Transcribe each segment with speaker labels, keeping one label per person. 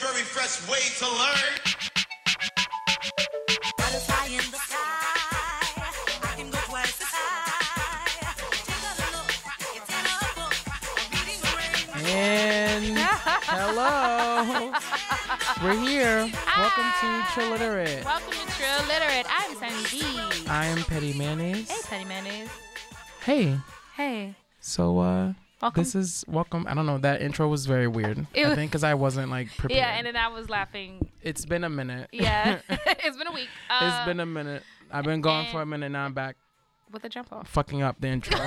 Speaker 1: best way to learn.
Speaker 2: Not as high in the sky. I can go twice as high. Take a look. It's in a book. I'm reading the
Speaker 3: And
Speaker 2: rainbow.
Speaker 3: hello, we're here. Welcome to
Speaker 4: Ah.
Speaker 3: Trilliterate.
Speaker 4: Welcome to Trill Literate. I'm Sandy.
Speaker 3: I am Petty Mayonnaise.
Speaker 4: Hey, Teddy Mayonnaise.
Speaker 3: Hey,
Speaker 4: Hey.
Speaker 3: so uh,
Speaker 4: Welcome.
Speaker 3: this is welcome. I don't know. That intro was very weird.
Speaker 4: It
Speaker 3: I
Speaker 4: was-
Speaker 3: think because I wasn't like prepared.
Speaker 4: Yeah, and then I was laughing.
Speaker 3: it's been a minute.
Speaker 4: Yeah, it's been a week. Uh,
Speaker 3: it's been a minute. I've been gone for a
Speaker 4: and-
Speaker 3: minute. Now I'm back,
Speaker 4: with a jump off.
Speaker 3: fucking up the intro.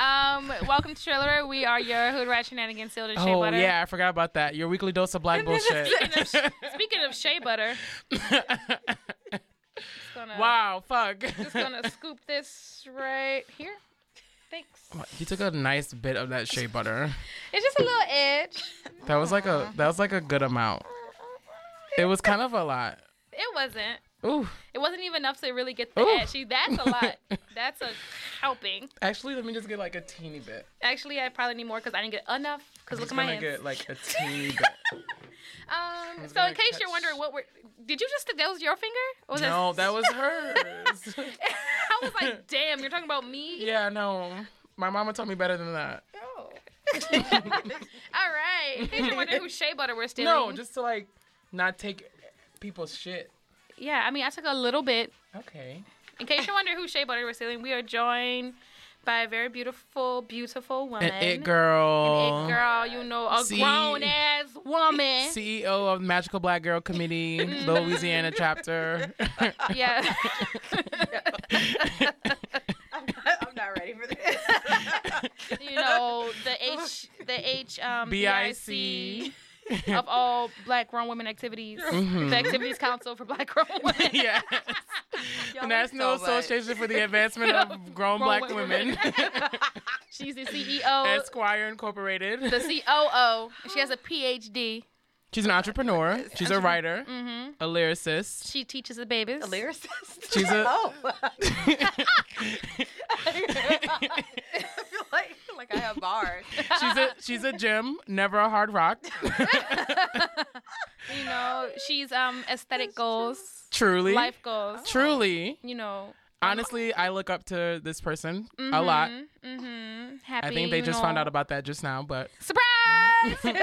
Speaker 4: Um, welcome to Trill Literate. We are your hood rat shenanigans, sealed in shea
Speaker 3: oh
Speaker 4: butter.
Speaker 3: yeah, I forgot about that. Your weekly dose of black bullshit.
Speaker 4: Speaking of, sh- speaking of shea butter, just gonna,
Speaker 3: wow, fuck.
Speaker 4: Just gonna scoop this right here. Thanks.
Speaker 3: You took a nice bit of that shea butter.
Speaker 4: It's just a little edge.
Speaker 3: That was like a that was like a good amount. It was kind of a lot.
Speaker 4: It wasn't.
Speaker 3: Ooh,
Speaker 4: It wasn't even enough to really get the
Speaker 3: Ooh.
Speaker 4: edge. See, That's a lot. That's a helping.
Speaker 3: actually, let me just get like a teeny bit.
Speaker 4: Actually, I probably need more because I didn't get enough. Because look
Speaker 3: Just
Speaker 4: at my
Speaker 3: gonna
Speaker 4: hands.
Speaker 3: get like a teeny bit.
Speaker 4: Um, so
Speaker 3: gonna
Speaker 4: in case
Speaker 3: catch-
Speaker 4: you're wondering what we're, did you just that was your finger? Or was
Speaker 3: No, that was
Speaker 4: I
Speaker 3: hers.
Speaker 4: was like, damn, you're talking about me.
Speaker 3: yeah, no, my mama told me better than that.
Speaker 4: Oh. All right. In case you're wondering who shea butter we're stealing.
Speaker 3: No, just to like not take people's shit.
Speaker 4: yeah. I mean, I took a little bit.
Speaker 3: Okay.
Speaker 4: In case you're wondering who shea butter we're stealing, we are joined by a very beautiful, beautiful woman.
Speaker 3: An it girl.
Speaker 4: An it girl. You know, a
Speaker 3: See-
Speaker 4: grown ass woman.
Speaker 3: CEO of Magical Black Girl Committee, Louisiana chapter.
Speaker 4: Yeah.
Speaker 5: I'm not ready for this.
Speaker 4: you know the H the H um,
Speaker 3: BIC.
Speaker 4: BIC of all Black grown women activities, the Activities Council for Black grown women.
Speaker 3: Mm-hmm. yeah. National
Speaker 5: so much.
Speaker 3: Association for the Advancement of Grown
Speaker 4: Grown
Speaker 3: Black
Speaker 4: women.
Speaker 3: Women.
Speaker 4: She's the CEO,
Speaker 3: Esquire Incorporated.
Speaker 4: the COO. and She has a PhD.
Speaker 3: She's an entrepreneur. She's a writer, a lyricist.
Speaker 4: Mm-hmm. She teaches the babies.
Speaker 5: A lyricist.
Speaker 3: She's a-
Speaker 5: oh. I feel like, I feel like I have bars.
Speaker 3: She's a she's a gym, never a hard rock.
Speaker 4: You know, she's um aesthetic goals,
Speaker 3: Truly,
Speaker 4: life goals.
Speaker 3: truly,
Speaker 4: You know,
Speaker 3: honestly, I look up to this person a lot.
Speaker 4: Mm-hmm. happy.
Speaker 3: I think they
Speaker 4: you
Speaker 3: just found
Speaker 4: know.
Speaker 3: out about that just now, but
Speaker 4: surprise.
Speaker 5: It's like,
Speaker 4: "Mm,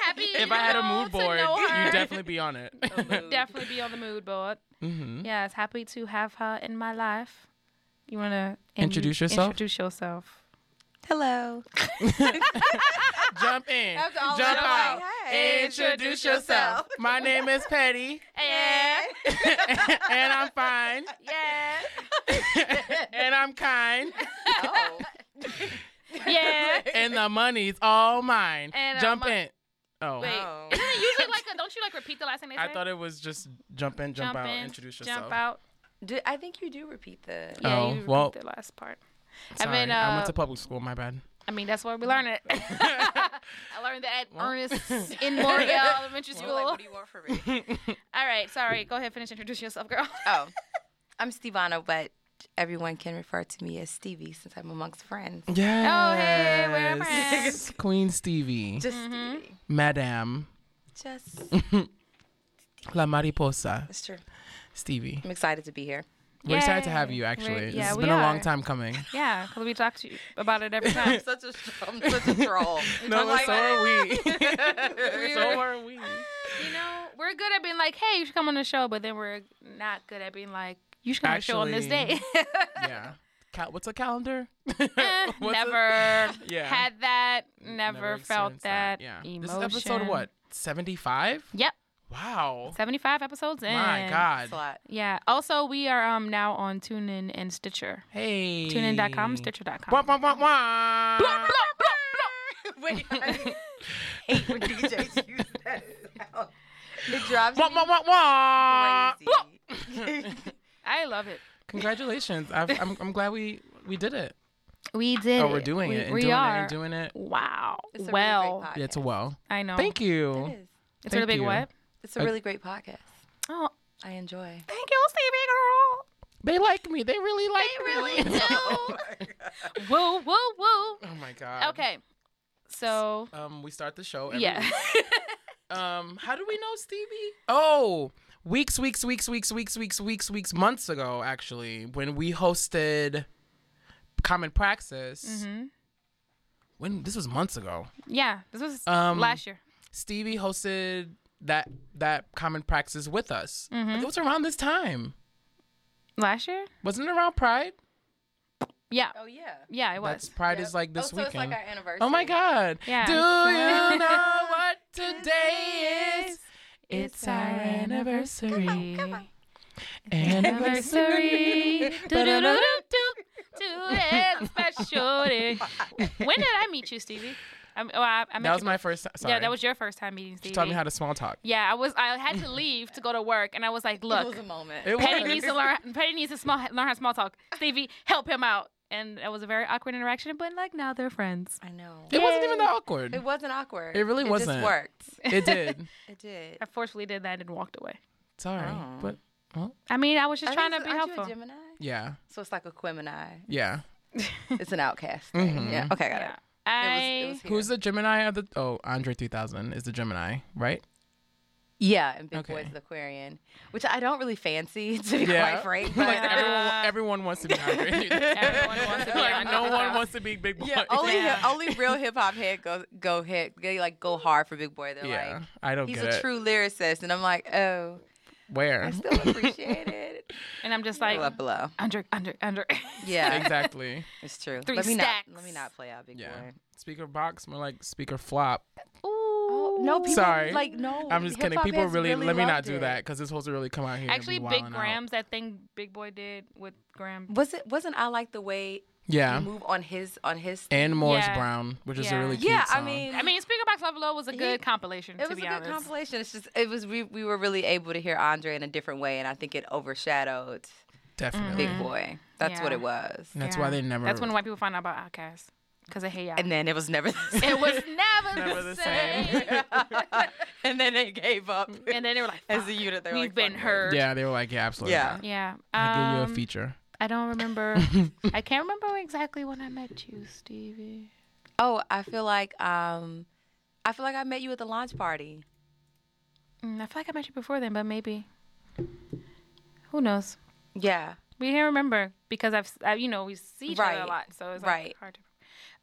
Speaker 4: happy.
Speaker 3: if I had a mood board,
Speaker 4: you
Speaker 3: you'd definitely be on it.
Speaker 4: definitely be on the mood board. Mm-hmm. Yes, happy to have her in my life. You want to
Speaker 3: Introduce yourself?
Speaker 4: Introduce yourself.
Speaker 5: Hello.
Speaker 3: Jump in,
Speaker 5: That's all
Speaker 3: jump
Speaker 5: I'm
Speaker 3: out,
Speaker 5: like, hey.
Speaker 3: introduce
Speaker 4: Introduce
Speaker 3: yourself.
Speaker 5: yourself.
Speaker 3: My name is Petty,
Speaker 4: Yeah,
Speaker 3: and I'm fine,
Speaker 4: yeah,
Speaker 3: and I'm kind,
Speaker 5: Oh.
Speaker 4: yeah.
Speaker 3: and the money's all mine.
Speaker 4: And I'm
Speaker 3: jump
Speaker 4: a-
Speaker 3: in. Oh,
Speaker 4: Wait,
Speaker 5: Oh.
Speaker 4: isn't it usually like a, don't you like repeat the last thing they say?
Speaker 3: I thought it was just jump in, jump, out, introduce yourself.
Speaker 4: Jump out.
Speaker 5: Do, I think you do repeat the.
Speaker 4: Yeah,
Speaker 3: Oh,
Speaker 4: you repeat
Speaker 3: well.
Speaker 4: the last part.
Speaker 3: Sorry,
Speaker 4: I mean, uh,
Speaker 3: I
Speaker 4: I,
Speaker 3: went to public school. My bad.
Speaker 4: mean that's where we learn it. I learned that at Ernest in Morial Elementary School.
Speaker 5: You're like, what do you want from me?
Speaker 4: All right, sorry. Go ahead, finish introduce yourself, girl.
Speaker 5: Oh. I'm Stevano, but everyone can refer to me as Stevie since I'm amongst friends. Oh.
Speaker 3: Yes.
Speaker 4: Oh, we're friends.
Speaker 3: Queen Stevie,
Speaker 5: Just Stevie.
Speaker 3: Madame
Speaker 5: Mm-hmm. Just.
Speaker 3: La Mariposa,
Speaker 5: It's true.
Speaker 3: Stevie.
Speaker 5: I'm excited to be here.
Speaker 3: We're excited to have
Speaker 4: Yay.
Speaker 3: you. Actually,
Speaker 4: We're-
Speaker 3: This
Speaker 4: yeah,
Speaker 3: has
Speaker 4: we
Speaker 3: been a long
Speaker 4: are.
Speaker 3: time coming.
Speaker 4: Yeah, because we talk to you about it every time.
Speaker 5: Such a, I'm such a troll.
Speaker 3: no,
Speaker 5: like-
Speaker 3: so are we. so are we.
Speaker 4: You know, we're good at being like, hey, you should come on the show, but then we're not good at being like, you should come on the show on this
Speaker 3: Actually,
Speaker 4: day.
Speaker 3: Yeah. Cal- what's a calendar?
Speaker 4: Eh,
Speaker 3: What's a-
Speaker 4: never
Speaker 3: Yeah.
Speaker 4: had that. Never, felt
Speaker 3: experienced
Speaker 4: that.
Speaker 3: Yeah.
Speaker 4: Emotion.
Speaker 3: This is episode what? Seventy-five.
Speaker 4: Yep.
Speaker 3: Wow.
Speaker 4: 75 episodes in.
Speaker 3: My God.
Speaker 5: It's a lot.
Speaker 4: Yeah. Also, we are um now on TuneIn and Stitcher.
Speaker 3: Hey.
Speaker 4: TuneIn.com, Stitcher.com.
Speaker 3: Wah, wah, wah, wah.
Speaker 5: Wait, I hate when DJs use that sound. It drives
Speaker 3: Wah, wah, wah, wah.
Speaker 5: me crazy.
Speaker 4: I love it.
Speaker 3: Congratulations. I've, I'm, I'm glad we, we did it.
Speaker 4: We did.
Speaker 3: Oh, we're doing
Speaker 4: We-
Speaker 3: it. And
Speaker 4: we
Speaker 3: doing
Speaker 4: are.
Speaker 3: it and doing it.
Speaker 4: Wow.
Speaker 5: It's a
Speaker 4: well,
Speaker 5: really great podcast.
Speaker 3: Yeah, it's a well.
Speaker 4: I know.
Speaker 3: Thank you.
Speaker 5: It is.
Speaker 4: It's a really
Speaker 3: Thank
Speaker 4: big
Speaker 3: you.
Speaker 4: what?
Speaker 5: It's a really great podcast.
Speaker 4: Oh,
Speaker 5: I enjoy.
Speaker 4: thank you, Stevie girl.
Speaker 3: They like me. They really like me.
Speaker 4: really do. woo, woo, woo.
Speaker 3: Oh my god.
Speaker 4: Okay. So,
Speaker 3: Um, we Um, start the show. Every
Speaker 4: yeah.
Speaker 3: week. Um, how do we know Stevie? Oh, weeks, weeks, weeks, weeks, weeks, weeks, weeks, weeks, months ago, actually, when we hosted Common Praxis.
Speaker 4: Mm-hmm.
Speaker 3: When this was months ago,
Speaker 4: Yeah, this was
Speaker 3: Um,
Speaker 4: last year.
Speaker 3: Stevie hosted that that Common Praxis with us.
Speaker 4: Mm-hmm.
Speaker 3: It was around this time,
Speaker 4: Last year?
Speaker 3: wasn't it? Around Pride.
Speaker 4: Yeah,
Speaker 5: Oh yeah.
Speaker 4: yeah, it was.
Speaker 3: That's Pride is like
Speaker 5: oh,
Speaker 3: this
Speaker 5: so
Speaker 3: weekend.
Speaker 5: it's like our anniversary.
Speaker 3: Oh my God.
Speaker 4: Yeah.
Speaker 3: Do you know what today is? It's our anniversary.
Speaker 4: Anniversary. Do-do-do-do-do. Today's a special day. When did I meet you, Stevie? I, oh, I, I met
Speaker 3: That was
Speaker 4: you
Speaker 3: my first. ti-
Speaker 4: before.
Speaker 3: Sorry.
Speaker 4: Yeah, that was your first time meeting Stevie.
Speaker 3: She taught me how to small talk.
Speaker 4: yeah, I was. I had to leave to go to work, and I was
Speaker 5: It
Speaker 4: like,
Speaker 5: was
Speaker 4: "Look,
Speaker 5: a moment.
Speaker 3: It
Speaker 4: Petty
Speaker 3: was.
Speaker 4: needs to learn. Petty needs to small, learn how to small talk. Stevie, help him out." And it was a very awkward interaction, but like now they're friends.
Speaker 5: I know.
Speaker 3: It wasn't
Speaker 4: Yay.
Speaker 3: even that awkward.
Speaker 5: It
Speaker 3: It,
Speaker 5: wasn't awkward.
Speaker 3: It really
Speaker 5: it
Speaker 3: wasn't.
Speaker 5: Just worked.
Speaker 3: did.
Speaker 5: It did.
Speaker 4: I forcefully did that and walked away.
Speaker 3: Sorry,
Speaker 5: Oh.
Speaker 3: but
Speaker 4: I mean, I was just
Speaker 5: I
Speaker 4: trying to
Speaker 5: think
Speaker 4: be
Speaker 5: so- aren't you
Speaker 4: helpful.
Speaker 5: a Gemini.
Speaker 3: yeah,
Speaker 5: So it's like a Quemini.
Speaker 3: yeah.
Speaker 5: It's an outcast. thing.
Speaker 3: Mhm.
Speaker 5: Yeah. Okay, got
Speaker 4: Yeah.
Speaker 5: it. It was, it
Speaker 4: I
Speaker 5: was here.
Speaker 3: Who's the Gemini of the? Oh, Andre 3000 is the Gemini, right?
Speaker 5: Yeah, and Big Boy's
Speaker 3: Okay.
Speaker 5: the Aquarian, which I don't really fancy to be
Speaker 3: Yeah.
Speaker 5: quite frank.
Speaker 3: Like
Speaker 5: but-
Speaker 3: everyone, everyone wants to be Andre. 3000.
Speaker 4: Everyone wants to be
Speaker 3: like
Speaker 4: Andre
Speaker 3: no one
Speaker 4: 3000.
Speaker 3: wants to be Big Boy.
Speaker 5: yeah, only
Speaker 4: Yeah.
Speaker 5: only real hip hop head go go hit they like go hard for Big Boy. They're
Speaker 3: Yeah,
Speaker 5: like,
Speaker 3: I don't
Speaker 5: he's
Speaker 3: get
Speaker 5: a
Speaker 3: it.
Speaker 5: true lyricist, and I'm like, oh,
Speaker 3: Where?
Speaker 5: I still appreciate it.
Speaker 4: and I'm just like
Speaker 5: Below, below.
Speaker 4: under, under, under.
Speaker 5: Yeah,
Speaker 3: exactly.
Speaker 5: it's true.
Speaker 4: Three
Speaker 5: let me
Speaker 4: stacks.
Speaker 5: not let me not play out Big
Speaker 3: Yeah.
Speaker 5: Boy.
Speaker 3: Speaker box, more like speaker flop.
Speaker 4: Ooh.
Speaker 5: Oh, no, people
Speaker 3: Sorry.
Speaker 5: like no.
Speaker 3: I'm just kidding.
Speaker 5: hip-hop
Speaker 3: People
Speaker 5: heads
Speaker 3: really, let me not
Speaker 5: loved
Speaker 3: do
Speaker 5: it.
Speaker 3: that because this supposed to really come out here. and be
Speaker 4: Actually,
Speaker 3: wildin'
Speaker 4: Big
Speaker 3: out.
Speaker 4: Grams, that thing Big Boy did with Graham.
Speaker 5: Was it wasn't I like the way
Speaker 3: Yeah.
Speaker 5: you move on his on his
Speaker 3: And Morris
Speaker 4: Yeah.
Speaker 3: Brown, which is a
Speaker 4: Yeah.
Speaker 3: really cute
Speaker 5: Yeah, I
Speaker 3: song.
Speaker 5: mean
Speaker 4: I mean, Speaker Box Love Below was a good
Speaker 5: He-
Speaker 4: compilation,
Speaker 5: it
Speaker 4: to
Speaker 5: was a
Speaker 4: be
Speaker 5: good
Speaker 4: honest.
Speaker 5: compilation. It's just it was we, we were really able to hear Andre in a different way and I think it overshadowed
Speaker 3: definitely.
Speaker 5: Big Boy. That's what
Speaker 4: Yeah.
Speaker 5: it was.
Speaker 3: And That's why
Speaker 4: Yeah.
Speaker 3: they never.
Speaker 4: That's when white people find out about Outkast because they hate y'all.
Speaker 5: And then it was never
Speaker 4: it was never,
Speaker 3: Never
Speaker 4: the
Speaker 3: the
Speaker 4: same.
Speaker 3: same.
Speaker 5: and then they gave up.
Speaker 4: and then they were like,
Speaker 5: as a
Speaker 4: "Fuck,
Speaker 5: unit they were
Speaker 4: we've
Speaker 5: like,
Speaker 4: been
Speaker 5: "Fuck it."
Speaker 4: heard.
Speaker 3: Yeah, they were like, yeah, absolutely.
Speaker 5: Yeah.
Speaker 3: not.
Speaker 4: Yeah.
Speaker 3: I give you
Speaker 4: um,
Speaker 3: a feature.
Speaker 4: I don't remember. I can't remember exactly when I met you, Stevie.
Speaker 5: Oh, I feel like um I feel like I met you at the launch party.
Speaker 4: Mm, I feel like I met you before then, but maybe. Who knows?
Speaker 5: Yeah.
Speaker 4: We can't remember because I've, I, you know, we see each other
Speaker 5: Right.
Speaker 4: a lot, so it's like
Speaker 5: Right.
Speaker 4: hard to.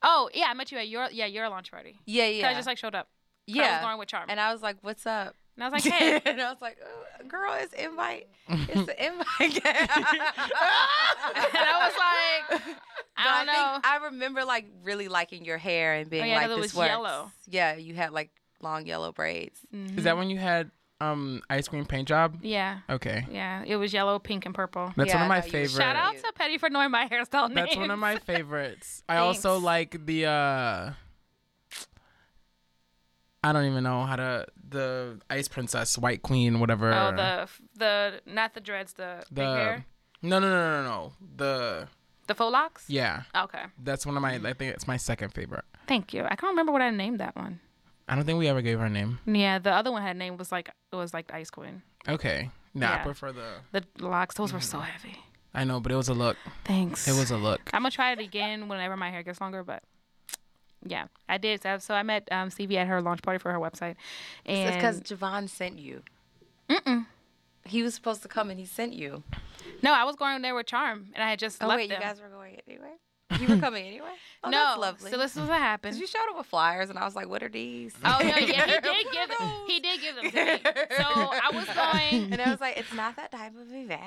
Speaker 4: Oh yeah, I met you at your yeah your launch party.
Speaker 5: Yeah,
Speaker 4: Yeah.
Speaker 5: yeah.
Speaker 4: I just like showed up. 'Cause I
Speaker 5: yeah.
Speaker 4: was going with Charm,
Speaker 5: and I was like, "What's up?"
Speaker 4: and I was like, hey,
Speaker 5: and I was like, "Oh, "Girl, it's invite. It's an invite." and
Speaker 4: and I was like, I don't know. Oh,
Speaker 5: I remember like really liking your hair and being
Speaker 4: yeah,
Speaker 5: like,
Speaker 4: that
Speaker 5: "This
Speaker 4: was
Speaker 5: works."
Speaker 4: yellow. Mm-hmm.
Speaker 5: Yeah, you had like long yellow braids.
Speaker 3: Is that when you had um ice cream paint job?
Speaker 4: yeah,
Speaker 3: Okay.
Speaker 4: yeah. It was yellow, pink, and purple.
Speaker 3: That's
Speaker 5: Yeah,
Speaker 3: one
Speaker 5: I
Speaker 3: of my
Speaker 5: know you- Shout
Speaker 3: favorites.
Speaker 4: Shout out to Petty for knowing my hairstyle name.
Speaker 3: That's one of my favorites. I also
Speaker 4: Thanks.
Speaker 3: like the uh I don't even know how to the Ice Princess, White Queen, whatever.
Speaker 4: Oh, the the not the dreads, the, big hair,
Speaker 3: No, no, no, no, no. The
Speaker 4: the faux locks.
Speaker 3: yeah,
Speaker 4: Okay,
Speaker 3: that's one of my I think it's my second favorite.
Speaker 4: thank you. I can't remember what I named that one.
Speaker 3: I don't think we ever gave her a name.
Speaker 4: Yeah, the other one had name was like it was like the Ice Queen.
Speaker 3: Okay. No, I
Speaker 4: Yeah.
Speaker 3: prefer the
Speaker 4: The locks, those were so heavy.
Speaker 3: I know, but it was a look.
Speaker 4: Thanks.
Speaker 3: It was a look.
Speaker 4: I'm gonna try it again whenever my hair gets longer, but yeah, I did. So, so I met um, Stevie at her launch party for her website,
Speaker 5: It's because
Speaker 4: and
Speaker 5: Javon sent you. Mm-mm. He was supposed to come and he sent you.
Speaker 4: no, I was going there with Charm, and I had just
Speaker 5: Oh
Speaker 4: left
Speaker 5: wait,
Speaker 4: them.
Speaker 5: you guys were going anyway. You were coming anyway. Oh,
Speaker 4: no,
Speaker 5: that's lovely.
Speaker 4: so this was what happened.
Speaker 5: 'Cause you showed up with flyers, and I was like, "What are these?"
Speaker 4: Oh no, yeah, he did give them. He did give them to me. So I was going.
Speaker 5: and I was like, "It's not that type of event."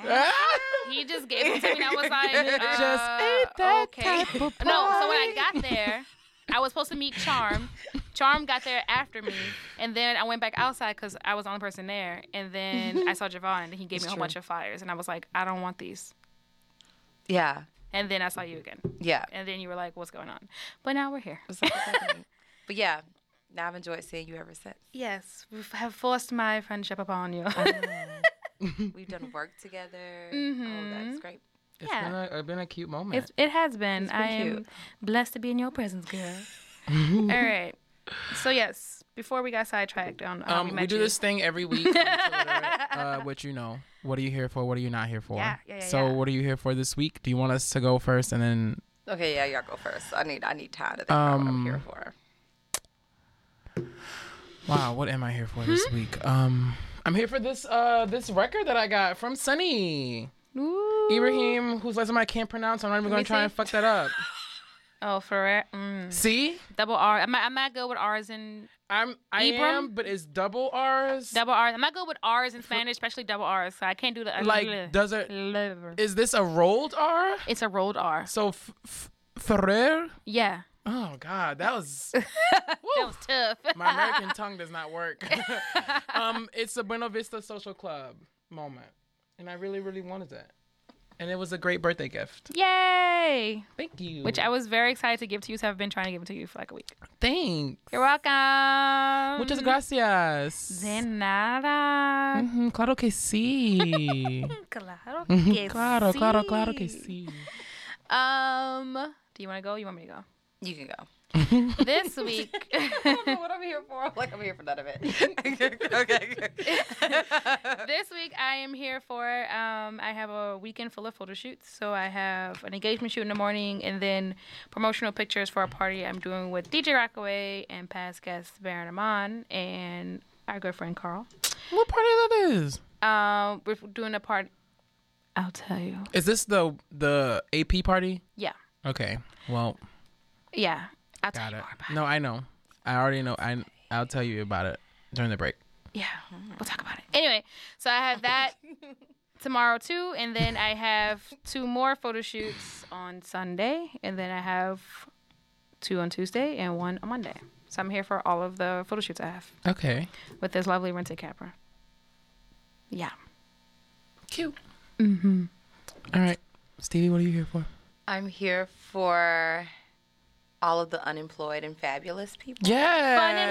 Speaker 4: He just gave them to me, and I was like, uh,
Speaker 3: Just ain't that
Speaker 4: okay.
Speaker 3: type of
Speaker 4: No, so when I
Speaker 3: party.
Speaker 4: got there, I was supposed to meet Charm. Charm got there after me, and then I went back outside because I was the only person there. And then I saw Javon, and he gave me a whole bunch of flyers, and I was like, I don't want these.
Speaker 5: Yeah,
Speaker 4: And then I saw you again,
Speaker 5: yeah.
Speaker 4: and then you were like, What's going on? But now we're here.
Speaker 5: It's like, "What's happening?" but yeah, now I've enjoyed seeing you ever since.
Speaker 4: Yes, we have forced my friendship upon
Speaker 5: Oh.
Speaker 4: you.
Speaker 5: We've done work together. Oh, that's great.
Speaker 3: It's
Speaker 4: Mm-hmm. Yeah.
Speaker 3: been, a, it's been a cute moment.
Speaker 4: It's, it has been.
Speaker 5: been
Speaker 4: I am
Speaker 5: cute.
Speaker 4: blessed to be in your presence, girl.
Speaker 3: Mm-hmm.
Speaker 4: All right. So yes, before we got sidetracked on how
Speaker 3: um, we,
Speaker 4: met
Speaker 3: do
Speaker 4: you.
Speaker 3: this thing every week. on Twitter, uh, what you know, what are you here for? What are you not here for?
Speaker 4: Yeah, yeah, yeah,
Speaker 3: so,
Speaker 4: yeah.
Speaker 3: what are you here for this week? Do you want us to go first, and then
Speaker 4: Mm-hmm.
Speaker 5: Okay, yeah, y'all go first. I need I need time to think about what I'm here
Speaker 3: Um,
Speaker 5: for.
Speaker 3: Wow, what am I here for
Speaker 4: Hmm?
Speaker 3: this week? Um, I'm here for this uh this record that I got from Sunny
Speaker 4: Ooh.
Speaker 3: Ibrahim, whose last name I can't pronounce. I'm not even
Speaker 4: me
Speaker 3: gonna try
Speaker 4: see.
Speaker 3: and fuck that up.
Speaker 4: Oh, for real? Mm.
Speaker 3: See,
Speaker 4: Double R. I'm not, I'm not good with R's in
Speaker 3: I'm I
Speaker 4: Ibram?
Speaker 3: am, but it's double R's.
Speaker 4: double R's. I'm not good with R's in Spanish, especially double R's. So I can't do the
Speaker 3: like, does it?
Speaker 4: Liver.
Speaker 3: Is this a rolled R?
Speaker 4: It's a rolled R.
Speaker 3: So f- f- Ferrer.
Speaker 4: Yeah,
Speaker 3: Oh God, that was
Speaker 4: that was tough.
Speaker 3: my American tongue does not work. um, it's a Buena Vista Social Club moment, and I really, really wanted that, and it was a great birthday gift.
Speaker 4: Yay!
Speaker 3: Thank you.
Speaker 4: Which I was very excited to give to you. So I've been trying to give it to you for like a week.
Speaker 3: thanks.
Speaker 4: You're welcome.
Speaker 3: Muchas gracias.
Speaker 4: De nada.
Speaker 3: Mhm, claro que sí. Mm-hmm,
Speaker 4: Claro que
Speaker 3: claro,
Speaker 4: sí.
Speaker 3: claro, claro que sí.
Speaker 4: Um, do you want to go? You want me to go?
Speaker 5: You can go.
Speaker 4: This week.
Speaker 5: know what I'm here for. Like I'm here for none of it. okay.
Speaker 4: this week I am here for um, I have a weekend full of photo shoots. So I have an engagement shoot in the morning and then promotional pictures for a party I'm doing with DJ Rockaway and past guest Baron Amon and our good friend Carl.
Speaker 3: What party that is?
Speaker 4: Um, we're doing a part. I'll tell you.
Speaker 3: Is this the the AP party?
Speaker 4: Yeah,
Speaker 3: Okay. Well,
Speaker 4: yeah. I'll tell
Speaker 3: got
Speaker 4: you
Speaker 3: it.
Speaker 4: more about it.
Speaker 3: No, I know. I already know. I I'll tell you about it during the break.
Speaker 4: Yeah, we'll talk about it. Anyway, so I have that tomorrow too, and then I have two more photo shoots on Sunday, and then I have two on Tuesday and one on Monday. So I'm here for all of the photo shoots I have
Speaker 3: Okay.
Speaker 4: with this lovely rented camper. Yeah.
Speaker 3: Cute.
Speaker 4: Mm-hmm.
Speaker 3: Mhm. All right, Stevie, what are you here for?
Speaker 5: I'm here for all of the unemployed and fabulous people.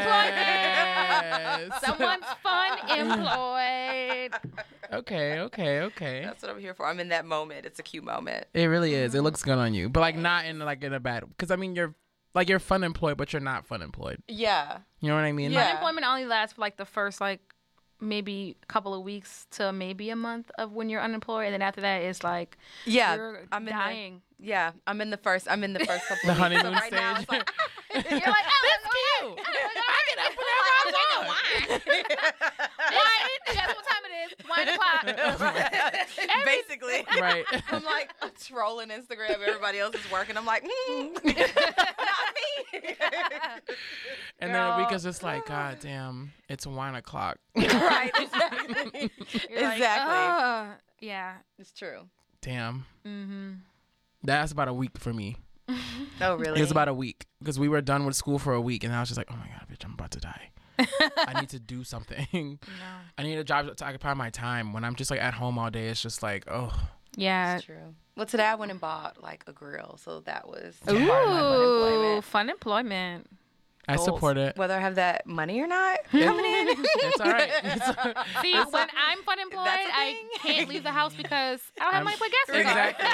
Speaker 3: Yes. Fun
Speaker 4: Someone's fun employed.
Speaker 3: Okay. Okay. Okay.
Speaker 5: That's what I'm here for. I'm in that moment. It's a cute moment.
Speaker 3: It really is. It looks good on you, but like not in like in a bad. Because I mean, you're like you're fun employed, but you're not fun employed.
Speaker 5: Yeah.
Speaker 3: You know what I mean?
Speaker 5: Yeah.
Speaker 4: Unemployment only lasts for like the first like maybe a couple of weeks to maybe a month of when you're unemployed, and then after that it's like
Speaker 5: Yeah.
Speaker 4: you're
Speaker 5: I'm in the,
Speaker 4: dying.
Speaker 5: Yeah. I'm in the first I'm in the first couple
Speaker 3: The
Speaker 5: of weeks. So
Speaker 3: honeymoon
Speaker 5: right now it's
Speaker 3: stage.
Speaker 5: like,
Speaker 4: You're like, oh, that's cute. I can open that wine. Wine. That's what time it is. Wine o'clock.
Speaker 5: Basically.
Speaker 3: right.
Speaker 5: I'm like trolling Instagram. Everybody else is working. I'm like, mm, not me.
Speaker 3: And then a week
Speaker 4: Girl.
Speaker 3: is just like, God damn, it's one o'clock.
Speaker 5: right. Exactly.
Speaker 4: You're like,
Speaker 5: Exactly.
Speaker 4: "Ugh." Uh, yeah.
Speaker 5: It's true.
Speaker 3: damn.
Speaker 4: Mm-hmm.
Speaker 3: That's about a week for me.
Speaker 5: Oh, really?
Speaker 3: It was about a week because we were done with school for a week, and I was just like, oh my God, bitch, I'm about to die. I need to do something. I need a job to occupy my time. When I'm just like at home all day, it's just like, oh,
Speaker 4: Yeah.
Speaker 5: It's true. Well, today I went and bought like a grill, so that was part of my
Speaker 4: Ooh,
Speaker 5: unemployment
Speaker 4: fun employment.
Speaker 3: I
Speaker 5: goals.
Speaker 3: support it.
Speaker 5: Whether I have that money or not.
Speaker 3: It's all right. It's-
Speaker 4: See, when I'm fun employed,
Speaker 5: That's a
Speaker 4: I
Speaker 5: thing.
Speaker 4: can't leave the house because I don't have
Speaker 3: I'm-
Speaker 4: money for gas. in the car.
Speaker 3: exactly.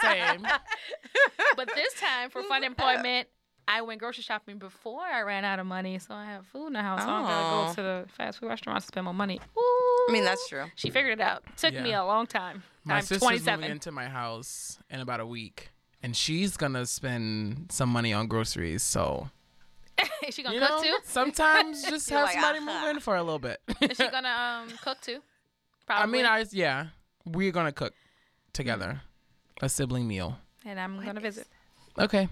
Speaker 3: Same.
Speaker 4: But this time for fun employment, I went grocery shopping before I ran out of money, so I have food in the house. So I don't gotta
Speaker 5: Oh.
Speaker 4: go to the fast food restaurant to spend more money.
Speaker 5: I mean, that's true.
Speaker 4: She figured it out. Took me
Speaker 3: Yeah.
Speaker 4: a long time.
Speaker 3: My
Speaker 4: I'm
Speaker 3: sister's
Speaker 4: 27.
Speaker 3: moving into my house in about a week, and she's gonna spend some money on groceries. So
Speaker 4: Is she gonna
Speaker 3: you
Speaker 4: cook
Speaker 3: know,
Speaker 4: too?
Speaker 3: sometimes just "Ah."
Speaker 5: You're
Speaker 3: have
Speaker 5: like,
Speaker 3: somebody
Speaker 5: "Uh-huh."
Speaker 3: move in for a little bit.
Speaker 4: Is she gonna um, cook too? Probably.
Speaker 3: I mean, I yeah, we're gonna cook together,
Speaker 4: Mm.
Speaker 3: a sibling meal.
Speaker 4: and I'm gonna visit.
Speaker 3: Okay,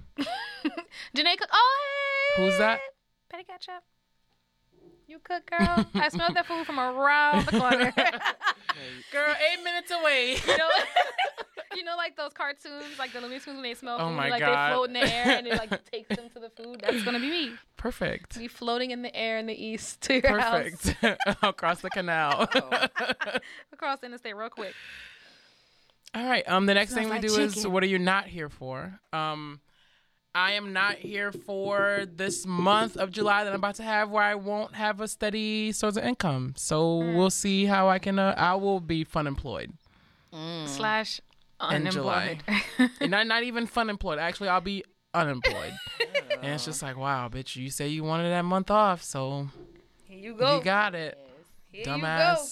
Speaker 4: Janae cook. Oh, hey!
Speaker 3: who's that?
Speaker 4: Petty ketchup. You cook, girl. I smelled that food from around the corner.
Speaker 3: Girl, eight minutes away.
Speaker 4: you, know, you know, like those cartoons, like the Looney Tunes when they smell
Speaker 3: Oh
Speaker 4: food,
Speaker 3: my
Speaker 4: like
Speaker 3: God.
Speaker 4: they float in the air and it like takes them to the food. That's gonna be me.
Speaker 3: Perfect.
Speaker 4: Be floating in the air in the east to your house Oh.
Speaker 3: Perfect. Across the canal.
Speaker 4: across the interstate real quick.
Speaker 3: All right. Um, the next thing we
Speaker 4: Smells
Speaker 3: do
Speaker 4: like
Speaker 3: is
Speaker 4: chicken.
Speaker 3: what are you not here for? Um, I am not here for this month of July that I'm about to have, where I won't have a steady source of income. So
Speaker 4: Mm.
Speaker 3: we'll see how I can. Uh, I will be fun employed,
Speaker 5: Mm.
Speaker 4: Slash
Speaker 3: In July.
Speaker 4: unemployed.
Speaker 3: and not not even fun employed. Actually, I'll be unemployed. and it's just like, wow, bitch, you say you wanted that month off, so
Speaker 5: Here you go.
Speaker 3: you got it,
Speaker 5: Here
Speaker 3: dumbass.
Speaker 5: You go.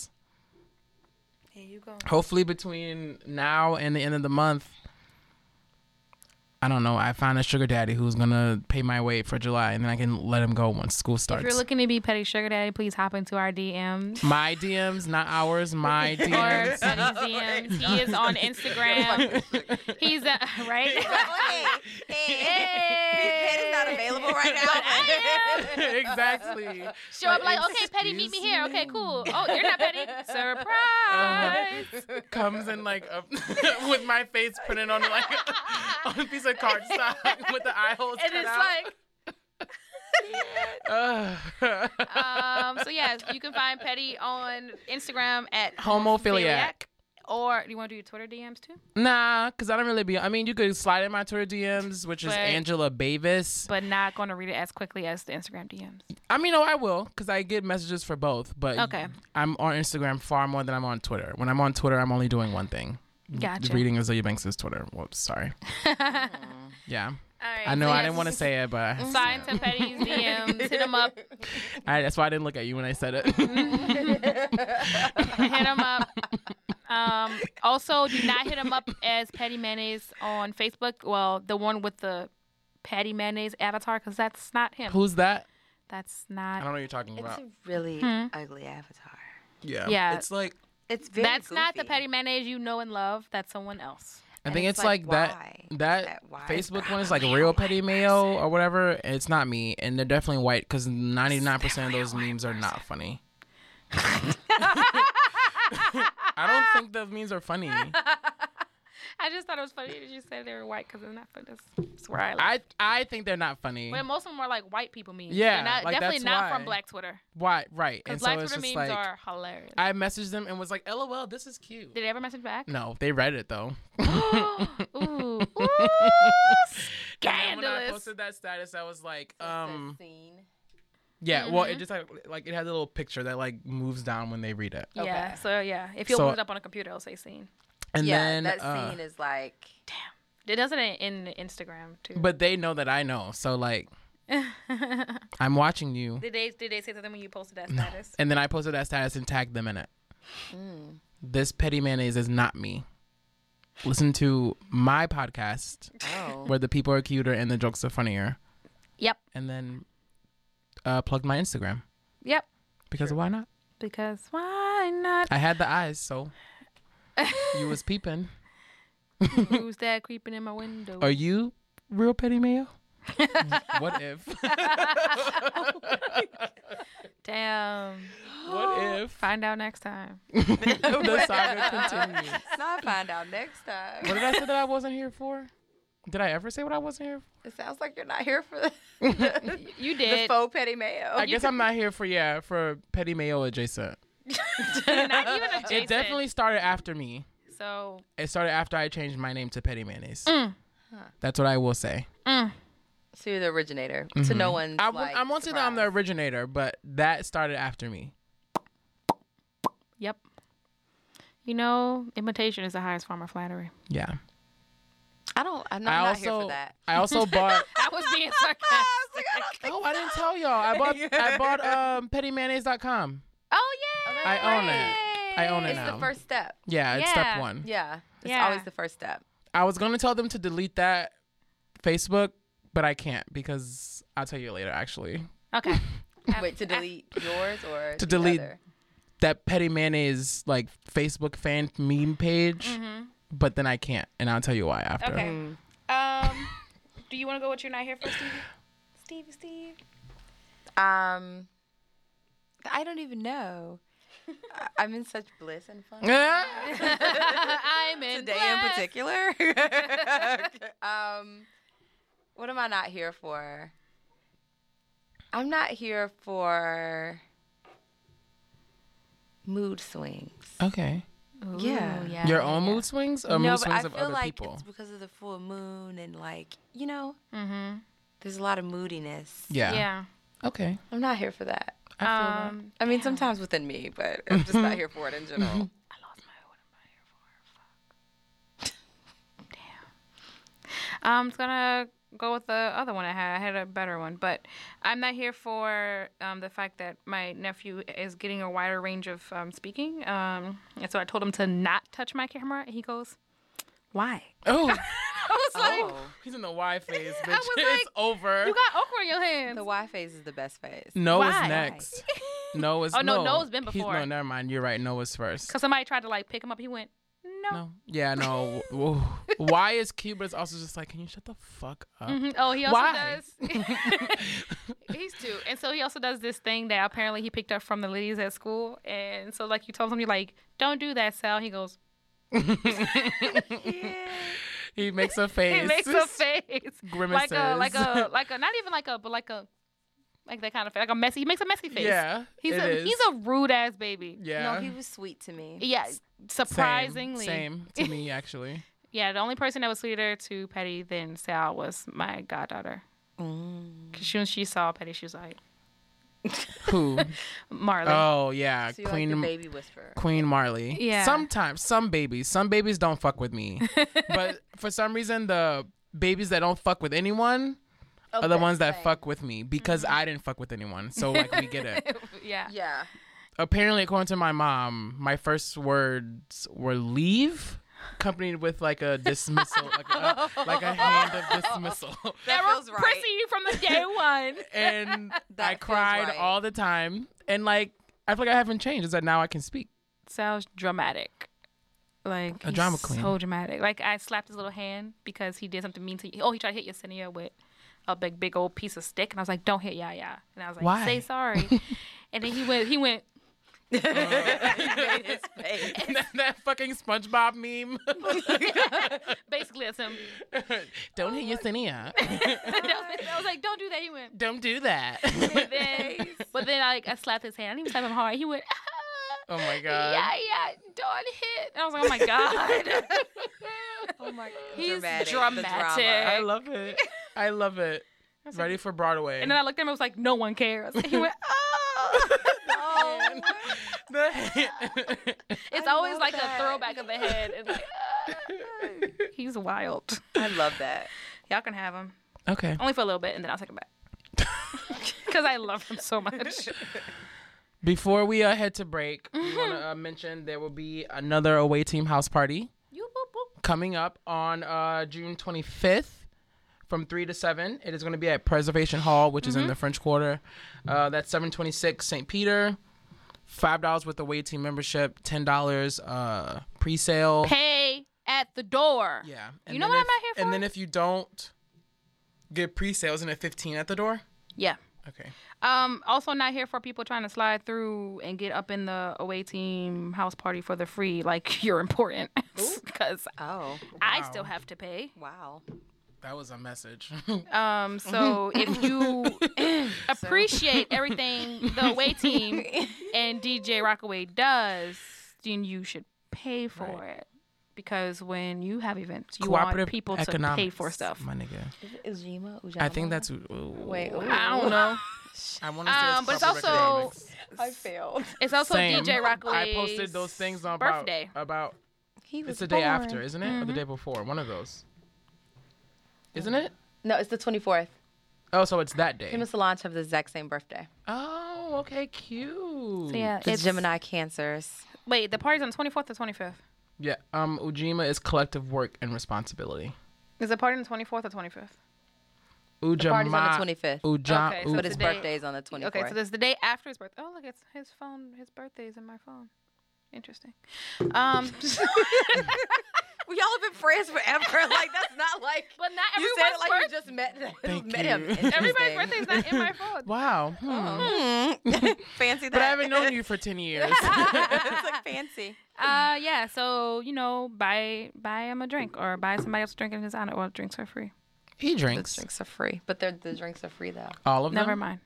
Speaker 5: Here you go.
Speaker 3: Hopefully, between now and the end of the month, I don't know. I find a sugar daddy who's gonna pay my way for July, and then I can let him go once school starts.
Speaker 4: If you're looking to be petty sugar daddy, please hop into our DMs.
Speaker 3: my DMs, not ours. My
Speaker 4: Or
Speaker 3: DMs.
Speaker 4: Petty's DMs. He is on Instagram. He's a, right.
Speaker 5: Like,
Speaker 4: Hey.
Speaker 5: is not available right now.
Speaker 4: But I am.
Speaker 3: exactly.
Speaker 4: Show up like, okay, Petty, meet me here. Okay, cool. Oh, you're not Petty. Surprise.
Speaker 3: Comes in like a, with my face printed on like on a piece of cardstock with the eye holes
Speaker 4: And
Speaker 3: cut
Speaker 4: it's
Speaker 3: out.
Speaker 4: like,
Speaker 3: Ugh.
Speaker 4: um, so yeah, you can find Petty on Instagram at
Speaker 3: Homophiliac.
Speaker 4: Or do you want to do your Twitter DMs too?
Speaker 3: Nah, cause I don't really be. I mean, you could slide in my Twitter DMs, which is
Speaker 4: But-
Speaker 3: Angela Bavis.
Speaker 4: But not going to read it as quickly as the Instagram DMs.
Speaker 3: I mean, no, I will, cause I get messages for both. But
Speaker 4: Okay.
Speaker 3: I'm on Instagram far more than I'm on Twitter. When I'm on Twitter, I'm only doing one thing:
Speaker 4: Gotcha.
Speaker 3: reading Azealia Banks' Twitter. Whoops, sorry. yeah,
Speaker 4: All right,
Speaker 3: I know
Speaker 4: so
Speaker 3: I
Speaker 4: yes,
Speaker 3: didn't want to say it, but
Speaker 4: Sign to Petty's DMs. Hit him up.
Speaker 3: I, that's why I didn't look at you when I said it.
Speaker 4: Hit him up. Um, also, do not hit him up as Petty Mayonnaise on Facebook. Well, the one with the Petty Mayonnaise avatar, because that's not him.
Speaker 3: Who's that?
Speaker 4: That's
Speaker 3: I
Speaker 4: not.
Speaker 3: don't know what you're talking
Speaker 5: It's
Speaker 3: about.
Speaker 5: a really ugly avatar.
Speaker 3: Yeah,
Speaker 4: Hmm. Yeah.
Speaker 3: It's like
Speaker 5: It's very
Speaker 4: That's not the
Speaker 5: goofy.
Speaker 4: Petty Mayonnaise you know and love. That's someone else.
Speaker 3: I
Speaker 5: And
Speaker 3: think
Speaker 5: it's
Speaker 3: it's,
Speaker 5: like,
Speaker 3: like,
Speaker 5: why?
Speaker 3: that
Speaker 5: Is
Speaker 3: that,
Speaker 5: that why?
Speaker 3: Facebook one is like real petty mayo or whatever. and It's not me, and they're definitely white because ninety nine percent of those memes are not funny. I don't think those memes are funny.
Speaker 4: I just thought it was funny that you said they were white because they're not for this. That's where I live.
Speaker 3: I I think they're not funny.
Speaker 4: But most of them are like white people memes.
Speaker 3: Yeah,
Speaker 4: They're not,
Speaker 3: like,
Speaker 4: definitely
Speaker 3: that's
Speaker 4: not
Speaker 3: why.
Speaker 4: from Black Twitter.
Speaker 3: Why? Right. And
Speaker 4: Because
Speaker 3: so
Speaker 4: Black
Speaker 3: it's
Speaker 4: Twitter
Speaker 3: just
Speaker 4: memes
Speaker 3: like
Speaker 4: are hilarious.
Speaker 3: I messaged them and was like, "LOL, this is cute."
Speaker 4: Did they ever message back?
Speaker 3: No, they read it though. Uh-huh.
Speaker 4: Ooh, ooh,
Speaker 3: And then when I
Speaker 4: scandalous.
Speaker 3: posted that status, I was like,
Speaker 5: the
Speaker 3: um,
Speaker 5: scene.
Speaker 3: yeah. Well,
Speaker 4: Mm-hmm.
Speaker 3: it just like like it had a little picture that like moves down when they read it,
Speaker 4: Yeah.
Speaker 5: Okay.
Speaker 4: So yeah, if you
Speaker 3: So-
Speaker 4: open it up on a computer, it'll say scene.
Speaker 3: and
Speaker 5: yeah,
Speaker 3: then
Speaker 5: that
Speaker 3: uh,
Speaker 5: scene is like
Speaker 4: It does it in, in Instagram too.
Speaker 3: But they know that I know. So like I'm watching you.
Speaker 4: did they did they say something when you posted that status?
Speaker 3: And then I posted that status and tagged them in it.
Speaker 5: Hmm.
Speaker 3: This petty mayonnaise is not me. Listen to my podcast
Speaker 5: oh,
Speaker 3: where the people are cuter and the jokes are funnier.
Speaker 4: Yep.
Speaker 3: And then uh, plugged my Instagram
Speaker 4: Yep.
Speaker 3: because why not?
Speaker 4: Because why not?
Speaker 3: I had the eyes, so you was peeping.
Speaker 4: Who's that creeping in my window?
Speaker 3: Are you real petty mayo? what if?
Speaker 4: Oh Damn.
Speaker 3: what if
Speaker 4: Find out next time.
Speaker 3: the saga continues?
Speaker 5: so I find out next time.
Speaker 3: What did I say that I wasn't here for? Did I ever say what I wasn't here for?
Speaker 5: It sounds like you're not here for the, the
Speaker 4: You did.
Speaker 5: faux petty
Speaker 4: Oh,
Speaker 5: mayo.
Speaker 3: I guess I'm not here for yeah for petty mayo adjacent.
Speaker 4: not even adjacent.
Speaker 3: It definitely started after me.
Speaker 4: So
Speaker 3: It started after I changed my name to Petty Mayonnaise.
Speaker 4: Mm.
Speaker 3: That's what I will say.
Speaker 5: So you're the originator.
Speaker 3: Mm-hmm.
Speaker 5: To no one's
Speaker 3: I, w-
Speaker 5: like,
Speaker 3: I won't say that I'm the
Speaker 5: surprise.
Speaker 3: originator, but that started after me.
Speaker 4: yep. You know, imitation is the highest form of flattery.
Speaker 3: Yeah.
Speaker 5: I don't. I'm not,
Speaker 3: I
Speaker 5: not
Speaker 3: also
Speaker 5: here for that.
Speaker 3: I also bought.
Speaker 4: I was being sarcastic.
Speaker 3: oh, I didn't tell y'all. I bought I bought um pettymayonnaise.com.
Speaker 4: Oh yeah.
Speaker 3: I own it. I own it
Speaker 5: It's
Speaker 3: now.
Speaker 5: the first step.
Speaker 3: yeah, it's
Speaker 4: Yeah.
Speaker 3: step one.
Speaker 5: Yeah. It's
Speaker 4: Yeah.
Speaker 5: always the first step.
Speaker 3: I was gonna tell them to delete that Facebook, but I can't because I'll tell you later. Actually,
Speaker 4: Okay. Um, uh,
Speaker 5: Wait to delete yours or
Speaker 3: To
Speaker 5: the
Speaker 3: delete-
Speaker 5: other?
Speaker 3: that petty mayonnaise like Facebook fan meme page, but then I can't, and I'll tell you why after.
Speaker 4: Mm-hmm. Okay.
Speaker 5: Mm.
Speaker 4: Um, do you want to go with you're not here for, Stevie? Stevie, Steve.
Speaker 5: Um, I don't even know. I- I'm in such bliss and fun.
Speaker 3: Ah!
Speaker 4: I'm in
Speaker 5: today in
Speaker 4: class.
Speaker 5: particular. um, what am I not here for? I'm not here for mood swings.
Speaker 3: Okay.
Speaker 5: Yeah.
Speaker 4: yeah.
Speaker 3: Your own mood swings or
Speaker 5: no,
Speaker 3: mood
Speaker 5: but
Speaker 3: swings
Speaker 5: I feel
Speaker 3: of other
Speaker 5: like
Speaker 3: people?
Speaker 5: it's because of the full moon and like you know,
Speaker 4: Mm-hmm.
Speaker 5: there's a lot of moodiness.
Speaker 3: Yeah.
Speaker 4: Yeah.
Speaker 3: Okay.
Speaker 5: I'm not here for that.
Speaker 3: I feel that.
Speaker 4: Um,
Speaker 5: I mean, sometimes within me, but I'm just not here for it in general.
Speaker 4: Mm-hmm. I lost my. What am I here for? Fuck. Damn. I'm just gonna go with the other one I had. I had a better one, but I'm not here for um, the fact that my nephew is getting a wider range of um, speaking. Um, and so I told him to not touch my camera. He goes, "Why?"
Speaker 3: Oh,
Speaker 4: I was was like,
Speaker 5: Oh.
Speaker 3: He's in the Y phase, bitch.
Speaker 4: I was
Speaker 3: it's
Speaker 4: like,
Speaker 3: over.
Speaker 4: you got okra in your hands.
Speaker 5: The Y phase is the best phase.
Speaker 3: no
Speaker 4: Why?
Speaker 3: is next. No is
Speaker 4: Oh, no,
Speaker 3: no.
Speaker 4: Noah's been
Speaker 3: He's-
Speaker 4: before.
Speaker 3: no, never mind. You're right. No is first.
Speaker 4: Cause somebody tried to like pick him up. He went, no.
Speaker 3: No. Yeah, no. Whoa. Why is Cuba's also just like, can you shut the fuck up?
Speaker 4: Mhm. Oh, he also
Speaker 3: Uh, Why?
Speaker 4: does. He's two, and so he also does this thing that apparently he picked up from the ladies at school. And so, like, you told him, you're like, "Don't do that, Sal." He goes,
Speaker 3: He makes a face.
Speaker 4: he makes a face, like a like a
Speaker 3: Grimaces.
Speaker 4: like a not even like a but like a like that kind of face, like a messy. He makes a messy face.
Speaker 3: Yeah.
Speaker 4: he's
Speaker 3: it
Speaker 4: a
Speaker 3: is.
Speaker 4: he's a rude ass baby.
Speaker 3: Yeah.
Speaker 5: No, he was sweet to me.
Speaker 4: Yeah,
Speaker 3: Same,
Speaker 4: surprisingly.
Speaker 3: Same, to me, actually.
Speaker 4: Yeah, the only person that was sweeter to Petty than Sal was my goddaughter.
Speaker 5: Mm.
Speaker 4: 'Cause soon as she saw Petty, she was like,
Speaker 3: Who?
Speaker 4: Marley.
Speaker 3: Oh, yeah.
Speaker 5: So you
Speaker 3: Queen
Speaker 5: like the baby whisperer.
Speaker 3: Queen Marley.
Speaker 4: Yeah.
Speaker 3: Sometimes some babies, some babies don't fuck with me. but for some reason the babies that don't fuck with anyone are the
Speaker 5: Okay,
Speaker 3: ones that
Speaker 5: same.
Speaker 3: fuck with me because
Speaker 4: Mm-hmm.
Speaker 3: I didn't fuck with anyone. So like we get it.
Speaker 4: yeah.
Speaker 5: Yeah.
Speaker 3: Apparently according to my mom, my first words were leave accompanied with like a dismissal like a, uh, like a hand of dismissal.
Speaker 5: That
Speaker 4: Arrow
Speaker 5: feels right.
Speaker 4: Prissy from the day one.
Speaker 3: and I
Speaker 5: feels
Speaker 3: cried
Speaker 5: right.
Speaker 3: all the time and like I feel like I haven't changed. Is that now I can speak?
Speaker 4: Sounds dramatic. Like
Speaker 3: A
Speaker 4: he's
Speaker 3: drama queen.
Speaker 4: So dramatic. Like I slapped his little hand because he did something mean to you. Oh, he tried to hit Yesenia with a big, big old piece of stick, and I was like, "Don't hit Yaya." And I was like,
Speaker 3: Why?
Speaker 4: "Say sorry." and then he went. He went.
Speaker 5: Made his face.
Speaker 3: that, that fucking SpongeBob meme.
Speaker 4: Basically, that's him.
Speaker 3: Don't hit Yesenia.
Speaker 4: I was like, "Don't do that." He went.
Speaker 3: Don't do that.
Speaker 4: And then, but then I like I slapped his hand. I didn't even slap him hard. He went.
Speaker 3: oh my god.
Speaker 4: Yeah, yeah, don't hit. And I was like, oh my god. oh my god. He's
Speaker 5: Dramatic,
Speaker 4: dramatic.
Speaker 5: the drama.
Speaker 3: I love it. I love it. Ready for Broadway.
Speaker 4: And then I looked at him. I was like, "No one cares." he went, "Oh."
Speaker 5: Oh,
Speaker 4: It's
Speaker 5: I
Speaker 4: always
Speaker 5: love
Speaker 4: like
Speaker 5: that.
Speaker 4: a throwback of the head. It's like, "Ah." he's wild.
Speaker 5: I love that.
Speaker 4: Y'all can have him
Speaker 3: okay.
Speaker 4: only for a little bit, and then I'll take him back because I love him so much.
Speaker 3: Before we uh, head to break, we want to uh, mention there will be another away team house party
Speaker 4: You boop boop.
Speaker 3: coming up on uh, June 25th from 3 to 7. It is going to be at Preservation Hall, which is in the French Quarter. Uh, that's 726 St. Peter. $5 with the away team membership, $10 uh, pre sale.
Speaker 4: Pay at the door.
Speaker 3: Yeah.
Speaker 4: You know what
Speaker 3: then
Speaker 4: I'm out here
Speaker 3: if- And
Speaker 4: for?
Speaker 3: then if you don't get pre-sales and at 15 at the door.
Speaker 4: Yeah.
Speaker 3: Okay.
Speaker 4: Um, also not here for people trying to slide through and get up in the away team house party for the free. Like you're important because
Speaker 5: Oh,
Speaker 4: I still have to pay.
Speaker 5: wow.
Speaker 3: That was a message.
Speaker 4: Um,
Speaker 3: Mm-hmm.
Speaker 4: so if you appreciate everything the away team and DJ Rockaway does, then you should pay for it. Because when you have events, you want people to pay for stuff.
Speaker 3: My nigga.
Speaker 5: Ujima, Ujama.
Speaker 3: I think that's
Speaker 5: Wait, ooh.
Speaker 4: I don't know.
Speaker 3: I want to say
Speaker 4: Um, but it's also
Speaker 5: I failed.
Speaker 4: it's also
Speaker 3: Same.
Speaker 4: DJ Rockaway.
Speaker 3: I posted those things on about-
Speaker 4: birthday.
Speaker 3: about,
Speaker 5: He was
Speaker 3: it's the day
Speaker 5: born.
Speaker 3: after, isn't it? Or the day before, one of those.
Speaker 4: Mm-hmm.
Speaker 3: Isn't it?
Speaker 5: No, it's the 24th.
Speaker 3: Oh, so it's that day.
Speaker 5: Him and Solange have the exact same birthday.
Speaker 3: oh, okay, cute.
Speaker 4: Yeah,
Speaker 5: The
Speaker 4: it's-
Speaker 5: Gemini Cancers.
Speaker 4: Wait, the party's on the 24th or 25th?
Speaker 3: Yeah. Um, Ujima is collective work and responsibility.
Speaker 4: Is the party on the 24th or 25th?
Speaker 3: Ujima.
Speaker 5: Party's on the 25th.
Speaker 3: Uja-
Speaker 4: Okay,
Speaker 3: U-
Speaker 4: so
Speaker 5: But
Speaker 4: the
Speaker 5: his
Speaker 4: day-
Speaker 5: birthday is on the 24th.
Speaker 4: Okay, so this is the day after his birthday. Oh, look, it's his phone. His birthday is in my phone. Interesting. Um,
Speaker 5: we all have been friends forever. Like, that's not like.
Speaker 4: but not
Speaker 5: you
Speaker 4: everyone's
Speaker 5: said it like
Speaker 4: birthday.
Speaker 5: you just met,
Speaker 3: Thank
Speaker 5: met him.
Speaker 3: you.
Speaker 4: Everybody's
Speaker 5: Interesting.
Speaker 4: birthday is not in my phone.
Speaker 3: wow. hmm.
Speaker 5: Fancy that.
Speaker 3: But I haven't known you for ten years.
Speaker 5: it's like fancy.
Speaker 4: Uh, yeah. So you know, buy buy him a drink or buy somebody else a drink in his honor. Well, drinks are free.
Speaker 3: he
Speaker 5: The
Speaker 3: drinks
Speaker 5: drinks are free, but they're, the drinks are free though.
Speaker 3: all of them.
Speaker 4: Never mind.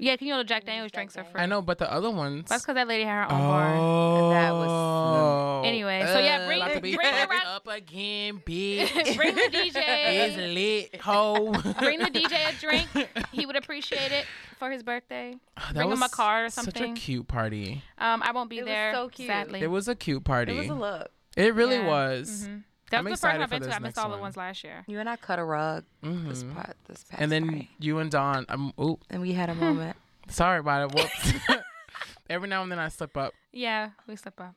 Speaker 4: Yeah, can you know the Jack Daniels drinks are free?
Speaker 3: I know, but the other ones.
Speaker 4: That's because that lady had her own bar.
Speaker 3: oh.
Speaker 5: That was-
Speaker 4: Anyway, so yeah, bring-
Speaker 3: about to be
Speaker 4: bring the
Speaker 3: fucked
Speaker 4: rock-
Speaker 3: up again, bitch.
Speaker 4: Bring the
Speaker 3: It's
Speaker 4: DJ.
Speaker 3: lit, ho.
Speaker 4: Bring the DJ a drink. He would appreciate it for his birthday.
Speaker 3: That
Speaker 4: bring him
Speaker 3: was
Speaker 4: a car or
Speaker 3: Such a
Speaker 4: something.
Speaker 3: cute party.
Speaker 4: Um, I won't be
Speaker 5: It was
Speaker 4: there.
Speaker 5: so cute.
Speaker 4: Sadly,
Speaker 3: It was a cute party.
Speaker 5: It was a look.
Speaker 3: It really
Speaker 4: Yeah. Mm-hmm.
Speaker 3: was.
Speaker 4: That
Speaker 3: I'm
Speaker 4: was the first
Speaker 3: excited
Speaker 4: one I've
Speaker 3: for
Speaker 4: been to.
Speaker 3: this
Speaker 4: I missed
Speaker 3: next
Speaker 4: all the
Speaker 3: one.
Speaker 4: ones last year.
Speaker 5: You and I cut a rug this part this past
Speaker 3: Mm-hmm. And then
Speaker 5: Friday,
Speaker 3: you and Don. I'm. Ooh,
Speaker 5: and we had a moment.
Speaker 3: sorry about it. Whoops. Every now and then I slip up.
Speaker 4: Yeah, we slip up.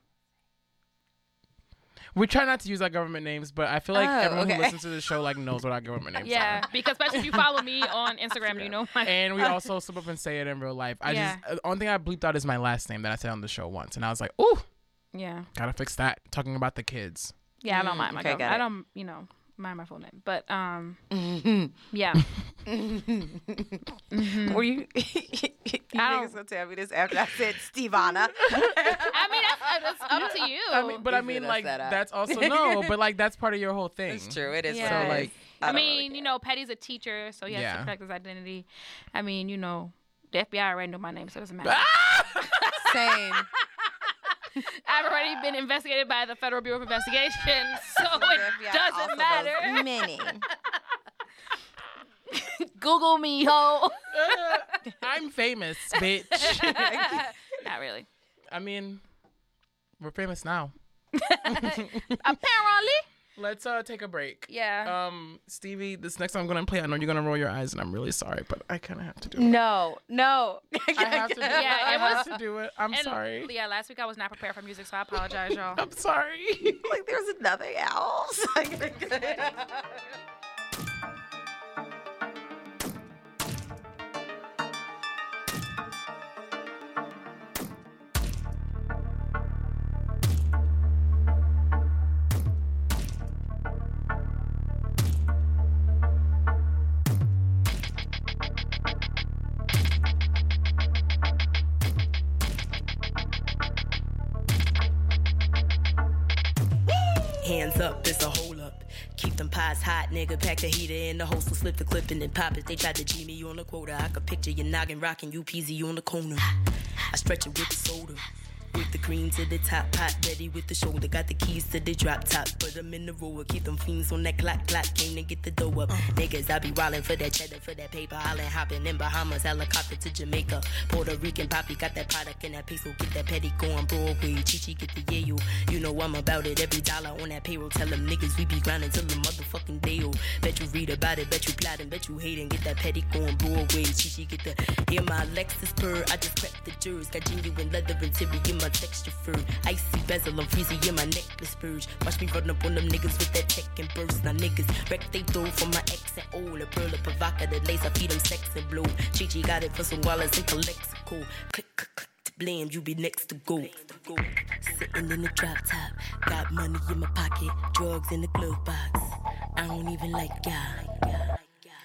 Speaker 3: We try not to use our government names, but I feel like
Speaker 5: Oh,
Speaker 3: everyone who
Speaker 5: okay.
Speaker 3: listens to the show like knows what our government names
Speaker 4: Yeah,
Speaker 3: are.
Speaker 4: because especially if you follow me on Instagram, you know my
Speaker 3: And we also slip up and say it in real life. I
Speaker 4: Yeah.
Speaker 3: just the only thing I bleeped out is my last name that I said on the show once, and I was like, "Ooh,
Speaker 4: yeah
Speaker 3: gotta fix that." Talking about the kids.
Speaker 4: yeah. I don't mind my
Speaker 5: okay,
Speaker 4: government.
Speaker 5: got
Speaker 4: I
Speaker 5: it.
Speaker 4: don't you know mind my full name, but um Mm-hmm. yeah.
Speaker 5: Were you? you niggas
Speaker 4: don't-
Speaker 5: gonna tell me this after I said Stevana.
Speaker 4: I mean that's, uh, that's up to you.
Speaker 3: I mean, but I
Speaker 5: You
Speaker 3: mean,
Speaker 5: messed
Speaker 3: like
Speaker 5: that up.
Speaker 3: that's also no, but like that's part of your whole thing.
Speaker 5: it's true. It is. What it
Speaker 4: Yeah.
Speaker 3: So,
Speaker 5: is.
Speaker 3: like-
Speaker 5: I
Speaker 4: I,
Speaker 5: don't really
Speaker 4: mean,
Speaker 5: care.
Speaker 4: you know, Patty's a teacher, so he has
Speaker 3: Yeah.
Speaker 4: to protect his identity. I mean, you know, the FBI already know my name, so it doesn't matter.
Speaker 3: Ah,
Speaker 5: same.
Speaker 4: I've already been investigated by the Federal Bureau of Investigation, so it
Speaker 5: FBI also
Speaker 4: doesn't
Speaker 5: knows
Speaker 4: matter.
Speaker 5: Many.
Speaker 4: Google me, ho.
Speaker 3: I'm famous, bitch.
Speaker 4: Not really.
Speaker 3: I mean, we're famous now.
Speaker 4: Apparently.
Speaker 3: Let's uh take a break.
Speaker 4: Yeah.
Speaker 3: Um, Stevie, this next time I'm gonna play, I know you're gonna roll your eyes, and I'm really sorry, but I kind of have to do it.
Speaker 5: No, no.
Speaker 3: I have to do it.
Speaker 4: Yeah,
Speaker 3: I
Speaker 4: it
Speaker 3: have to
Speaker 4: was-
Speaker 3: do it. I'm
Speaker 4: And,
Speaker 3: sorry.
Speaker 4: Yeah, last week I was not prepared for music, so I apologize, y'all.
Speaker 3: I'm sorry.
Speaker 5: like there's nothing else.
Speaker 1: Hands up, this a hole up. Keep them pies hot, nigga. Pack the heater in the holster, slip the clip and then pop it. They tried to G me on the quota. I could picture your noggin rocking, you peasy on the corner. I stretch it with the soda. With the cream to the top, pot ready with the shoulder. Got the keys to the drop top. Put them in the roller. Keep them fiends on that clock, clock. Came to get the dough up. Niggas, I be rolling for that cheddar, for that paper. Hollin', hoppin' in Bahamas, helicopter to Jamaica. Puerto Rican poppy, got that product and that peso. Get that petty going Broadway. Chichi, get the Yale. You know I'm about it. Every dollar on that payroll. Tell them niggas we be grinding till the motherfucking day. old. Bet you read about it, bet you plotting, bet you hating. Get that petty going Broadway. Chichi, get the. Hear my Lexus purr. I just cracked the jurors. Got genuine leather interior in my texture fur. Icy bezel, I'm freezing in my necklace purge. Watch me run up on them niggas with that tech and burst. Now niggas wreck they throw from my ex and old. A pearl of provoca that lace, I feed them sex and blow. Chi Chi got it for some wallets and collectico. Click, click, click to blame, you be next to go. Sitting in the drop top, got money in my pocket, drugs in the glove box. I don't even like y'all.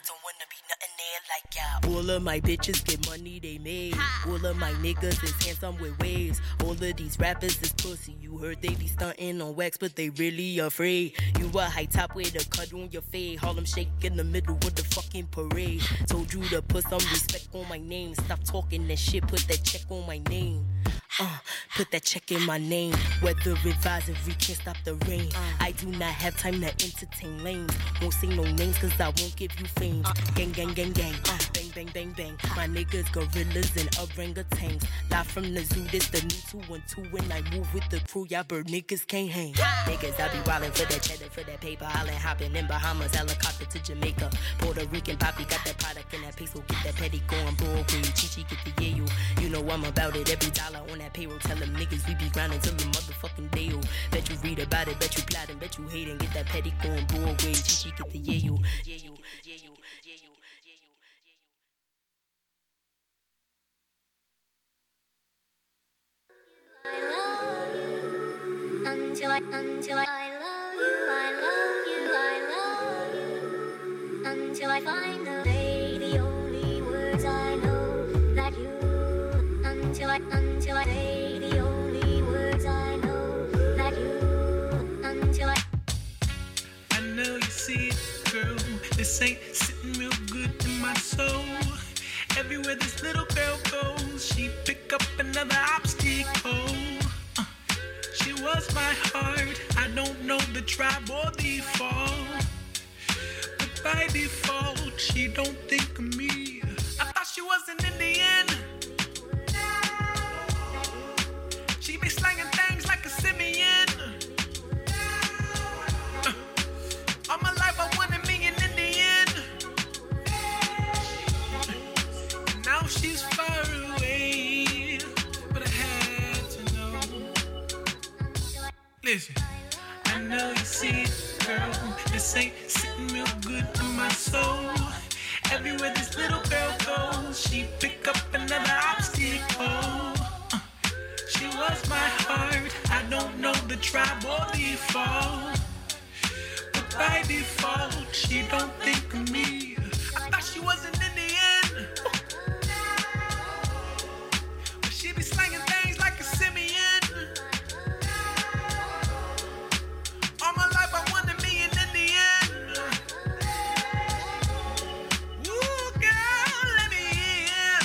Speaker 1: Don't wanna be nothing there like y'all. All of my bitches get money they made. All of my niggas is handsome with waves. All of these rappers is pussy. You heard they be stunting on wax, but they really afraid. You a high top with a cut on your fade. Harlem shake in the middle of the fucking parade. Told you to put some respect on my name. Stop talking that shit, put that check on my name. Uh, put that check in my name. Weather advisory can't stop the rain. I do not have time to entertain lanes. Won't say no names cause I won't give you fame. Gang, gang, gang, gang. Uh, bang, bang, bang, bang. My niggas, gorillas, and orangutans. Live from the zoo, this the new 212. When I move with the crew, y'all bird niggas can't hang. Niggas, I be wildin' for that cheddar, for that paper. Hollin', hoppin' in Bahamas, helicopter to Jamaica. Puerto Rican poppy, got that product in that peso. Get that petty going Broadway. Chichi, get the yayo. You know I'm about it. Every dollar on that payroll. Tell them niggas we be grinding till the motherfucking day. old. Bet you read about it, bet you plotting, bet you hating. Get that petty going Broadway. Chichi, get the yayo. Yayo, yayo, yayo.
Speaker 6: Until I, until I, I love you, I love you, I love you. Until I find the day, the only words I know that you. Until I, until I, day, the only words I know that you. Until I.
Speaker 7: I know you see it, girl. This ain't sitting real good in my soul. Everywhere this little girl goes, she pick up another obstacle. Uh, she was my heart. I don't know the tribe or the fall. But by default, she don't think of me. I thought she was an Indian. She be slanging things like a simian. Uh, all my life I wanted me an Indian. Now she's far away, but I had to know. Listen, I girl. This ain't sitting real good in my soul. Everywhere this little girl goes, she pick up another obstacle. Uh, She was my heart. I don't know the tribe or the fall. But by default, she don't think of me. I thought she wasn't in the end. But she be slanging things like a simian. All my life I won a million in the end. Ooh, girl, let me in.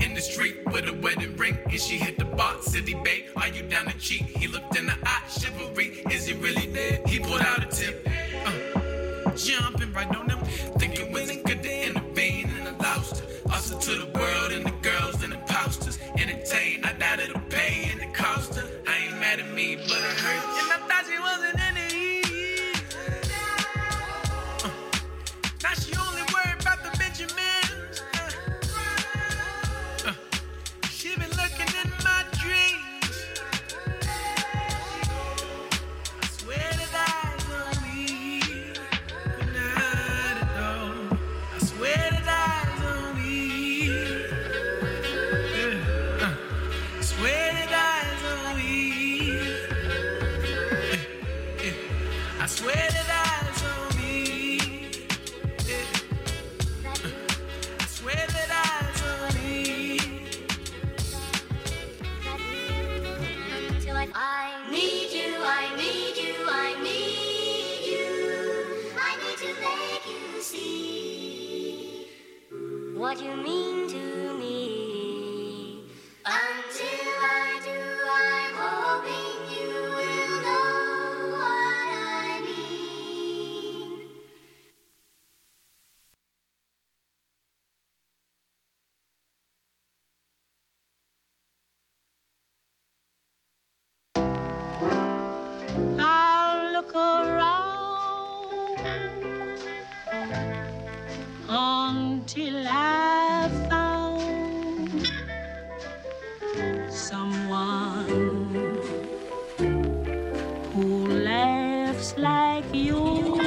Speaker 7: in the street with a wedding ring. And she hit the bar, city babe. Are you down to cheat? He looked in the eye, chivalry. Is he really dead? He pulled out a tip. Uh, jumping right on him. Thinking wasn't good to intervene. And I lost her. Lost her to the world and the girls and the posters. Entertained, I doubted the pay and the cost her. I ain't mad at me, but it hurt. And I thought she wasn't in it. Uh, Now she only worried about the Benjamins. Uh, uh. She been looking in my dreams. I swear that I will leave, but not at all. I swear that I will leave. Yeah. Uh, I swear that I will leave. Yeah, yeah. uh, I swear that I will leave. Yeah. I swear that I will leave.
Speaker 6: Until I I need you, I need you, I need you. I need to make you see what you mean to me. Until I do, I'm hoping you will know what I mean.
Speaker 8: I'll look around until I've found someone who laughs like you.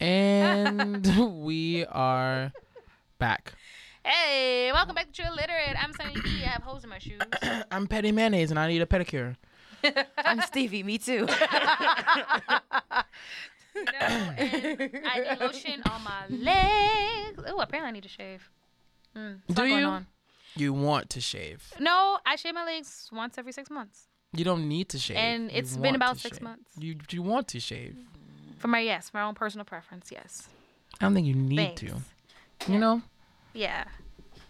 Speaker 3: And we are back.
Speaker 4: Hey, welcome back to Trill Literate. I'm Sunny D. I have holes in my shoes.
Speaker 3: I'm petty mayonnaise and I need a pedicure.
Speaker 5: I'm Stevie. Me too.
Speaker 4: No, and I need lotion on my legs. Oh, apparently I need to shave. Mm, it's a lot
Speaker 3: Do
Speaker 4: going
Speaker 3: you?
Speaker 4: on.
Speaker 3: You want to shave.
Speaker 4: No, I shave my legs once every six months.
Speaker 3: You don't need to shave.
Speaker 4: And
Speaker 3: You
Speaker 4: it's been
Speaker 3: want
Speaker 4: about
Speaker 3: to
Speaker 4: six
Speaker 3: shave.
Speaker 4: months.
Speaker 3: You you want to shave.
Speaker 4: For my yes, my own personal preference, yes.
Speaker 3: I don't think you need
Speaker 4: Thanks.
Speaker 3: to. You know?
Speaker 4: Yeah.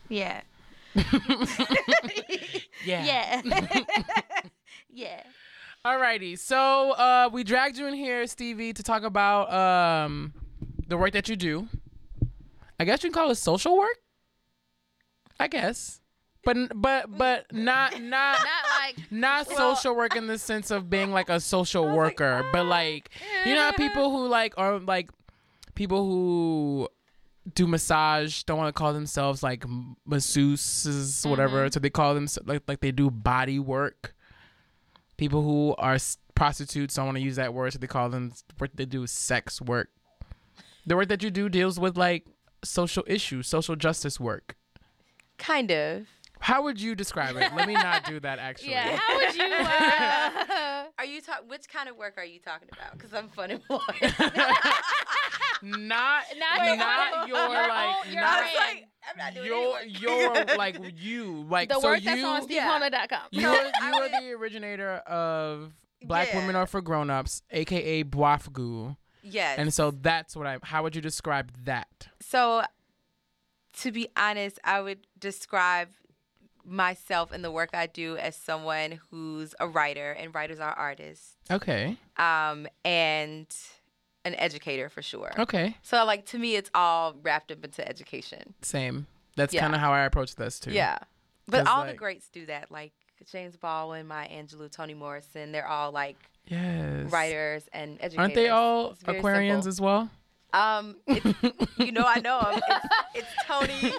Speaker 4: Yeah.
Speaker 3: Yeah.
Speaker 4: Yeah. yeah.
Speaker 3: Alrighty. So uh, we dragged you in here, Stevie, to talk about um, the work that you do. I guess you can call it social work. I guess, but but but not not
Speaker 4: Not like
Speaker 3: not social work in the sense of being like "Ah." a social worker, but like you know how people who like are like people who do massage don't want to call themselves like m- masseuses whatever, so they call them like like they do body work. People who are s- prostitutes don't want to use that word, so they call them what they do is sex work. The work that you do deals with like social issues, social justice work.
Speaker 5: Kind of.
Speaker 3: How would you describe it? Let me not do that actually.
Speaker 4: yeah. How would you uh,
Speaker 5: Are you talking? Which kind of work are you talking about? Because I'm fun and
Speaker 3: not
Speaker 4: Uh, Not
Speaker 3: not, your
Speaker 4: your- your own-
Speaker 3: like
Speaker 4: your
Speaker 3: not
Speaker 4: brand.
Speaker 5: like, I'm not doing any
Speaker 3: your
Speaker 5: work.
Speaker 3: your like you like
Speaker 4: the
Speaker 3: so
Speaker 4: work
Speaker 3: you
Speaker 4: that's on steveholler.com?
Speaker 3: you're, you're the originator of Black
Speaker 5: Yeah.
Speaker 3: Women Are for Grown Ups, aka Boafgu.
Speaker 5: Yes.
Speaker 3: And so that's what I how would you describe that?
Speaker 5: So, to be honest, I would describe myself and the work I do as someone who's a writer, and writers are artists,
Speaker 3: Okay.
Speaker 5: um, and an educator for sure.
Speaker 3: Okay.
Speaker 5: So, like to me, it's all wrapped up into education.
Speaker 3: Same. That's
Speaker 5: Yeah.
Speaker 3: kind of how I approach this too.
Speaker 5: Yeah, but
Speaker 3: 'Cause,
Speaker 5: all the
Speaker 3: like-
Speaker 5: greats do that. Like James Baldwin, Maya Angelou, Tony Morrison. They're all like
Speaker 3: Yes.
Speaker 5: writers and educators.
Speaker 3: Aren't they all
Speaker 5: It's very
Speaker 3: Aquarians
Speaker 5: simple.
Speaker 3: as well?
Speaker 5: Um, it's, you know, I know him. It's, it's Tony,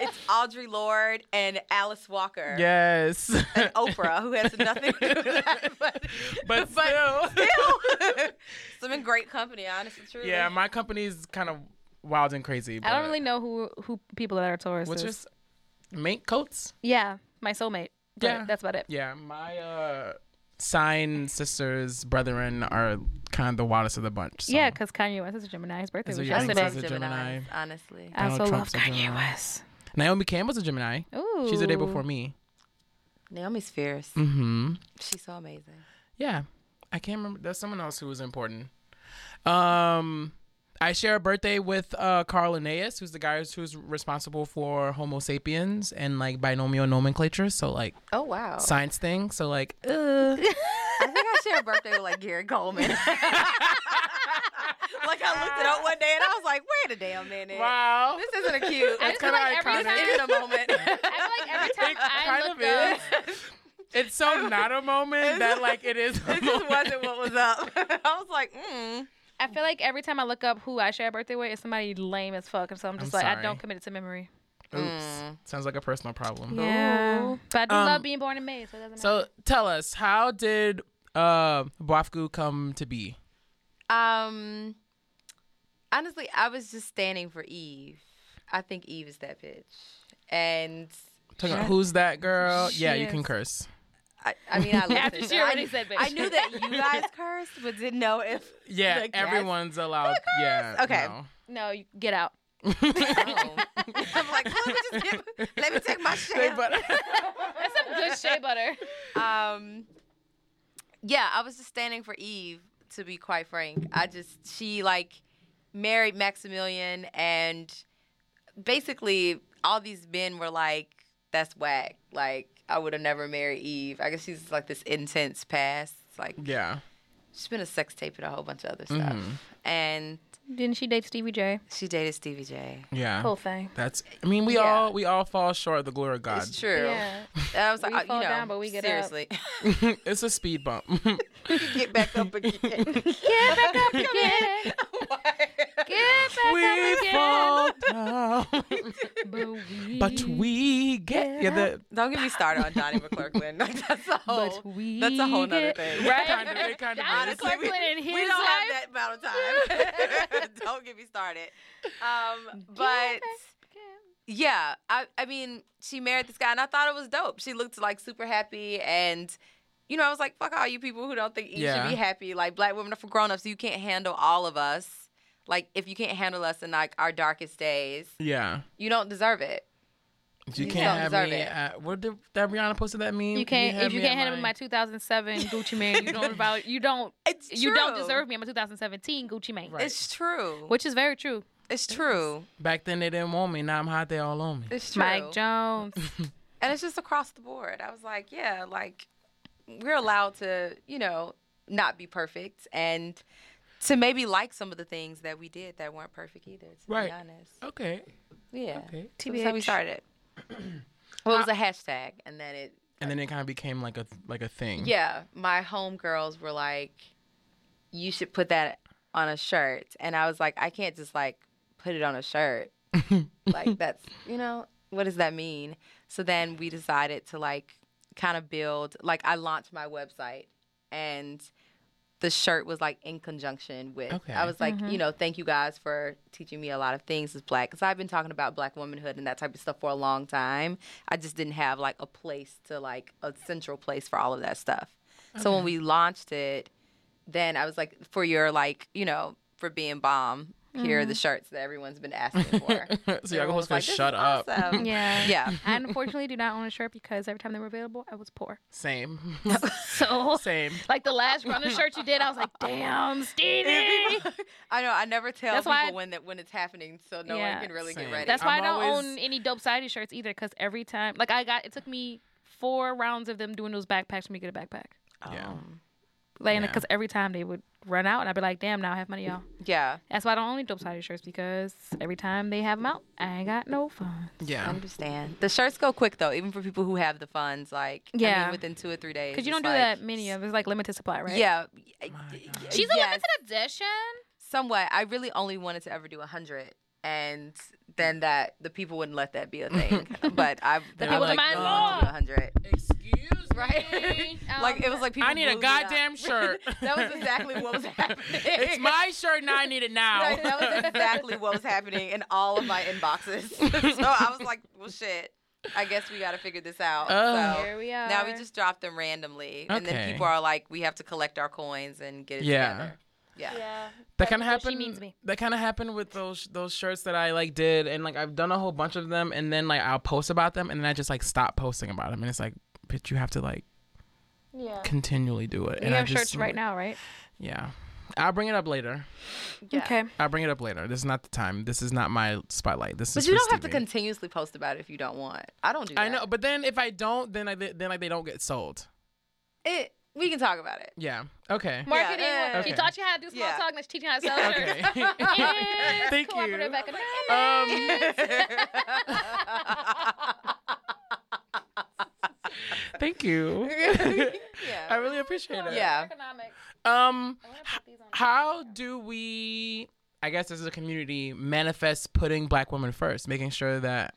Speaker 5: it's Audre Lorde, and Alice Walker,
Speaker 3: Yes.
Speaker 5: and Oprah, who has nothing to do with that. But,
Speaker 3: but still.
Speaker 5: still, some in great company, honestly, truly.
Speaker 3: Yeah, my company's kind of wild and crazy.
Speaker 4: I don't
Speaker 3: but-
Speaker 4: really know who who people that are Taurus.
Speaker 3: What's your s- mink coats?
Speaker 4: Yeah, my soulmate. But
Speaker 3: Yeah.
Speaker 4: that's about it.
Speaker 3: Yeah, my uh, sign sisters, brethren are kind of the wildest of the bunch. So.
Speaker 4: Yeah, because Kanye West is a Gemini. His birthday
Speaker 3: That's
Speaker 4: was
Speaker 3: what you
Speaker 5: I
Speaker 3: think
Speaker 4: yesterday.
Speaker 5: love
Speaker 3: Since a Gemini.
Speaker 5: Gemini, honestly.
Speaker 4: I also
Speaker 3: Donald
Speaker 4: love
Speaker 3: Trump's a
Speaker 4: Kanye
Speaker 3: Gemini.
Speaker 4: West.
Speaker 3: Naomi Campbell's a Gemini.
Speaker 4: Ooh.
Speaker 3: She's the day before me.
Speaker 5: Naomi's fierce.
Speaker 3: Mm-hmm.
Speaker 5: She's so amazing.
Speaker 3: Yeah, I can't remember. There's someone else who was important. Um, I share a birthday with uh, Carl Linnaeus, who's the guy who's, who's responsible for Homo sapiens and like binomial nomenclature. So like
Speaker 5: Oh wow!
Speaker 3: science thing. So like, uh,
Speaker 5: I think I share a birthday with like Gary Coleman. like I looked it up one day and I was like, wait a damn minute.
Speaker 3: wow.
Speaker 5: This isn't a cute.
Speaker 4: I just feel like every time,
Speaker 5: This isn't a moment.
Speaker 4: I feel like every time I
Speaker 3: kind
Speaker 4: look
Speaker 3: of
Speaker 4: up,
Speaker 3: It's so not a moment that like it is. a
Speaker 5: This just
Speaker 3: moment.
Speaker 5: wasn't what was up. I was like, mm.
Speaker 4: I feel like every time I look up who I share a birthday with, it's somebody lame as fuck, and so I'm just like, I
Speaker 3: sorry.
Speaker 4: don't commit it to memory.
Speaker 3: Oops.
Speaker 5: Mm.
Speaker 3: Sounds like a personal problem.
Speaker 4: Yeah,
Speaker 5: Oh.
Speaker 4: but I do
Speaker 3: Um,
Speaker 4: love being born in May, so it doesn't matter.
Speaker 3: So tell us, how did uh, Boafgu come to be?
Speaker 5: Um, honestly, I was just standing for Eve. I think Eve is that bitch. And
Speaker 3: Talking about who's that girl? yeah, you
Speaker 4: is.
Speaker 3: can curse.
Speaker 5: I, I mean, I
Speaker 4: After
Speaker 5: listened.
Speaker 4: she already
Speaker 5: I,
Speaker 4: said bitch.
Speaker 5: I knew that you guys cursed, but didn't know if.
Speaker 3: Yeah,
Speaker 5: Like, yes.
Speaker 3: everyone's allowed. Yeah.
Speaker 5: Okay.
Speaker 3: no.
Speaker 4: no, you get out.
Speaker 5: Oh. I'm like, let me just give, let me take my shit.
Speaker 3: They- but-
Speaker 4: That's some good shea butter.
Speaker 5: um yeah i was just standing for eve to be quite frank i just she like married maximilian and basically all these men were like that's whack like i would have never married eve i guess she's like this intense past It's like
Speaker 3: yeah. Mm-hmm.
Speaker 5: she's been a sex tape and a whole bunch of other stuff and
Speaker 4: Didn't she date Stevie J?
Speaker 5: she dated stevie j
Speaker 3: Yeah.
Speaker 4: Whole thing.
Speaker 3: That's. I mean, we
Speaker 5: Yeah.
Speaker 3: all we all fall short of the glory of God.
Speaker 5: it's true
Speaker 4: Yeah.
Speaker 5: I was
Speaker 4: We
Speaker 5: like, I-
Speaker 4: fall
Speaker 5: you know,
Speaker 4: down, but we get up.
Speaker 5: seriously,
Speaker 3: it's a speed bump.
Speaker 5: get back up again.
Speaker 4: Get back up again. Get back
Speaker 3: we
Speaker 4: up again.
Speaker 3: fall down,
Speaker 4: But we.
Speaker 3: but we get. Yeah. The,
Speaker 5: Don't get me started on Donnie McClurkin. Like that's a whole.
Speaker 4: But we
Speaker 5: that's a whole nother
Speaker 4: get-
Speaker 5: thing.
Speaker 4: Right?
Speaker 3: Kind of, it kind of
Speaker 4: Donald
Speaker 3: is.
Speaker 5: Honestly, we-
Speaker 4: Kirkland in his
Speaker 5: We don't
Speaker 4: life.
Speaker 5: have that amount of time. don't get me started. Um, but yeah, I, I mean, she married this guy, and I thought it was dope. She looked like super happy, and you know, I was like, fuck all you people who don't think you
Speaker 3: Yeah.
Speaker 5: should be happy. Like black women are for grown ups. You can't handle all of us. Like if you can't handle us in like our darkest days,
Speaker 3: yeah.
Speaker 5: you don't deserve it.
Speaker 3: You
Speaker 5: You
Speaker 3: can't
Speaker 5: don't
Speaker 3: have
Speaker 5: deserve
Speaker 3: me.
Speaker 5: it.
Speaker 3: At, what did that Rihanna posted that meme?
Speaker 4: You can't
Speaker 3: have
Speaker 4: if you
Speaker 3: me at
Speaker 4: can't handle my 2007 Gucci Mane, you don't about you don't
Speaker 5: It's
Speaker 4: you don't
Speaker 5: true.
Speaker 4: deserve me. I'm a 2017 Gucci Mane,
Speaker 3: Right.
Speaker 5: It's true.
Speaker 4: which is very true.
Speaker 5: it's true.
Speaker 3: Back then they didn't want me. Now I'm hot. They all on me.
Speaker 5: It's true.
Speaker 4: Mike Jones.
Speaker 5: and it's just across the board. I was like, yeah, like we're allowed to, you know, not be perfect and to maybe like some of the things that we did that weren't perfect either. To
Speaker 3: Right.
Speaker 5: be honest,
Speaker 3: Okay.
Speaker 5: yeah.
Speaker 3: Okay.
Speaker 5: So that's how we
Speaker 4: TBH.
Speaker 5: started. well, it was a hashtag, and then it,
Speaker 3: And then it kind of became like a like a thing.
Speaker 5: yeah. My homegirls were like, you should put that on a shirt, and I was like, I can't just like put it on a shirt. like that's you know what does that mean so then we decided to like kind of build like i launched my website and the shirt was like in conjunction with
Speaker 3: Okay.
Speaker 5: i was like
Speaker 4: Mm-hmm.
Speaker 5: you know thank you guys for teaching me a lot of things as black because i've been talking about black womanhood and that type of stuff for a long time i just didn't have like a place to like a central place for all of that stuff so when we launched it then I was like, for your like, you know, for being bomb, here
Speaker 4: Mm-hmm.
Speaker 5: are the shirts that everyone's been asking for.
Speaker 3: so y'all
Speaker 5: Everyone
Speaker 3: almost
Speaker 5: was
Speaker 3: like
Speaker 5: "This is
Speaker 3: shut up.
Speaker 5: awesome."
Speaker 4: Yeah.
Speaker 5: yeah.
Speaker 4: I unfortunately do not own a shirt because every time they were available, I was poor.
Speaker 3: Same.
Speaker 4: So
Speaker 3: Same.
Speaker 4: like the last run of shirt you did, I was like, damn, Stevie.
Speaker 5: I know. I never tell
Speaker 4: That's
Speaker 5: people
Speaker 4: why I-
Speaker 5: when that when it's happening, so "Oh, no
Speaker 4: Yeah.
Speaker 5: one can really
Speaker 3: Same.
Speaker 5: get ready.
Speaker 4: That's why I'm I
Speaker 3: I'm
Speaker 4: do not
Speaker 3: always-
Speaker 4: own any dope sidey shirts either, because every time, like I got, it took me four rounds of them doing those backpacks for me to get a backpack.
Speaker 5: Oh.
Speaker 3: Yeah.
Speaker 4: Um, Like,
Speaker 3: Yeah.
Speaker 4: because every time they would run out, and I'd be like, damn, now I have money, y'all.
Speaker 5: yeah,
Speaker 4: That's why I don't own any dope sidey shirts because every time they have them out, I ain't got no fun.
Speaker 5: I
Speaker 3: Yeah.
Speaker 5: understand. The shirts go quick though, even for people who have the funds. Like, I mean,
Speaker 4: Yeah.
Speaker 5: within two or three days.
Speaker 4: Because you
Speaker 5: it's
Speaker 4: don't do
Speaker 5: like-
Speaker 4: that many of. It's like limited supply, right?
Speaker 5: Yeah.
Speaker 4: She's a
Speaker 5: yes,
Speaker 4: limited edition.
Speaker 5: Somewhat. I really only wanted to ever do a hundred, and then that the people wouldn't let that be a thing. but I
Speaker 4: The
Speaker 5: then I
Speaker 4: people
Speaker 5: was like,
Speaker 4: like, demand
Speaker 5: "No,
Speaker 4: more.
Speaker 5: I'll do a hundred.
Speaker 3: Excuse
Speaker 5: right?
Speaker 4: Um,
Speaker 5: like it was like people.
Speaker 3: I need a
Speaker 5: blew me up.
Speaker 3: goddamn shirt.
Speaker 5: that was exactly what was happening.
Speaker 3: It's my shirt now. I need it now.
Speaker 5: Like, that was exactly what was happening in all of my inboxes. so I was like, well, shit. I guess we got to figure this out.
Speaker 3: Oh.
Speaker 5: so
Speaker 4: Here we
Speaker 5: now we
Speaker 4: are.
Speaker 5: just drop them randomly, and
Speaker 3: Okay.
Speaker 5: then people are like, we have to collect our coins and get it
Speaker 3: Yeah.
Speaker 5: together. Yeah.
Speaker 3: That kind of
Speaker 4: what she
Speaker 3: happened.
Speaker 4: means to me.
Speaker 3: That kind of happened with those those shirts that I like did, and like I've done a whole bunch of them, and then like I'll post about them, and then I just like stop posting about them, and it's like, bitch, you have to like,
Speaker 4: Yeah.
Speaker 3: continually do it.
Speaker 4: You
Speaker 3: and I
Speaker 4: have
Speaker 3: just-
Speaker 4: shirts right now, right?
Speaker 3: Yeah, I'll bring it up later.
Speaker 5: Yeah.
Speaker 4: Okay.
Speaker 3: I'll bring it up later. This is not the time. This is not my spotlight. This
Speaker 5: But
Speaker 3: is.
Speaker 5: you
Speaker 3: for
Speaker 5: don't have to
Speaker 3: Stevie.
Speaker 5: continuously post about it if you don't want. I don't do that.
Speaker 3: I know, but then if I don't, then I then like they don't get sold.
Speaker 5: It, we can talk about it.
Speaker 3: Yeah. Okay.
Speaker 4: Marketing.
Speaker 5: Yeah,
Speaker 4: work.
Speaker 3: yeah.
Speaker 4: You thought you had to do small
Speaker 5: Yeah.
Speaker 4: talk, now she's teaching how to sell shirts.
Speaker 3: Okay.
Speaker 4: Yes,
Speaker 3: Thank you.
Speaker 4: cooperative economics.
Speaker 3: Um, thank you. I really appreciate it.
Speaker 5: Yeah.
Speaker 4: Economics.
Speaker 3: Um,
Speaker 4: I'm gonna put these on.
Speaker 3: how do we? I guess as a community, manifest putting Black women first, making sure that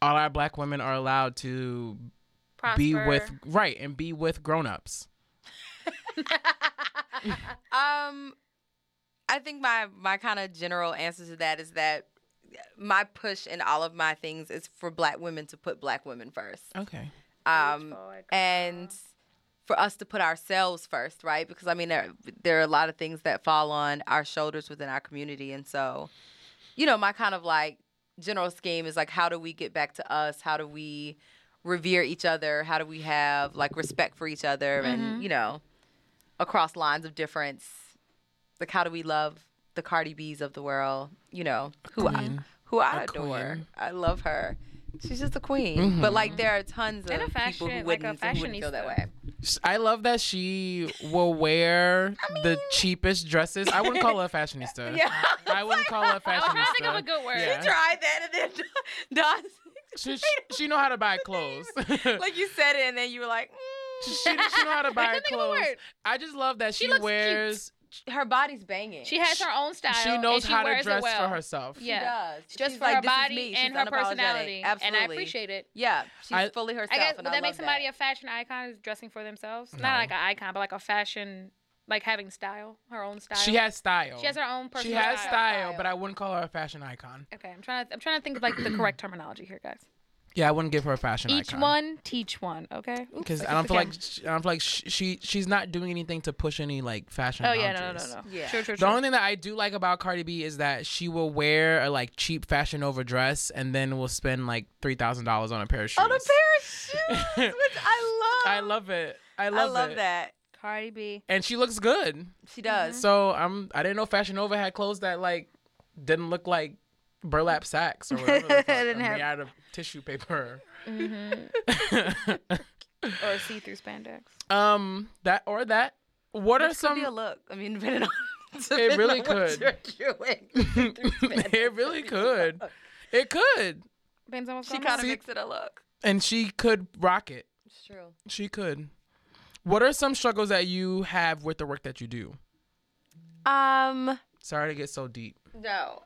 Speaker 3: all our Black women are allowed to be
Speaker 4: Prosper.
Speaker 3: with right and be with grown-ups.
Speaker 5: Um, I think my my kind of general answer to that is that my push in all of my things is for Black women to put Black women first,
Speaker 3: Okay.
Speaker 5: um, and for us to put ourselves first, right? Because I mean, there, there are a lot of things that fall on our shoulders within our community, and so, you know, my kind of like general scheme is like, how do we get back to us? How do we revere each other? How do we have like respect for each other? And you know, across lines of difference like how do we love the Cardi B's of the world? You know, who I, who I adore.
Speaker 3: queen.
Speaker 5: I love her. She's just a queen.
Speaker 3: Mm-hmm.
Speaker 5: But like there are tons
Speaker 4: And a
Speaker 5: of people
Speaker 4: fashion-
Speaker 5: who
Speaker 4: like a
Speaker 5: wouldn't, who wouldn't feel that
Speaker 4: fashionista.
Speaker 5: way.
Speaker 3: I love that she will wear the cheapest dresses. I wouldn't call her a fashionista. Yeah. I wouldn't call her a
Speaker 4: I
Speaker 3: fashionista.
Speaker 4: was trying to think of a good word.
Speaker 3: Yeah.
Speaker 5: Tried that and then Don,
Speaker 3: She, she, she know how to buy clothes.
Speaker 5: like you said it and then you were like, mm.
Speaker 3: she, she know how to buy
Speaker 4: couldn't think of a
Speaker 3: clothes.
Speaker 4: word.
Speaker 3: I just love that she,
Speaker 4: looks cute.
Speaker 3: wears.
Speaker 5: her body's banging.
Speaker 4: She has her own style.
Speaker 3: She knows
Speaker 4: and she
Speaker 3: how to
Speaker 4: wears
Speaker 3: dress
Speaker 4: it well.
Speaker 3: for herself.
Speaker 5: She
Speaker 4: Yeah.
Speaker 5: does.
Speaker 4: Just
Speaker 5: She's
Speaker 4: for
Speaker 5: like,
Speaker 4: her
Speaker 5: "This is
Speaker 4: body
Speaker 5: me." She's
Speaker 4: and her
Speaker 5: unapologetic.
Speaker 4: personality.
Speaker 5: Absolutely.
Speaker 4: And I appreciate it.
Speaker 5: Yeah, she's
Speaker 3: I-
Speaker 5: fully herself.
Speaker 4: I guess
Speaker 5: and
Speaker 4: would
Speaker 5: I
Speaker 4: that make
Speaker 5: love
Speaker 4: somebody a fashion icon is dressing for themselves. Not like an icon, but like a fashion, like having style, her own style.
Speaker 3: She has style.
Speaker 4: She has her own
Speaker 3: She
Speaker 4: personal
Speaker 3: has
Speaker 4: style.
Speaker 3: style, but I wouldn't call her a fashion icon.
Speaker 4: Okay, I'm trying to I'm trying to think of like the correct terminology here, guys.
Speaker 3: Yeah, I wouldn't give her a fashion
Speaker 4: Each
Speaker 3: icon.
Speaker 4: one, teach one. Okay. Oops,
Speaker 3: Because I
Speaker 4: hit
Speaker 3: don't
Speaker 4: the
Speaker 3: feel like
Speaker 4: camera.
Speaker 3: sh- I don't feel like sh- she she's not doing anything to push any like fashion.
Speaker 4: Oh yeah, no, no,
Speaker 3: boundaries.
Speaker 4: no, no.
Speaker 5: Yeah.
Speaker 4: Sure, sure,
Speaker 3: The
Speaker 4: sure.
Speaker 3: only thing that I do like about Cardi B is that she will wear a like cheap fashion over dress and then will spend like three thousand dollars on a pair of
Speaker 9: Oh,
Speaker 3: shoes.
Speaker 5: On a pair of shoes, which I love.
Speaker 3: I love it. I
Speaker 5: I
Speaker 3: love,
Speaker 5: love
Speaker 3: it.
Speaker 5: that.
Speaker 4: Cardi B.
Speaker 3: And she looks good.
Speaker 5: She does.
Speaker 3: So I'm I didn't know Fashion Nova had clothes that like didn't look like burlap sacks or whatever. the fuck, are
Speaker 4: Didn't have-
Speaker 3: made out of tissue paper. Mm-hmm.
Speaker 4: or see through spandex.
Speaker 3: um, that or that. What are
Speaker 5: Which could
Speaker 3: some?
Speaker 5: be a look. I mean, depending on.
Speaker 3: it really
Speaker 5: depending on what
Speaker 3: could.
Speaker 5: you're doing.
Speaker 3: it really could. It could.
Speaker 4: Depends on what's
Speaker 5: She
Speaker 4: going
Speaker 5: kind of
Speaker 4: on.
Speaker 5: makes it a look.
Speaker 3: And she could rock it.
Speaker 5: It's true.
Speaker 3: She could. What are some struggles that you have with the work that you do?
Speaker 5: Um,
Speaker 3: Sorry to get so deep.
Speaker 5: no.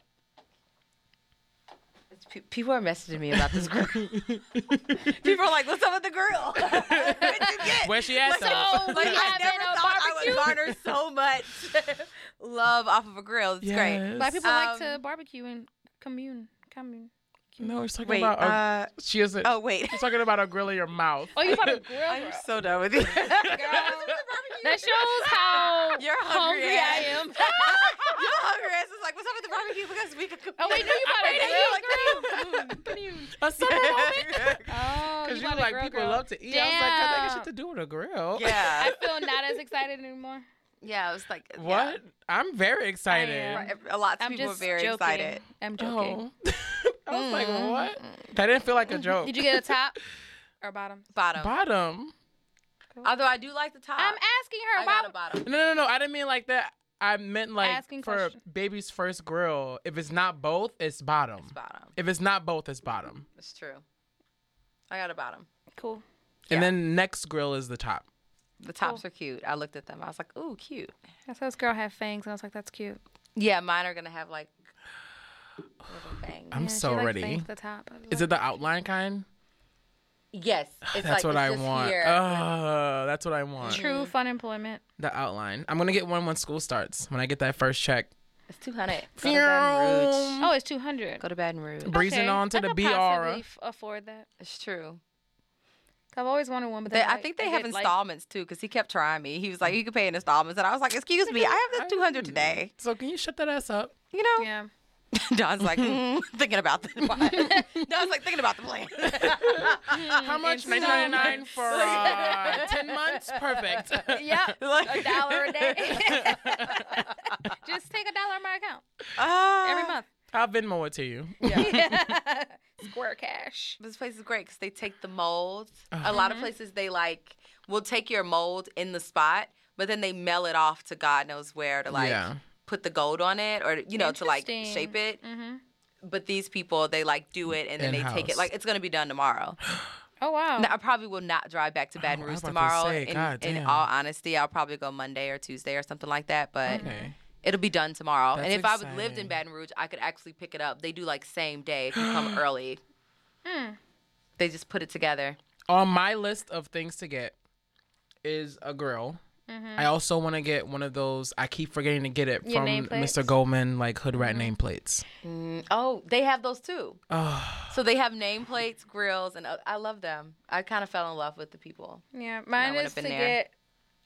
Speaker 5: It's pe- people are messaging me about this girl. people are like, "What's up with the girl? What'd you get?
Speaker 3: Where she at though?
Speaker 4: Oh,
Speaker 5: Like I
Speaker 4: having
Speaker 5: never
Speaker 4: a
Speaker 5: thought I would
Speaker 4: barbecue?
Speaker 5: garner so much love off of a grill. It's
Speaker 3: Yes.
Speaker 5: great.
Speaker 4: Black people like
Speaker 5: Um,
Speaker 4: to barbecue and commune. Commune.
Speaker 3: No, she's talking
Speaker 5: Wait,
Speaker 3: about. A,
Speaker 5: uh,
Speaker 3: she is.
Speaker 5: oh wait,
Speaker 3: She's talking about a grill in your mouth.
Speaker 4: Oh, you about to grill?
Speaker 5: I'm
Speaker 4: girl.
Speaker 5: so done with you.
Speaker 4: That shows how
Speaker 5: You're hungry,
Speaker 4: hungry I
Speaker 5: ass.
Speaker 4: am.
Speaker 5: Your hungry ass is like, what's up with the barbecue? Because we could.
Speaker 4: Oh wait, no, you about
Speaker 5: Wait,
Speaker 4: to grill? girl.
Speaker 3: A summer
Speaker 4: Oh,
Speaker 3: Because
Speaker 4: you
Speaker 3: you
Speaker 4: about
Speaker 3: were
Speaker 4: to
Speaker 3: like,
Speaker 4: grill,
Speaker 3: people
Speaker 4: girl.
Speaker 3: love to eat. I was like, 'Cause they get
Speaker 4: Damn.
Speaker 3: shit to do with a grill.
Speaker 5: yeah.
Speaker 4: I feel not as excited anymore.
Speaker 5: Yeah, I was like, yeah.
Speaker 3: What? I'm very excited.
Speaker 4: am.
Speaker 5: A lot of
Speaker 4: I'm
Speaker 5: people were
Speaker 4: just
Speaker 5: very
Speaker 4: joking.
Speaker 5: excited.
Speaker 4: I'm joking. Mm.
Speaker 3: Oh. I was like, what? That didn't feel like a joke.
Speaker 4: Mm-hmm. Did you get a top or bottom?
Speaker 5: Bottom.
Speaker 3: bottom?
Speaker 5: Although I do like the top.
Speaker 4: I'm asking her.
Speaker 5: I got a
Speaker 4: Why?
Speaker 5: bottom.
Speaker 3: No, no, no. I didn't mean like that. I meant like
Speaker 4: Asking
Speaker 3: for
Speaker 4: question.
Speaker 3: baby's first grill. If it's not both, it's bottom.
Speaker 5: Bottom.
Speaker 3: If it's not both, it's bottom.
Speaker 5: It's true. I got a bottom.
Speaker 4: Cool.
Speaker 3: And then next grill is the top.
Speaker 5: The tops are cute. I looked at them. I was like, ooh, cute.
Speaker 4: I saw this girl have fangs, and I was like, that's cute.
Speaker 5: Yeah, mine are gonna have like little things.
Speaker 3: I'm
Speaker 4: Yeah,
Speaker 3: so
Speaker 4: she, like,
Speaker 3: ready.
Speaker 4: fangs the top. I was
Speaker 3: Is
Speaker 4: like,
Speaker 3: it the outline kind?
Speaker 5: Yes, it's
Speaker 3: That's
Speaker 5: like
Speaker 3: what
Speaker 5: it's
Speaker 3: I
Speaker 5: just
Speaker 3: want.
Speaker 5: Here.
Speaker 3: Uh, that's what I want.
Speaker 4: true fun employment?
Speaker 3: The outline. I'm gonna get one when school starts. When I get that first check,
Speaker 5: It's 200. Go to Baton Rouge.
Speaker 4: Oh, it's two hundred.
Speaker 5: Go to Baton Rouge.
Speaker 3: breezing
Speaker 4: okay.
Speaker 3: on to
Speaker 4: I
Speaker 3: the
Speaker 4: could
Speaker 3: BR.
Speaker 4: possibly f- afford that.
Speaker 5: It's true.
Speaker 4: I've always wanted one, but
Speaker 5: They,
Speaker 4: then,
Speaker 5: I
Speaker 4: like,
Speaker 5: think they
Speaker 4: get,
Speaker 5: have
Speaker 4: like-
Speaker 5: installments too, because he kept trying me. He was like, "You can pay in installments," and I was like, "Excuse me, I have the 200 today."
Speaker 3: So can you shut that ass up?
Speaker 5: You know,
Speaker 4: yeah.
Speaker 5: Don's like mm, thinking about the plan. Don's like thinking about the plan.
Speaker 3: How much? Nine ninety nine for uh, ten months. Perfect.
Speaker 4: Yeah.
Speaker 5: Like,
Speaker 4: A dollar a day. Just take a dollar out of my account
Speaker 5: uh,
Speaker 4: Ah. every month.
Speaker 3: I'll Venmo it to you.
Speaker 4: Square cash. Uh-huh.
Speaker 5: This place is great because they take the molds. A lot of places they like will take your mold in the spot, but then they mail it off to God knows where to like
Speaker 3: Yeah.
Speaker 5: put the gold on it or you know to like
Speaker 4: Interesting. Mm-hmm.
Speaker 5: shape it. But these people they like do it and then they take
Speaker 3: In-house.
Speaker 5: it like it's gonna be done tomorrow.
Speaker 4: Oh wow.
Speaker 5: Now, I probably will not drive back to Baton
Speaker 3: Oh, I was
Speaker 5: Rouge
Speaker 3: about to
Speaker 5: tomorrow.
Speaker 3: say,
Speaker 5: in,
Speaker 3: God
Speaker 5: in
Speaker 3: damn.
Speaker 5: all honesty, I'll probably go Monday or Tuesday or something like that. But it'll be done tomorrow. and
Speaker 3: That's
Speaker 5: if I would lived in
Speaker 3: exciting.
Speaker 5: Baton Rouge, I could actually pick it up. They do like same day if you come early.
Speaker 4: Hmm.
Speaker 5: They just put it together.
Speaker 3: On my list of things to get is a grill.
Speaker 4: Mm-hmm.
Speaker 3: I also want to get one of those. I keep forgetting to get it
Speaker 4: Your
Speaker 3: from
Speaker 4: nameplates? Mm-hmm.
Speaker 3: Mr. Goldman, like hood rat nameplates.
Speaker 5: Oh, they have those too. So they have nameplates, grills, and uh, I love them. I kind of fell in love with the people.
Speaker 4: yeah, mine
Speaker 5: would've
Speaker 4: is to
Speaker 5: been there.
Speaker 4: get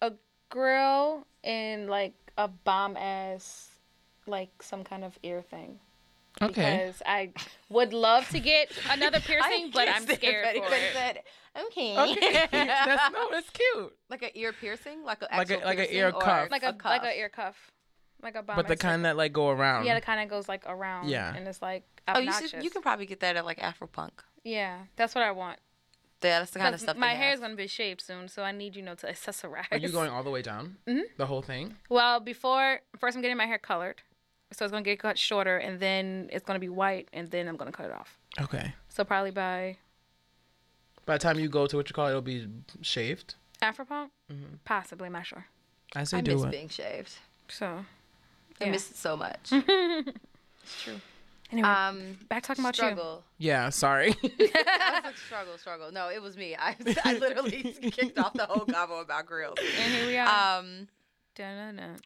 Speaker 4: a grill and like a bomb ass, like some kind of ear thing.
Speaker 3: Okay.
Speaker 4: Because I would love to get another piercing, but I'm
Speaker 5: If
Speaker 4: scared for
Speaker 5: anybody
Speaker 4: it.
Speaker 5: said, okay.
Speaker 3: Okay. that's no, that's cute.
Speaker 5: Like an ear piercing, like an
Speaker 3: Like a-
Speaker 5: actual
Speaker 3: like a
Speaker 5: piercing
Speaker 3: ear
Speaker 5: or
Speaker 3: cuff.
Speaker 4: Like a,
Speaker 5: cuff?
Speaker 4: like a ear cuff, like a bomb.
Speaker 3: But the
Speaker 4: ass ear
Speaker 3: kind that like go around.
Speaker 4: cuff. yeah, the kind that goes like around.
Speaker 3: Yeah.
Speaker 4: and it's like
Speaker 5: Oh, you
Speaker 4: obnoxious.
Speaker 5: should, you can probably get that at like Afropunk.
Speaker 4: Yeah, that's what I want.
Speaker 5: Yeah, that's the kind of
Speaker 4: 'Cause
Speaker 5: stuff.
Speaker 4: my
Speaker 5: they
Speaker 4: hair is
Speaker 5: have.
Speaker 4: gonna be shaved soon, so I need you know to accessorize.
Speaker 3: Are you going all the way down?
Speaker 4: Mm-hmm.
Speaker 3: The whole thing.
Speaker 4: Well, before first I'm getting my hair colored, so it's gonna get cut shorter, and then it's gonna be white, and then I'm gonna cut it off.
Speaker 3: Okay.
Speaker 4: So probably by
Speaker 3: By the time you go to what you call it, it'll be shaved.
Speaker 4: Afropunk, possibly. I'm not sure.
Speaker 3: Mm-hmm. I say
Speaker 5: I
Speaker 3: do
Speaker 5: miss
Speaker 3: it.
Speaker 5: being shaved.
Speaker 4: So
Speaker 5: I
Speaker 4: Yeah.
Speaker 5: miss it so much.
Speaker 4: anyway,
Speaker 5: Um,
Speaker 4: back talking about
Speaker 5: struggle.
Speaker 3: Yeah. Sorry.
Speaker 5: I was like, struggle, struggle. No, it was me. I, I literally kicked off the whole convo about grills.
Speaker 4: you, and here we are.
Speaker 5: Um,
Speaker 4: Dun-dun-dun.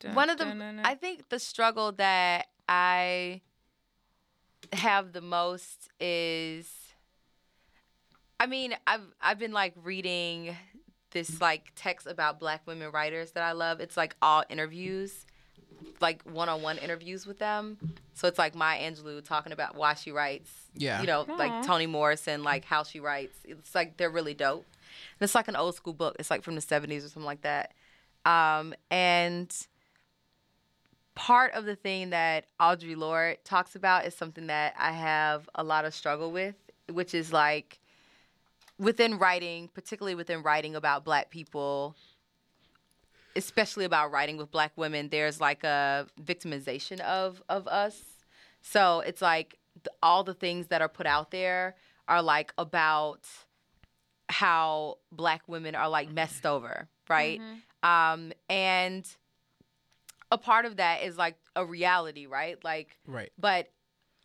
Speaker 4: Dun,
Speaker 5: one of the,
Speaker 4: dun-dun-dun.
Speaker 5: I think the struggle that I have the most is I mean, I've I've been like reading this like text about black women writers that I love. It's like all interviews, like one-on-one interviews with them. So it's like Maya Angelou talking about why she writes.
Speaker 3: Yeah.
Speaker 5: You know, like Toni Morrison, like how she writes. It's like they're really dope. And it's like an old school book. It's like from the 70s or something like that. Um, and part of the thing that Audre Lorde talks about is something that I have a lot of struggle with, which is like within writing, particularly within writing about black people, especially about writing with black women, there's like a victimization of of us. So it's like th- all the things that are put out there are like about how black women are like messed over, right? Um, and a part of that is like a reality, right? Like
Speaker 3: Right.
Speaker 5: but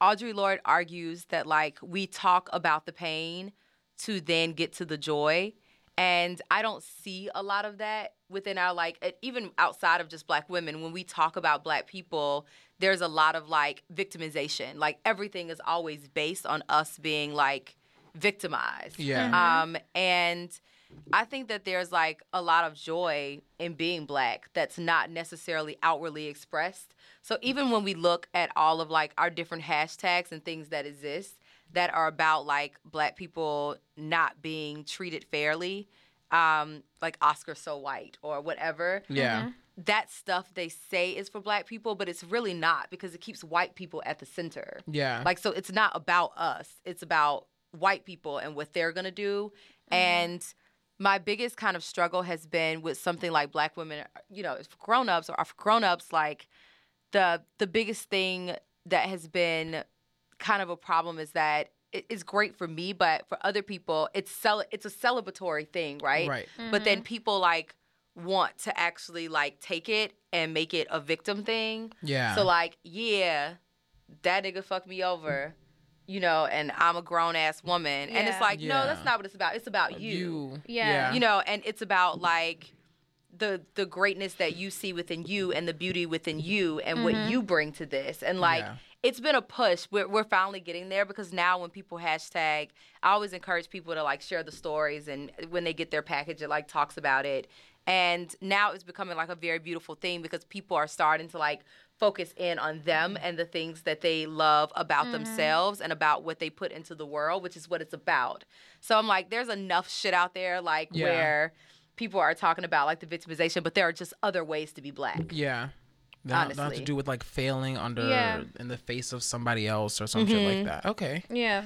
Speaker 5: Audre Lorde argues that like we talk about the pain to then get to the joy. And I don't see a lot of that within our like e- even outside of just black women when we talk about black people, there's a lot of like victimization. Like everything is always based on us being like victimized.
Speaker 3: Yeah.
Speaker 5: Um, and I think that there's like a lot of joy in being black that's not necessarily outwardly expressed. So even when we look at all of like our different hashtags and things that exist that are about like black people not being treated fairly, um, like Oscar so white or whatever,
Speaker 3: Yeah.
Speaker 4: Mm-hmm.
Speaker 5: that stuff they say is for black people, but it's really not because it keeps white people at the center.
Speaker 3: Yeah.
Speaker 5: Like, so it's not about us, it's about white people and what they're gonna do. And my biggest kind of struggle has been with something like black women, you know, for grown ups or for grown ups, like the the biggest thing that has been kind of a problem is that it- it's great for me, but for other people, it's cel- it's a celebratory thing, right?
Speaker 3: Right.
Speaker 5: But then people like want to actually like take it and make it a victim thing.
Speaker 3: Yeah.
Speaker 5: So like, yeah, that nigga fucked me over, you know, and I'm a grown ass woman, and it's
Speaker 4: Yeah.
Speaker 5: like,
Speaker 3: Yeah.
Speaker 5: no, that's not what it's about. It's about
Speaker 3: you.
Speaker 4: Yeah.
Speaker 5: you know and it's about like the the greatness that you see within you and the beauty within you and
Speaker 4: Mm-hmm.
Speaker 5: what you bring to this and like
Speaker 3: Yeah.
Speaker 5: it's been a push we're, we're finally getting there because now when people hashtag i always encourage people to like share the stories and when they get their package it like talks about it and now it's becoming like a very beautiful thing because people are starting to like focus in on them and the things that they love about themselves and about what they put into the world which is what it's about so i'm like there's enough shit out there like
Speaker 3: Yeah.
Speaker 5: where people are talking about like the victimization but there are just other ways to be black
Speaker 3: Yeah. They don't, don't have to
Speaker 5: Honestly.
Speaker 3: do with like failing under
Speaker 4: Yeah.
Speaker 3: in the face of somebody else or something
Speaker 5: Mm-hmm.
Speaker 3: like that. Okay.
Speaker 4: Yeah.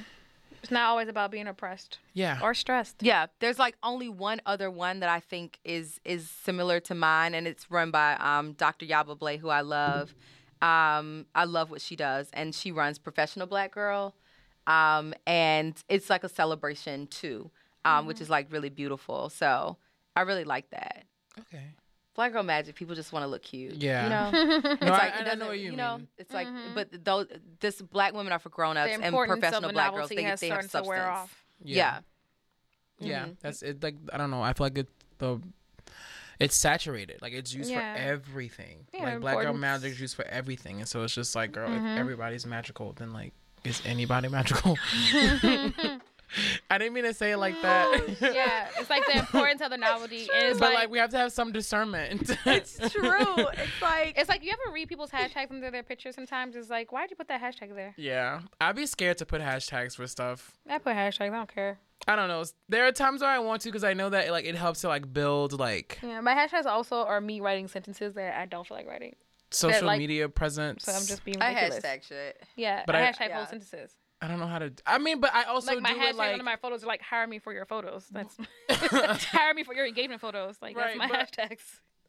Speaker 4: It's not always about being oppressed
Speaker 3: Yeah.
Speaker 4: or stressed.
Speaker 5: Yeah, there's like only one other one that I think is is similar to mine, and it's run by um, Dr. Yaba Blay, who I love. Um, I love what she does, and she runs Professional Black Girl, um, and it's like a celebration too, um, which
Speaker 4: Mm-hmm.
Speaker 5: is like really beautiful. So I really like that.
Speaker 3: okay.
Speaker 5: Black Girl Magic, people just want to look cute.
Speaker 3: Yeah.
Speaker 5: you know, it's
Speaker 3: No,
Speaker 5: like
Speaker 3: I,
Speaker 5: it
Speaker 3: I know
Speaker 5: doesn't-
Speaker 3: what you,
Speaker 5: know,
Speaker 3: mean.
Speaker 5: it's like,
Speaker 4: Mm-hmm.
Speaker 5: but those this black women are for grown ups,
Speaker 4: The
Speaker 5: and
Speaker 4: importance
Speaker 5: professional
Speaker 4: of a
Speaker 5: black girls
Speaker 4: novelty
Speaker 5: they,
Speaker 4: has
Speaker 5: they have
Speaker 4: started to
Speaker 5: substance.
Speaker 4: wear off.
Speaker 5: yeah.
Speaker 4: Mm-hmm.
Speaker 3: Yeah, that's it. Like I don't know. I feel like it, the it's saturated. Like it's used
Speaker 4: Yeah.
Speaker 3: for everything.
Speaker 4: Yeah,
Speaker 3: like black girl
Speaker 4: importance. Mm-hmm.
Speaker 3: magic is used for everything, and so it's just like, girl, if everybody's magical, then like, is anybody magical? I didn't mean to say it like that.
Speaker 4: Yeah. It's like the importance of the novelty. and it's
Speaker 3: but like,
Speaker 4: like
Speaker 3: we have to have some discernment.
Speaker 5: It's true. It's like
Speaker 4: it's like you ever read people's hashtags under their pictures sometimes. It's like, why'd you put that hashtag there?
Speaker 3: yeah, I'd be scared to put hashtags for stuff.
Speaker 4: I put hashtags, I don't care.
Speaker 3: I don't know. There are times where I want to because I know that like it helps to like build like
Speaker 4: Yeah, my hashtags also are me writing sentences that I don't feel like writing.
Speaker 3: social
Speaker 4: like-
Speaker 3: media presence.
Speaker 4: So I'm just being
Speaker 5: I
Speaker 4: ridiculous.
Speaker 5: hashtag shit.
Speaker 4: Yeah,
Speaker 3: But
Speaker 4: I,
Speaker 3: I-
Speaker 4: hashtag
Speaker 5: Yeah.
Speaker 4: whole sentences.
Speaker 3: I don't know how to. I mean, but I also
Speaker 4: Like my
Speaker 3: do
Speaker 4: hashtag
Speaker 3: it like
Speaker 4: under my photos are like hire me for your photos. That's hire me for your engagement photos. Like
Speaker 3: Right,
Speaker 4: that's my
Speaker 3: but-
Speaker 4: hashtags.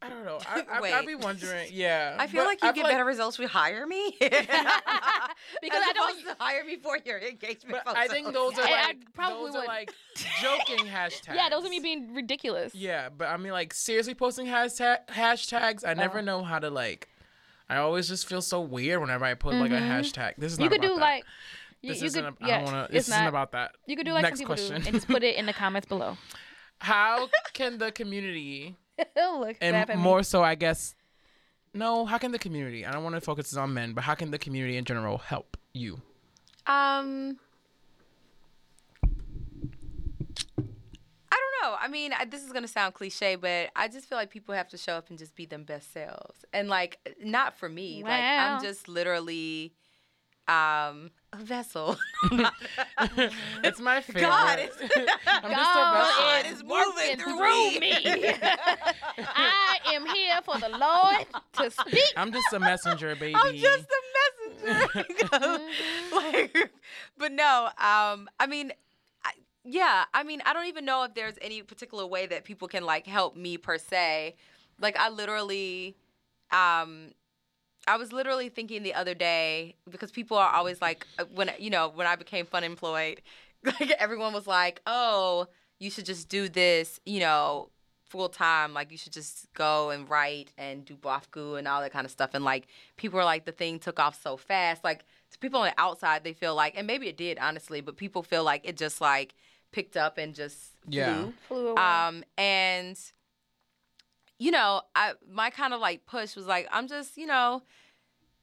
Speaker 3: I don't know. I, I, I'd
Speaker 5: Wait.
Speaker 3: be wondering. Yeah.
Speaker 5: I feel
Speaker 3: but
Speaker 5: like you get better results if you hire me. because
Speaker 4: I don't-
Speaker 5: to hire me for your engagement
Speaker 3: But I think those are like,
Speaker 4: And I probably
Speaker 3: those are
Speaker 4: would.
Speaker 3: like joking hashtags.
Speaker 4: Yeah, those are me being ridiculous.
Speaker 3: Yeah, but I mean, like seriously posting hashtag hashtags. I
Speaker 4: Oh.
Speaker 3: never know how to like. I always just feel so weird whenever I put like a hashtag. This is not
Speaker 4: Mm-hmm. You could
Speaker 3: about that.
Speaker 4: do like you,
Speaker 3: This
Speaker 4: you
Speaker 3: isn't.
Speaker 4: could,
Speaker 3: ab-
Speaker 4: yeah,
Speaker 3: I don't want to. This
Speaker 4: it's
Speaker 3: isn't
Speaker 4: not-
Speaker 3: about that.
Speaker 4: You could do like
Speaker 3: Next
Speaker 4: some people
Speaker 3: question.
Speaker 4: do and just put it in the comments below.
Speaker 3: How can the community
Speaker 4: Look,
Speaker 3: and
Speaker 4: laugh at me.
Speaker 3: more so, I guess. No, how can the community? I don't want to focus on men, but how can the community in general help you?
Speaker 5: Um, I mean, I, this is gonna sound cliche, but I just feel like people have to show up and just be them best selves, and like not for me. Like
Speaker 4: Well.
Speaker 5: I'm just literally um, a vessel.
Speaker 3: It's my favorite.
Speaker 5: God, it's,
Speaker 3: I'm just a
Speaker 4: God
Speaker 3: vessel.
Speaker 5: God Oh, is moving through, me.
Speaker 4: I am here for the Lord to speak.
Speaker 3: I'm just a messenger, baby.
Speaker 5: I'm just a messenger. like, but no, um, I mean, I, yeah, I mean, I don't even know if there's any particular way that people can like help me per se. Like, I literally, um, I was literally thinking the other day because people are always like, uh, when you know, when I became fun employed, like everyone was like, oh, you should just do this, you know, full time. Like you should just go and write and do bofku and all that kind of stuff. And like people are like, the thing took off so fast. Like to people on the outside, they feel like, and maybe it did honestly, but people feel like it just like picked up and just
Speaker 3: Yeah.
Speaker 5: flew.
Speaker 4: Flew away.
Speaker 5: Um, and you know, I my kind of like push was like, I'm just, you know,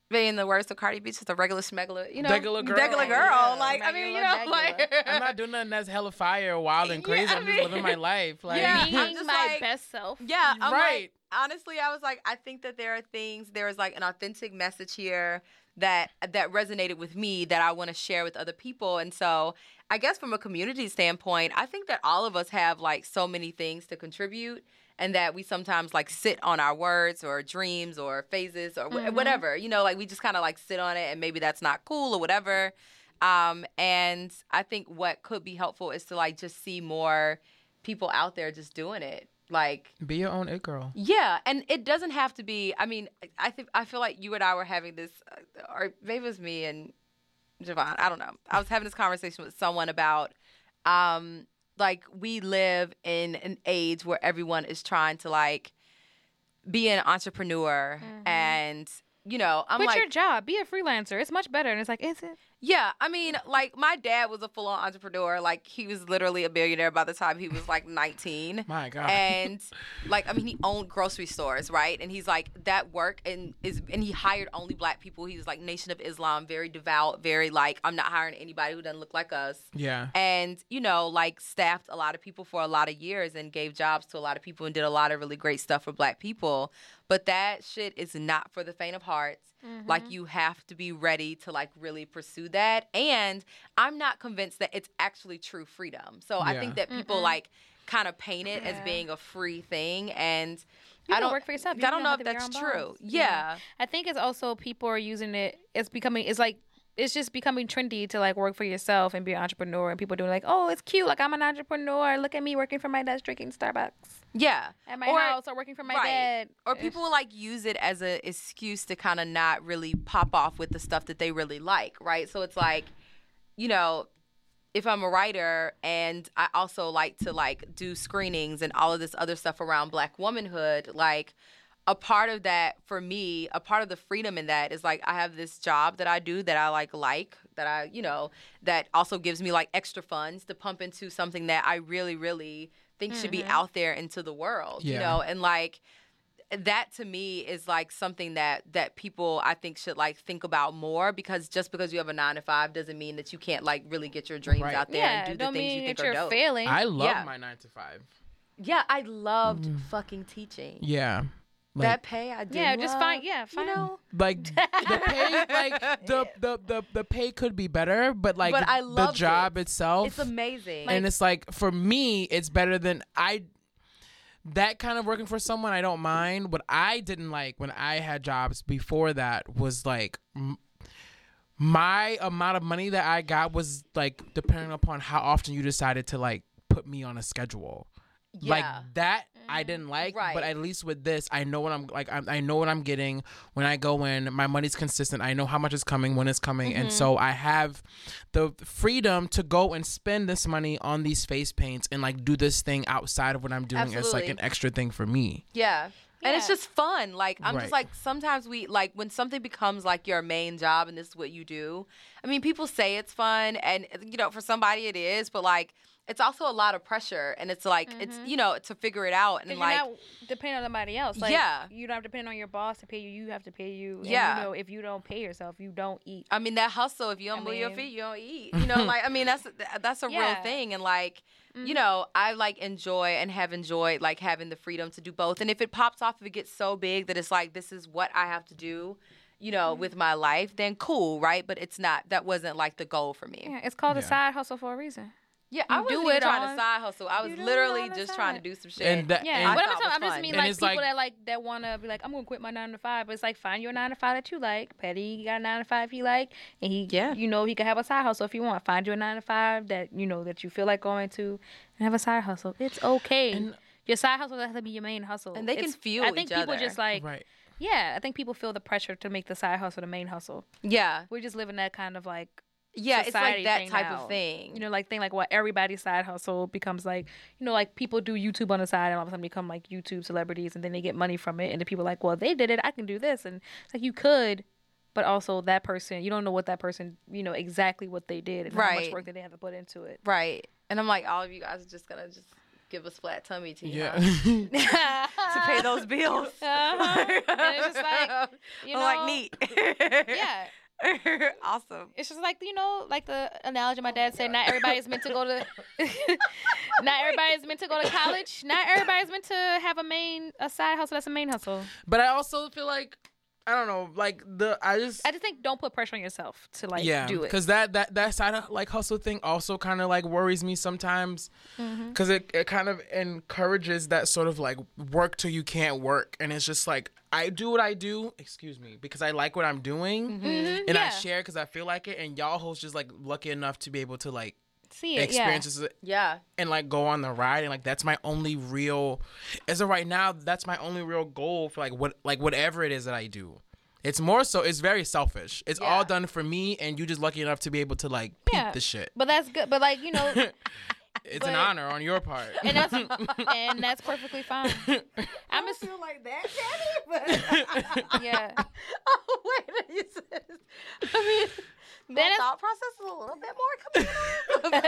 Speaker 5: being the worst of Cardi B, just a regular schmegler, you know,
Speaker 3: Regular girl.
Speaker 5: regular girl.
Speaker 4: Yeah,
Speaker 5: like, I mean, you know,
Speaker 4: regular,
Speaker 5: like,
Speaker 4: regular.
Speaker 3: I'm not doing nothing that's hella fire, wild, and crazy.
Speaker 5: I
Speaker 3: I'm
Speaker 5: mean-
Speaker 3: just living my life. Like,
Speaker 5: Yeah, I'm
Speaker 4: Being
Speaker 5: just
Speaker 4: my
Speaker 5: like-
Speaker 4: best self.
Speaker 5: yeah, I'm
Speaker 3: Right.
Speaker 5: Like, honestly, I was like, I think that there are things. There is like an authentic message here that that resonated with me that I want to share with other people, and so I guess from a community standpoint, I think that all of us have like so many things to contribute. And that we sometimes like sit on our words or dreams or phases or wh- whatever, you know, like we just kind of like sit on it and maybe that's not cool or whatever. Um, and I think what could be helpful is to like just see more people out there just doing it. Like,
Speaker 3: be your own it girl.
Speaker 5: yeah, and it doesn't have to be. I mean, I think I feel like you and I were having this, uh, or maybe it was me and Javon. I don't know. I was having this conversation with someone about, um, like we live in an age where everyone is trying to like be an entrepreneur, and you know, I'm
Speaker 4: Quit
Speaker 5: like,
Speaker 4: your job. Be a freelancer. It's much better. And it's like, is it?
Speaker 5: yeah, I mean, like my dad was a full on entrepreneur. Like he was literally a billionaire by the time he was like 19.
Speaker 3: My God.
Speaker 5: And like I mean, he owned grocery stores, right? And he's like that work and is and he hired only black people. He was like Nation of Islam, very devout, very like I'm not hiring anybody who doesn't look like us.
Speaker 3: Yeah.
Speaker 5: And you know, like staffed a lot of people for a lot of years and gave jobs to a lot of people and did a lot of really great stuff for black people. But that shit is not for the faint of hearts. Like
Speaker 4: Mm-hmm.
Speaker 5: you have to be ready to like really pursue that. And I'm not convinced that it's actually true freedom. So I
Speaker 3: Yeah.
Speaker 5: think that people like kind of paint it as being a free thing and
Speaker 4: You
Speaker 5: I
Speaker 4: can
Speaker 5: don't
Speaker 4: work for yourself. You
Speaker 5: I
Speaker 4: can
Speaker 5: don't know
Speaker 4: have
Speaker 5: if
Speaker 4: to be your
Speaker 5: that's
Speaker 4: own boss.
Speaker 5: true.
Speaker 4: Yeah.
Speaker 5: Yeah.
Speaker 4: I think it's also people are using it. It's becoming. It's like it's just becoming trendy to like work for yourself and be an entrepreneur. And people doing like, oh, it's cute. Like I'm an entrepreneur. Look at me working for my desk, drinking Starbucks
Speaker 5: Yeah.
Speaker 4: at my
Speaker 5: Or-
Speaker 4: house, or working for my
Speaker 5: right.
Speaker 4: dad.
Speaker 5: Or
Speaker 4: It's-
Speaker 5: people like use it as an excuse to kind of not really pop off with the stuff that they really like, right? So it's like, you know, if I'm a writer and I also like to like do screenings and all of this other stuff around black womanhood, like a part of that for me, a part of the freedom in that is like I have this job that I do that I like like that I, you know, that also gives me like extra funds to pump into something that I really really think should be
Speaker 4: Mm-hmm.
Speaker 5: out there into the world, you
Speaker 3: Yeah.
Speaker 5: know, and like that to me is like something that that people I think should like think about more because just because you have a nine to five doesn't mean that you can't like really get your dreams
Speaker 3: Right.
Speaker 5: out there
Speaker 4: yeah,
Speaker 5: and do the
Speaker 4: don't
Speaker 5: things
Speaker 4: mean
Speaker 5: you think
Speaker 4: that
Speaker 5: are
Speaker 4: you're
Speaker 5: dope.
Speaker 4: failing.
Speaker 3: I love
Speaker 5: Yeah.
Speaker 3: my nine to five.
Speaker 5: Yeah, I loved fucking teaching.
Speaker 3: Yeah. Like,
Speaker 5: that pay I did.
Speaker 4: yeah, just
Speaker 5: love,
Speaker 4: fine. Yeah,
Speaker 5: You
Speaker 4: fine.
Speaker 5: know,
Speaker 3: like the pay, like the, the the the pay could be better, but like
Speaker 5: But I
Speaker 3: the
Speaker 5: loved
Speaker 3: job
Speaker 5: it.
Speaker 3: itself,
Speaker 5: it's amazing.
Speaker 3: and it's like for me, it's better than I. That kind of working for someone I don't mind. What I didn't like when I had jobs before that was like m- my amount of money that I got was like depending upon how often you decided to like put me on a schedule. like
Speaker 5: Yeah. Mm.
Speaker 3: that I didn't like.
Speaker 5: Right.
Speaker 3: But at least with this, I know what I'm like. I'm, I know what I'm getting when I go in. My money's consistent. I know how much is coming, when it's coming, and so
Speaker 4: Mm-hmm.
Speaker 3: I have the freedom to go and spend this money on these face paints and like do this thing outside of what I'm doing. It's like
Speaker 5: Absolutely.
Speaker 3: an extra thing for me.
Speaker 5: Yeah. And it's
Speaker 4: Yeah.
Speaker 5: just fun. Like I'm just
Speaker 3: Right.
Speaker 5: like sometimes we like when something becomes like your main job and this is what you do. I mean, people say it's fun and you know, for somebody it is, but like it's also a lot of pressure, and it's like it's
Speaker 4: Mm-hmm.
Speaker 5: you know to figure it out and
Speaker 4: Because
Speaker 5: like
Speaker 4: you're not depending on somebody else. Like,
Speaker 5: Yeah.
Speaker 4: You don't have to depend on your boss to pay you. You have to pay you. And
Speaker 5: Yeah.
Speaker 4: You know, if you don't pay yourself, you don't eat.
Speaker 5: I mean that hustle. If you don't
Speaker 4: I
Speaker 5: move your
Speaker 4: mean-
Speaker 5: feet, you don't eat. You know, like I mean that's that's a real
Speaker 4: Yeah. Mm-hmm.
Speaker 5: thing. And like you know, I like enjoy and have enjoyed like having the freedom to do both. And if it pops off, if it gets so big that it's like this is what I have to do, you know,
Speaker 4: Mm-hmm.
Speaker 5: with my life, then cool, right? But it's not. That wasn't like the goal for me.
Speaker 9: Yeah, it's called a
Speaker 3: Yeah.
Speaker 9: side hustle for a reason.
Speaker 5: Yeah, I
Speaker 9: You
Speaker 5: wasn't
Speaker 9: do
Speaker 5: even
Speaker 9: it
Speaker 5: trying to
Speaker 9: on-
Speaker 5: side hustle. I was
Speaker 9: you do it
Speaker 5: literally
Speaker 9: on the
Speaker 5: just trying to
Speaker 9: side.
Speaker 5: do some shit.
Speaker 3: And that,
Speaker 4: Yeah,
Speaker 3: and
Speaker 5: thought
Speaker 4: what
Speaker 5: it
Speaker 4: I'm
Speaker 5: was
Speaker 4: talking, I'm just
Speaker 5: fun.
Speaker 4: mean
Speaker 3: And
Speaker 4: like
Speaker 3: it's
Speaker 4: people
Speaker 3: like-
Speaker 4: that like that want to be like, I'm gonna quit my nine to five, but it's like find your nine to five that you like. Petty he got a nine to five he like, and he,
Speaker 5: Yeah.
Speaker 4: you know, he can have a side hustle if you want. Find you a nine to five that you know that you feel like going to, and have a side hustle. It's okay. your side hustle doesn't have to be your main hustle,
Speaker 5: And they can
Speaker 4: It's-
Speaker 5: feel
Speaker 4: I think
Speaker 5: each
Speaker 4: people
Speaker 5: other.
Speaker 4: just like,
Speaker 3: right.
Speaker 4: yeah, I think people feel the pressure to make the side hustle the main hustle.
Speaker 5: yeah,
Speaker 4: We're just living that kind of like
Speaker 5: yeah, it's like
Speaker 4: society
Speaker 5: that
Speaker 4: thing
Speaker 5: type
Speaker 4: now.
Speaker 5: of thing.
Speaker 4: You know, like thing like what everybody's side hustle becomes like, you know, like people do YouTube on the side and all of a sudden become like YouTube celebrities and then they get money from it and the people are like, well, they did it, I can do this, and it's like you could, but also that person, you don't know what that person, you know, exactly what they did and how
Speaker 5: Right.
Speaker 4: much work that they have to put into it.
Speaker 5: right? And I'm like, all of you guys are just gonna just give us flat tummy to
Speaker 3: Yeah.
Speaker 5: to pay those bills.
Speaker 4: And it's just like, Uh-huh. you know,
Speaker 5: like neat.
Speaker 4: yeah.
Speaker 5: awesome.
Speaker 4: it's just like you know, like the analogy
Speaker 3: Oh
Speaker 4: my dad said. Not everybody's meant to go to. not everybody's meant to go to college. Not everybody's meant to have a main a side hustle. That's a main hustle.
Speaker 3: But I also feel like I don't know, like the I just
Speaker 4: I just think don't put pressure on yourself to like
Speaker 3: yeah,
Speaker 4: do it.
Speaker 3: because that that that side of, like hustle thing also kind of like worries me sometimes,
Speaker 4: Mm-hmm.
Speaker 3: because it it kind of encourages that sort of like work till you can't work, and it's just like I do what I do, excuse me, because I like what I'm doing, and I
Speaker 4: Mm-hmm. yeah.
Speaker 3: share because I feel like it, and y'all hosts just like lucky enough to be able to like
Speaker 4: See it, yeah.
Speaker 3: experience this
Speaker 5: Yeah.
Speaker 3: and like go on the ride and like that's my only real as of right now that's my only real goal for like what like whatever it is that i do it's more so it's very selfish it's all
Speaker 5: Yeah.
Speaker 3: done for me and you just lucky enough to be able to like peep
Speaker 4: Yeah.
Speaker 3: the shit
Speaker 4: But that's good. But like you know,
Speaker 3: it's an
Speaker 4: but-
Speaker 3: honor on your part
Speaker 4: and that's and that's perfectly fine. I'm just
Speaker 5: feel like that, Tammy.
Speaker 4: yeah.
Speaker 5: oh, wait a minute. I mean,
Speaker 4: That
Speaker 5: that
Speaker 4: is-
Speaker 5: thought process is a little bit more complicated.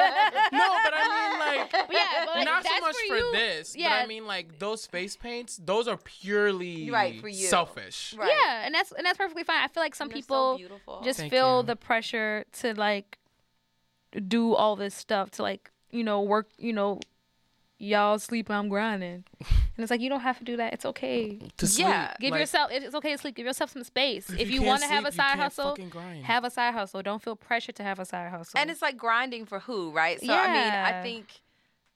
Speaker 3: no but i mean like
Speaker 4: But yeah, but like,
Speaker 3: not
Speaker 4: that's
Speaker 3: so much for,
Speaker 4: you.
Speaker 3: this
Speaker 4: Yeah,
Speaker 3: but i mean like those face paints those are purely
Speaker 5: Right, for you.
Speaker 3: selfish
Speaker 5: Right.
Speaker 4: yeah, and that's and that's perfectly fine. I feel like some
Speaker 5: They're so
Speaker 4: people
Speaker 5: beautiful.
Speaker 4: just
Speaker 3: Thank
Speaker 4: feel
Speaker 3: you.
Speaker 4: the pressure to like do all this stuff to like you know work you know y'all sleep I'm grinding, and it's like you don't have to do that. It's okay.
Speaker 3: To
Speaker 5: Yeah.
Speaker 3: sleep,
Speaker 4: Give
Speaker 3: like,
Speaker 4: yourself it's okay to sleep. Give yourself some space. If,
Speaker 3: you
Speaker 4: you,
Speaker 3: can't
Speaker 4: want to have a
Speaker 3: sleep, you
Speaker 4: side
Speaker 3: can't
Speaker 4: hustle,
Speaker 3: fucking grind.
Speaker 4: have a side hustle. Don't feel pressure to have a side hustle.
Speaker 5: And it's like grinding for who, right? So I mean, I
Speaker 4: Yeah.
Speaker 5: think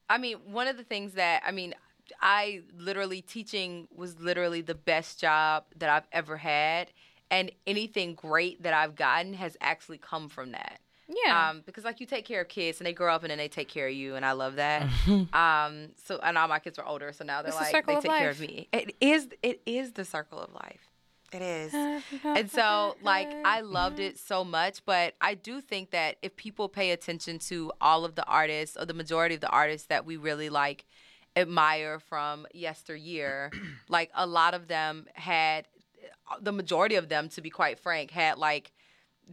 Speaker 5: I mean, one of the things that I mean, I literally teaching was literally the best job that I've ever had. And anything great that I've gotten has actually come from that.
Speaker 4: yeah,
Speaker 5: Um, because like you take care of kids and they grow up and then they take care of you and I love that. um, so and all my kids are older, so now they're
Speaker 4: It's the
Speaker 5: like
Speaker 4: circle
Speaker 5: they
Speaker 4: of
Speaker 5: take care of
Speaker 4: life.
Speaker 5: me. It is it is the circle of life. It is. and so like I loved it so much, but I do think that if people pay attention to all of the artists or the majority of the artists that we really like admire from yesteryear, like a lot of them had the majority of them to be quite frank had like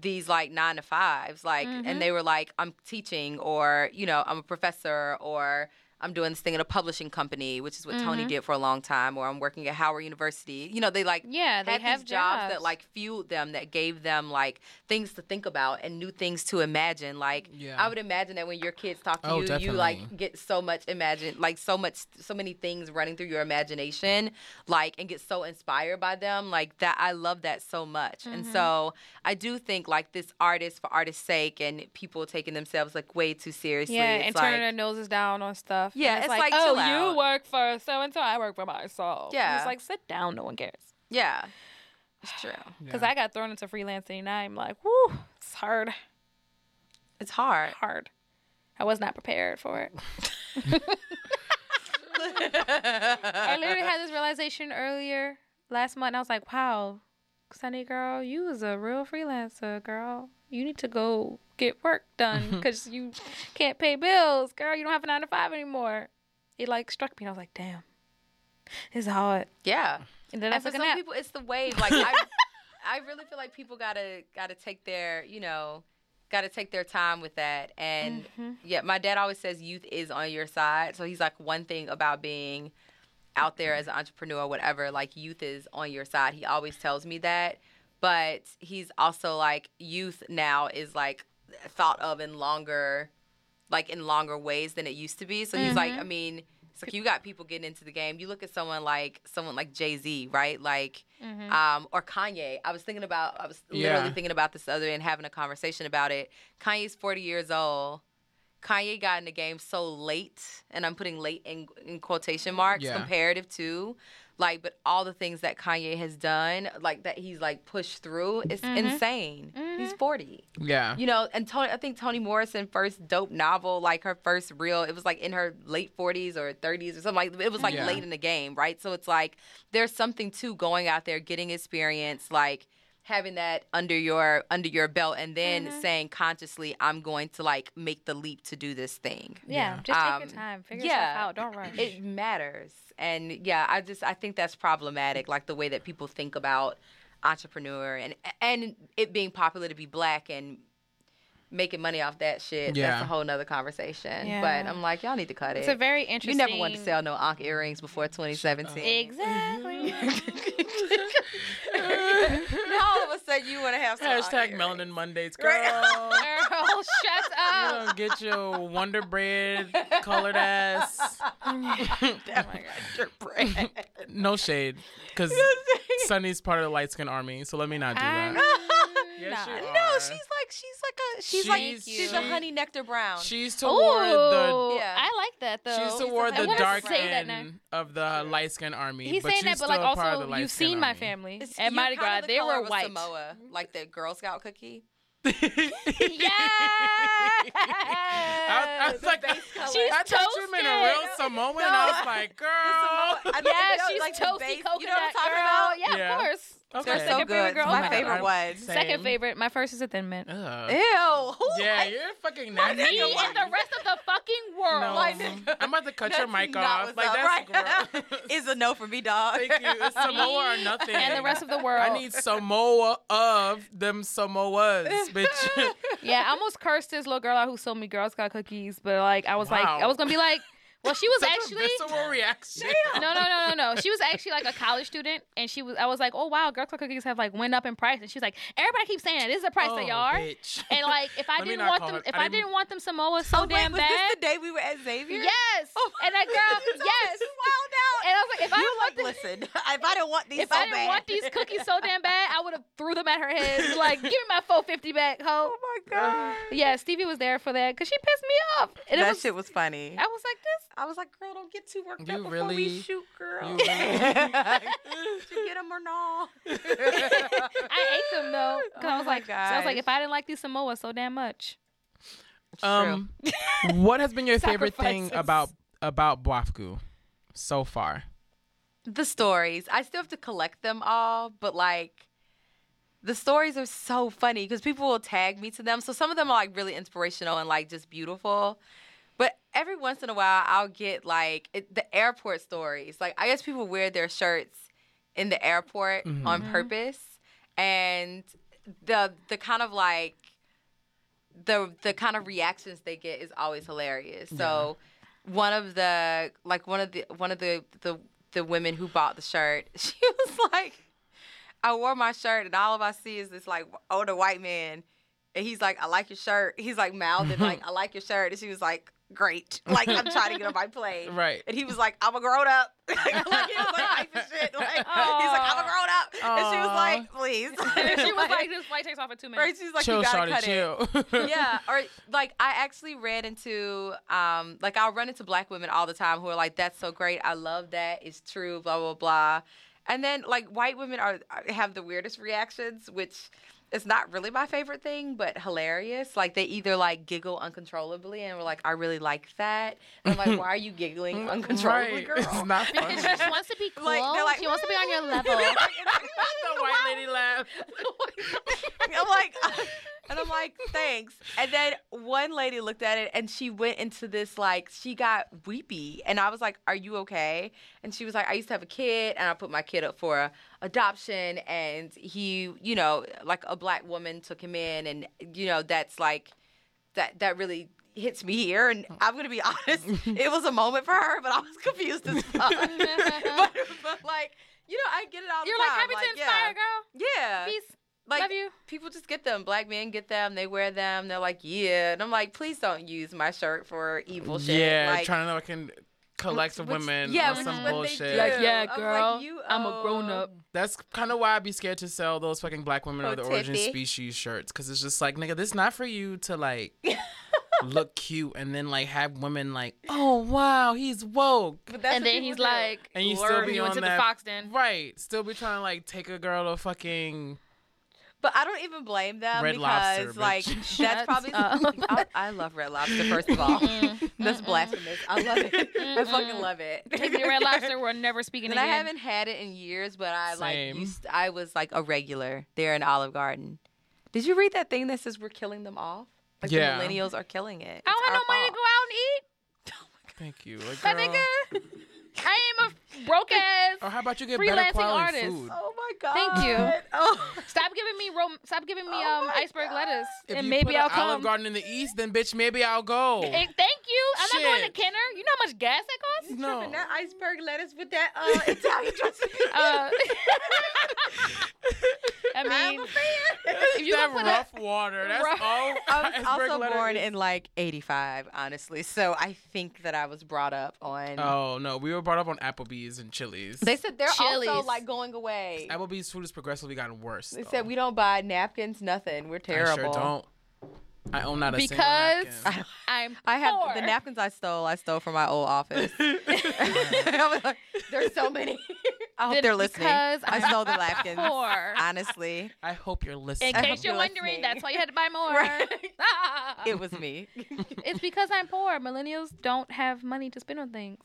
Speaker 5: these like nine to fives like and they were like i'm teaching or you know i'm a professor or i'm doing this thing at a publishing company which is what tony did for a long time or i'm working at howard university you know they like
Speaker 4: Yeah, they
Speaker 5: had
Speaker 4: have
Speaker 5: these jobs. that
Speaker 4: jobs.
Speaker 5: like fueled them that gave them like things to think about and new things to imagine like
Speaker 3: Yeah.
Speaker 5: i would imagine that when your kids talk to
Speaker 3: Oh,
Speaker 5: you you like
Speaker 3: definitely.
Speaker 5: get so much imagine like so much so many things running through your imagination like and get so inspired by them like that i love that so much
Speaker 4: Mm-hmm.
Speaker 5: and so i do think like this artist for artist's sake and people taking themselves like way too seriously
Speaker 4: yeah,
Speaker 5: it's
Speaker 4: and turning their
Speaker 5: like,
Speaker 4: noses down on stuff. And
Speaker 5: Yeah,
Speaker 4: it's,
Speaker 5: it's
Speaker 4: like,
Speaker 5: like,
Speaker 4: oh,
Speaker 5: chill out."
Speaker 4: you work for so and so, I work for myself. And
Speaker 5: Yeah.
Speaker 4: it's like sit down, no one cares.
Speaker 5: yeah it's true
Speaker 4: Because I got thrown into freelancing and I'm like, whoo, it's hard,
Speaker 5: it's hard
Speaker 4: hard. I was not prepared for it. I literally had this realization earlier last month. And I was like, wow, Sunny girl, you is a real freelancer, girl. You need to go get work done because you can't pay bills, girl. You don't have a nine to five anymore. It like struck me and I was like, damn, it's hard.
Speaker 5: yeah
Speaker 4: And then I
Speaker 5: and
Speaker 4: took
Speaker 5: for
Speaker 4: a
Speaker 5: some
Speaker 4: nap.
Speaker 5: people it's the wave like i i really feel like people gotta gotta take their you know got to take their time with that. And
Speaker 4: Mm-hmm.
Speaker 5: yeah, my dad always says youth is on your side. So he's like, one thing about being out there as an entrepreneur, whatever, like youth is on your side. He always tells me that. But he's also like, youth now is like thought of in longer, like in longer ways than it used to be. So he's like, I mean, it's like you got people getting into the game. You look at someone like someone like Jay Z, right? Like, um, or Kanye. I was thinking about, I was literally
Speaker 3: Yeah.
Speaker 5: thinking about this the other day and having a conversation about it. Kanye's 40 years old. Kanye got in the game so late, and I'm putting late in, in quotation marks,
Speaker 3: Yeah.
Speaker 5: comparative to, like, but all the things that Kanye has done, like that he's like pushed through, it's insane. He's 40.
Speaker 3: Yeah.
Speaker 5: You know, and Tony, I think Toni Morrison first dope novel, like her first real, it was like in her late 40s or 30s or something like. It was like
Speaker 3: Yeah.
Speaker 5: late in the game, right? So it's like there's something to going out there, getting experience, like having that under your under your belt, and then
Speaker 4: Mm-hmm.
Speaker 5: saying consciously, I'm going to like make the leap to do this thing.
Speaker 4: Yeah, just take
Speaker 5: Um,
Speaker 4: your time. Figure
Speaker 5: yeah.
Speaker 4: stuff out. Don't rush.
Speaker 5: It matters, and yeah, I just I think that's problematic, like the way that people think about entrepreneur and and it being popular to be black and making money off that shit.
Speaker 3: Yeah.
Speaker 5: That's a whole nother conversation.
Speaker 4: Yeah.
Speaker 5: But I'm like, y'all need to cut
Speaker 9: It's a
Speaker 5: it.
Speaker 9: very
Speaker 5: you
Speaker 9: interesting.
Speaker 5: never wanted to sell no Ankh earrings before 2017.
Speaker 4: exactly.
Speaker 5: All of a sudden, you want to have some Ankh
Speaker 3: Hashtag
Speaker 5: earrings.
Speaker 3: Melanin Mondays, girl.
Speaker 5: Right.
Speaker 4: Girl, shut
Speaker 3: You
Speaker 4: up.
Speaker 3: don't get your Wonder Bread colored ass. no shade, because Sunny's part of the light skin army, so let me not do that.
Speaker 4: I'm not.
Speaker 3: Yes, you
Speaker 5: No,
Speaker 3: are.
Speaker 5: she's like she's like a she's, like
Speaker 3: She's-
Speaker 5: she's a
Speaker 3: she-
Speaker 5: honey nectar brown.
Speaker 3: She's
Speaker 4: Ooh,
Speaker 3: toward the.
Speaker 5: Yeah.
Speaker 4: I like that though.
Speaker 3: She's toward
Speaker 4: I
Speaker 3: the
Speaker 4: wanna
Speaker 3: dark
Speaker 4: say that now.
Speaker 3: end of the light skin army.
Speaker 4: He's
Speaker 3: but
Speaker 4: saying
Speaker 3: she's
Speaker 4: that, but like
Speaker 3: still part of
Speaker 4: also,
Speaker 3: the
Speaker 4: you've
Speaker 3: light-skinned
Speaker 4: seen my
Speaker 3: army.
Speaker 4: family
Speaker 5: It's- you're
Speaker 4: at Mardi
Speaker 5: kinda
Speaker 4: Gras.
Speaker 5: the
Speaker 4: They
Speaker 5: color
Speaker 4: were
Speaker 5: of a
Speaker 4: white.
Speaker 5: Samoa, like the Girl Scout cookie.
Speaker 4: Yeah.
Speaker 3: I, I was like,
Speaker 4: She's
Speaker 3: I thought you meant a real
Speaker 4: toasted.
Speaker 3: Samoan. I was like, girl.
Speaker 5: I think
Speaker 4: Yeah,
Speaker 5: those,
Speaker 4: she's
Speaker 5: like, the
Speaker 4: toasty
Speaker 5: base-
Speaker 4: coconut
Speaker 5: You know what I'm talking
Speaker 4: girl.
Speaker 5: about?
Speaker 4: Yeah,
Speaker 3: Yeah.
Speaker 4: of course.
Speaker 5: They're
Speaker 3: Okay.
Speaker 5: so
Speaker 4: Second favorite
Speaker 5: good.
Speaker 4: girl.
Speaker 5: It's my
Speaker 4: Oh my God.
Speaker 5: favorite one.
Speaker 4: Second
Speaker 3: Same.
Speaker 4: favorite. My first is a Thin Man.
Speaker 3: Ugh.
Speaker 5: Ew. Who
Speaker 3: Yeah,
Speaker 5: like-
Speaker 3: you're fucking nasty.
Speaker 4: Me and the rest of the fucking world.
Speaker 3: No.
Speaker 5: Like, nigga,
Speaker 3: I'm about to cut your
Speaker 5: that's
Speaker 3: mic
Speaker 5: not
Speaker 3: off.
Speaker 5: what's
Speaker 3: Like
Speaker 5: up,
Speaker 3: that's
Speaker 5: right?
Speaker 3: gross.
Speaker 5: It's a no for me, dog.
Speaker 3: Thank you. It's Samoa or nothing.
Speaker 4: and the rest of the world.
Speaker 3: I need Samoa of them Samoas, bitch.
Speaker 4: Yeah, I almost cursed this little girl out who sold me Girl Scout cookies, but like I was like
Speaker 3: Wow.
Speaker 4: I was gonna be like, well, she was
Speaker 3: Such
Speaker 4: actually
Speaker 3: a visceral reaction.
Speaker 4: no no no no no she was actually like a college student and she was I was like oh wow Girl Scout cookies have like went up in price and she's like everybody keeps saying that this is the price
Speaker 3: Oh,
Speaker 4: they are
Speaker 3: bitch.
Speaker 4: and like if I
Speaker 3: Let me
Speaker 4: didn't
Speaker 3: not
Speaker 4: want
Speaker 3: call
Speaker 4: them
Speaker 3: it-
Speaker 4: if
Speaker 3: I
Speaker 4: I,
Speaker 3: didn't-
Speaker 4: didn't want them Samoa so
Speaker 5: Oh, wait,
Speaker 4: damn
Speaker 5: was
Speaker 4: bad
Speaker 5: this the day we were at Xavier? Oh
Speaker 4: yes and that
Speaker 5: You
Speaker 4: girl
Speaker 5: know,
Speaker 4: yes
Speaker 5: this is wild out.
Speaker 4: and I was like if I
Speaker 5: you
Speaker 4: didn't want
Speaker 5: like,
Speaker 4: them,
Speaker 5: listen, if I didn't want these
Speaker 4: if
Speaker 5: so
Speaker 4: I didn't
Speaker 5: bad.
Speaker 4: want these cookies so damn bad I would have threw them at her head like give me my 450 back hoe
Speaker 5: Oh my god.
Speaker 4: yeah Stevie was there for that because she pissed me off and it
Speaker 5: that
Speaker 4: was
Speaker 5: shit was funny.
Speaker 4: I was like this
Speaker 5: I was like, girl, don't get too worked
Speaker 3: You
Speaker 5: up before we
Speaker 3: really-
Speaker 5: shoot, girl.
Speaker 3: you
Speaker 5: Did
Speaker 3: really-
Speaker 5: you get them or not?
Speaker 4: I ate them though because I
Speaker 5: Oh
Speaker 4: was
Speaker 5: my
Speaker 4: like, so I was like,
Speaker 5: gosh.
Speaker 4: if I didn't like these Samoa so damn much,
Speaker 3: um, what has been your favorite thing
Speaker 4: Sacrifices.
Speaker 3: about about Boafku so far?
Speaker 5: the stories. I still have to collect them all, but like the stories are so funny because people will tag me to them. So some of them are like really inspirational and like just beautiful. But every once in a while, I'll get like it, the airport stories. Like I guess people wear their shirts in the airport on purpose, and the the kind of like the the kind of reactions they get is always hilarious. So one of the like one of the one of the the the women who bought the shirt, she was like, "I wore my shirt, and all of I see is this like older white man." And he's like, I like your shirt. He's like mouthing, like, I like your shirt. And she was like, Great. Like, I'm trying to get on my plane.
Speaker 3: Right.
Speaker 5: And he was like, I'm a grown up. like, he was like, hype as shit. Like, he's like, I'm a grown up. And she was like, Please.
Speaker 4: she was like, this flight takes off in two
Speaker 5: Right,
Speaker 4: minutes.
Speaker 5: she's like,
Speaker 3: chill,
Speaker 5: you gotta
Speaker 3: Shawty,
Speaker 5: cut it
Speaker 3: chill.
Speaker 5: yeah or like i actually ran into um like i'll run into black women all the time who are like that's so great i love that it's true blah blah blah and then like white women are are- have the weirdest reactions which is not really my favorite thing but hilarious like they either like giggle uncontrollably and were like i really like that and i'm like why are you giggling uncontrollably
Speaker 3: right.
Speaker 5: girl
Speaker 3: It's not funny.
Speaker 4: Because she just wants to be cool.
Speaker 5: Like, they're like,
Speaker 4: she wants to be on
Speaker 3: "Mm."
Speaker 4: your level.
Speaker 5: Like, it's like,
Speaker 3: the white lady laugh.
Speaker 5: I'm like, uh, And I'm like, thanks. And then one lady looked at it and she went into this, like, she got weepy. And I was like, Are you okay? And she was like, I used to have a kid and I put my kid up for adoption. And he, you know, like a black woman took him in. And, you know, that's like, that that really hits me here and I'm gonna be honest, it was a moment for her, but I was confused as fuck. but, but like, you know, I get it all
Speaker 4: You're
Speaker 5: the
Speaker 4: like
Speaker 5: time.
Speaker 4: happy to inspire, girl.
Speaker 5: Yeah. yeah.
Speaker 4: Peace.
Speaker 5: Like
Speaker 4: Love you.
Speaker 5: people just get them. Black men get them, they wear them, they're like, yeah. And I'm like, please don't use my shirt for evil shit.
Speaker 3: Yeah,
Speaker 5: like,
Speaker 3: trying to know I can collect
Speaker 5: which-
Speaker 3: women
Speaker 5: yeah,
Speaker 3: or
Speaker 5: which
Speaker 3: some
Speaker 5: is what they
Speaker 3: bullshit.
Speaker 5: do.
Speaker 4: Like, yeah,
Speaker 5: I'm like,
Speaker 4: girl.
Speaker 5: you
Speaker 4: I'm a grown
Speaker 5: owe-
Speaker 4: up.
Speaker 3: That's kind of why I'd be scared to sell those fucking black women or the origin
Speaker 5: Tiffy.
Speaker 3: species shirts because it's just like, nigga, this not for you to like look cute and then like have women like, oh wow, he's woke,
Speaker 5: But that's
Speaker 4: and
Speaker 5: what
Speaker 4: then
Speaker 5: people
Speaker 4: he's
Speaker 5: do.
Speaker 4: like,
Speaker 3: And you still
Speaker 4: luring
Speaker 3: be
Speaker 4: you
Speaker 3: on
Speaker 4: into
Speaker 3: that-
Speaker 4: the fox den.
Speaker 3: right? Still be trying to like take a girl to fucking
Speaker 5: But I don't even blame them
Speaker 3: Red
Speaker 5: Um, because,
Speaker 3: Lobster, bitch.
Speaker 5: like, that's
Speaker 4: Shut
Speaker 5: probably.
Speaker 4: up.
Speaker 5: I, I love Red Lobster, first of all. that's blasphemous. I love it. I fucking love it.
Speaker 4: Tiffany Red Lobster, we're never speaking
Speaker 5: And
Speaker 4: again.
Speaker 5: I haven't had it in years, but I
Speaker 3: Same.
Speaker 5: like used. I was like a regular there in Olive Garden. Did you read that thing that says we're killing them off? Like
Speaker 3: Yeah.
Speaker 5: the millennials are killing it.
Speaker 4: I don't have no money to go out and eat.
Speaker 3: thank you, like,
Speaker 4: But
Speaker 3: girl.
Speaker 4: nigga, I am a broke
Speaker 3: Or
Speaker 4: ass.
Speaker 3: how about you get
Speaker 4: freelancing
Speaker 3: better quality
Speaker 4: artist.
Speaker 3: food?
Speaker 5: Oh my god.
Speaker 4: Thank you.
Speaker 5: Oh.
Speaker 4: Stop giving me rom- stop giving me
Speaker 5: Oh
Speaker 4: um
Speaker 5: my
Speaker 4: iceberg
Speaker 5: God.
Speaker 4: lettuce,
Speaker 3: If
Speaker 4: and
Speaker 3: you
Speaker 4: maybe
Speaker 3: put
Speaker 4: I'll
Speaker 3: an Olive
Speaker 4: come.
Speaker 3: Garden in the East, then bitch, maybe I'll go.
Speaker 4: And thank you. I'm not going to
Speaker 3: Shit.
Speaker 4: Kenner. You know how much gas that costs?
Speaker 3: no,
Speaker 5: That iceberg lettuce with that uh, Italian dressing.
Speaker 4: Uh, I mean,
Speaker 3: It's
Speaker 4: if you
Speaker 3: that
Speaker 4: gonna put a-
Speaker 3: rough water. That's
Speaker 4: Rough-
Speaker 3: all.
Speaker 5: I was
Speaker 3: iceberg
Speaker 5: also
Speaker 3: lettuce
Speaker 5: born
Speaker 3: is.
Speaker 5: in like 85, honestly. So I think that I was brought up on.
Speaker 3: Oh no, we were brought up on Applebee's and Chili's.
Speaker 5: They said they're
Speaker 4: Chili's.
Speaker 5: also like going away.
Speaker 3: Applebee's food has progressively gotten worse.
Speaker 5: They
Speaker 3: though.
Speaker 5: said we don't buy napkins, nothing. We're terrible.
Speaker 3: I sure don't. I own not a single
Speaker 4: because
Speaker 3: napkin.
Speaker 4: I'm
Speaker 5: I have
Speaker 4: poor.
Speaker 5: the napkins I stole. I stole from my old office. I was like, There's so many. I hope
Speaker 4: Then
Speaker 5: they're listening.
Speaker 4: because
Speaker 5: I
Speaker 4: I'm
Speaker 5: stole the napkins.
Speaker 4: poor.
Speaker 5: Honestly,
Speaker 3: I hope you're listening.
Speaker 4: In case
Speaker 5: you're
Speaker 4: you're wondering,
Speaker 5: listening.
Speaker 4: that's why you had to buy more.
Speaker 5: Right.
Speaker 4: Ah.
Speaker 5: it was me.
Speaker 4: it's because I'm poor. Millennials don't have money to spend on things.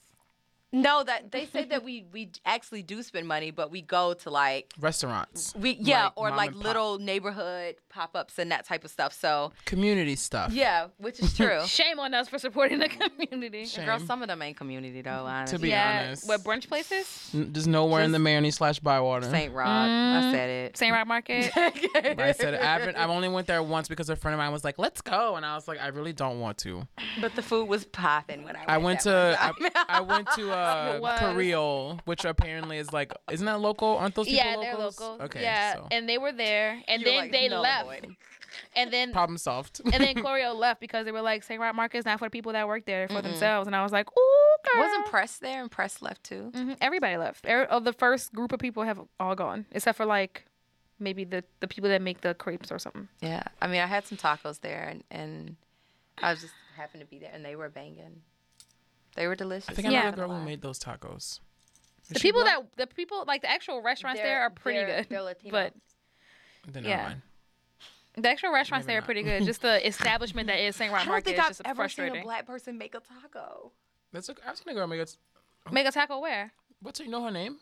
Speaker 5: No,
Speaker 4: Uh,
Speaker 5: that they said that we we actually do spend money, but we go to like
Speaker 3: restaurants,
Speaker 5: we yeah
Speaker 3: Like
Speaker 5: or
Speaker 3: mom
Speaker 5: like
Speaker 3: and pop.
Speaker 5: little neighborhood pop ups and that type of stuff. So
Speaker 3: community stuff.
Speaker 5: yeah, which is true.
Speaker 4: Shame on us for supporting the community.
Speaker 3: Shame.
Speaker 5: Girl, some of them ain't community
Speaker 4: Mm-hmm.
Speaker 5: though. Honestly,
Speaker 3: be
Speaker 4: yeah,
Speaker 3: honest.
Speaker 4: what brunch places?
Speaker 3: N- There's nowhere in the
Speaker 5: Just-
Speaker 3: Maroney slash Bywater.
Speaker 5: Saint Rod. I said it.
Speaker 4: Saint Rock Market.
Speaker 3: I said I haven't. I've only went there once because a friend of mine was like, "Let's go," and I was like, "I really don't want to."
Speaker 5: But the food was popping when I went.
Speaker 3: I went to
Speaker 5: that
Speaker 3: I,
Speaker 5: one time.
Speaker 3: I went to uh,
Speaker 4: It was.
Speaker 3: Creole, which apparently is like, isn't that local? Aren't those people
Speaker 4: yeah, they're
Speaker 3: locals?
Speaker 4: local.
Speaker 3: Okay,
Speaker 4: yeah,
Speaker 3: so
Speaker 4: and they were there, and
Speaker 5: You were
Speaker 4: then
Speaker 5: like,
Speaker 4: they
Speaker 5: "No,
Speaker 4: left,
Speaker 5: boy."
Speaker 4: and then
Speaker 3: problem solved.
Speaker 4: and then Choreo left because they were like, Saint Rock Market is not for the people that work there for themselves, and I was like, ooh, girl.
Speaker 5: Mm-hmm. Wasn't Press there and Press left too?
Speaker 4: Mhm, Everybody left. Every, oh, the first group of people have all gone, except for like maybe the the people that make the crepes or something.
Speaker 5: Yeah. I mean, I had some tacos there and, and I was just happened to be there and they were banging. They were delicious.
Speaker 3: I think I
Speaker 4: Yeah.
Speaker 3: know the girl who made those tacos.
Speaker 4: The people that the people like the actual restaurants there
Speaker 5: They're-
Speaker 4: are pretty
Speaker 5: they're-
Speaker 4: good,
Speaker 5: they're Latino.
Speaker 4: but
Speaker 3: Then
Speaker 4: Yeah.
Speaker 3: never mind.
Speaker 4: the actual restaurants
Speaker 3: Maybe
Speaker 4: there are
Speaker 3: not.
Speaker 4: pretty good. Just the establishment that is Saint Rock
Speaker 5: I don't
Speaker 4: Market
Speaker 5: think
Speaker 4: is
Speaker 5: I've
Speaker 4: just
Speaker 5: ever seen
Speaker 4: frustrating.
Speaker 5: a black person make a taco.
Speaker 3: That's okay. I've seen a girl make it.
Speaker 4: Make a taco where?
Speaker 3: What's her? You know her name?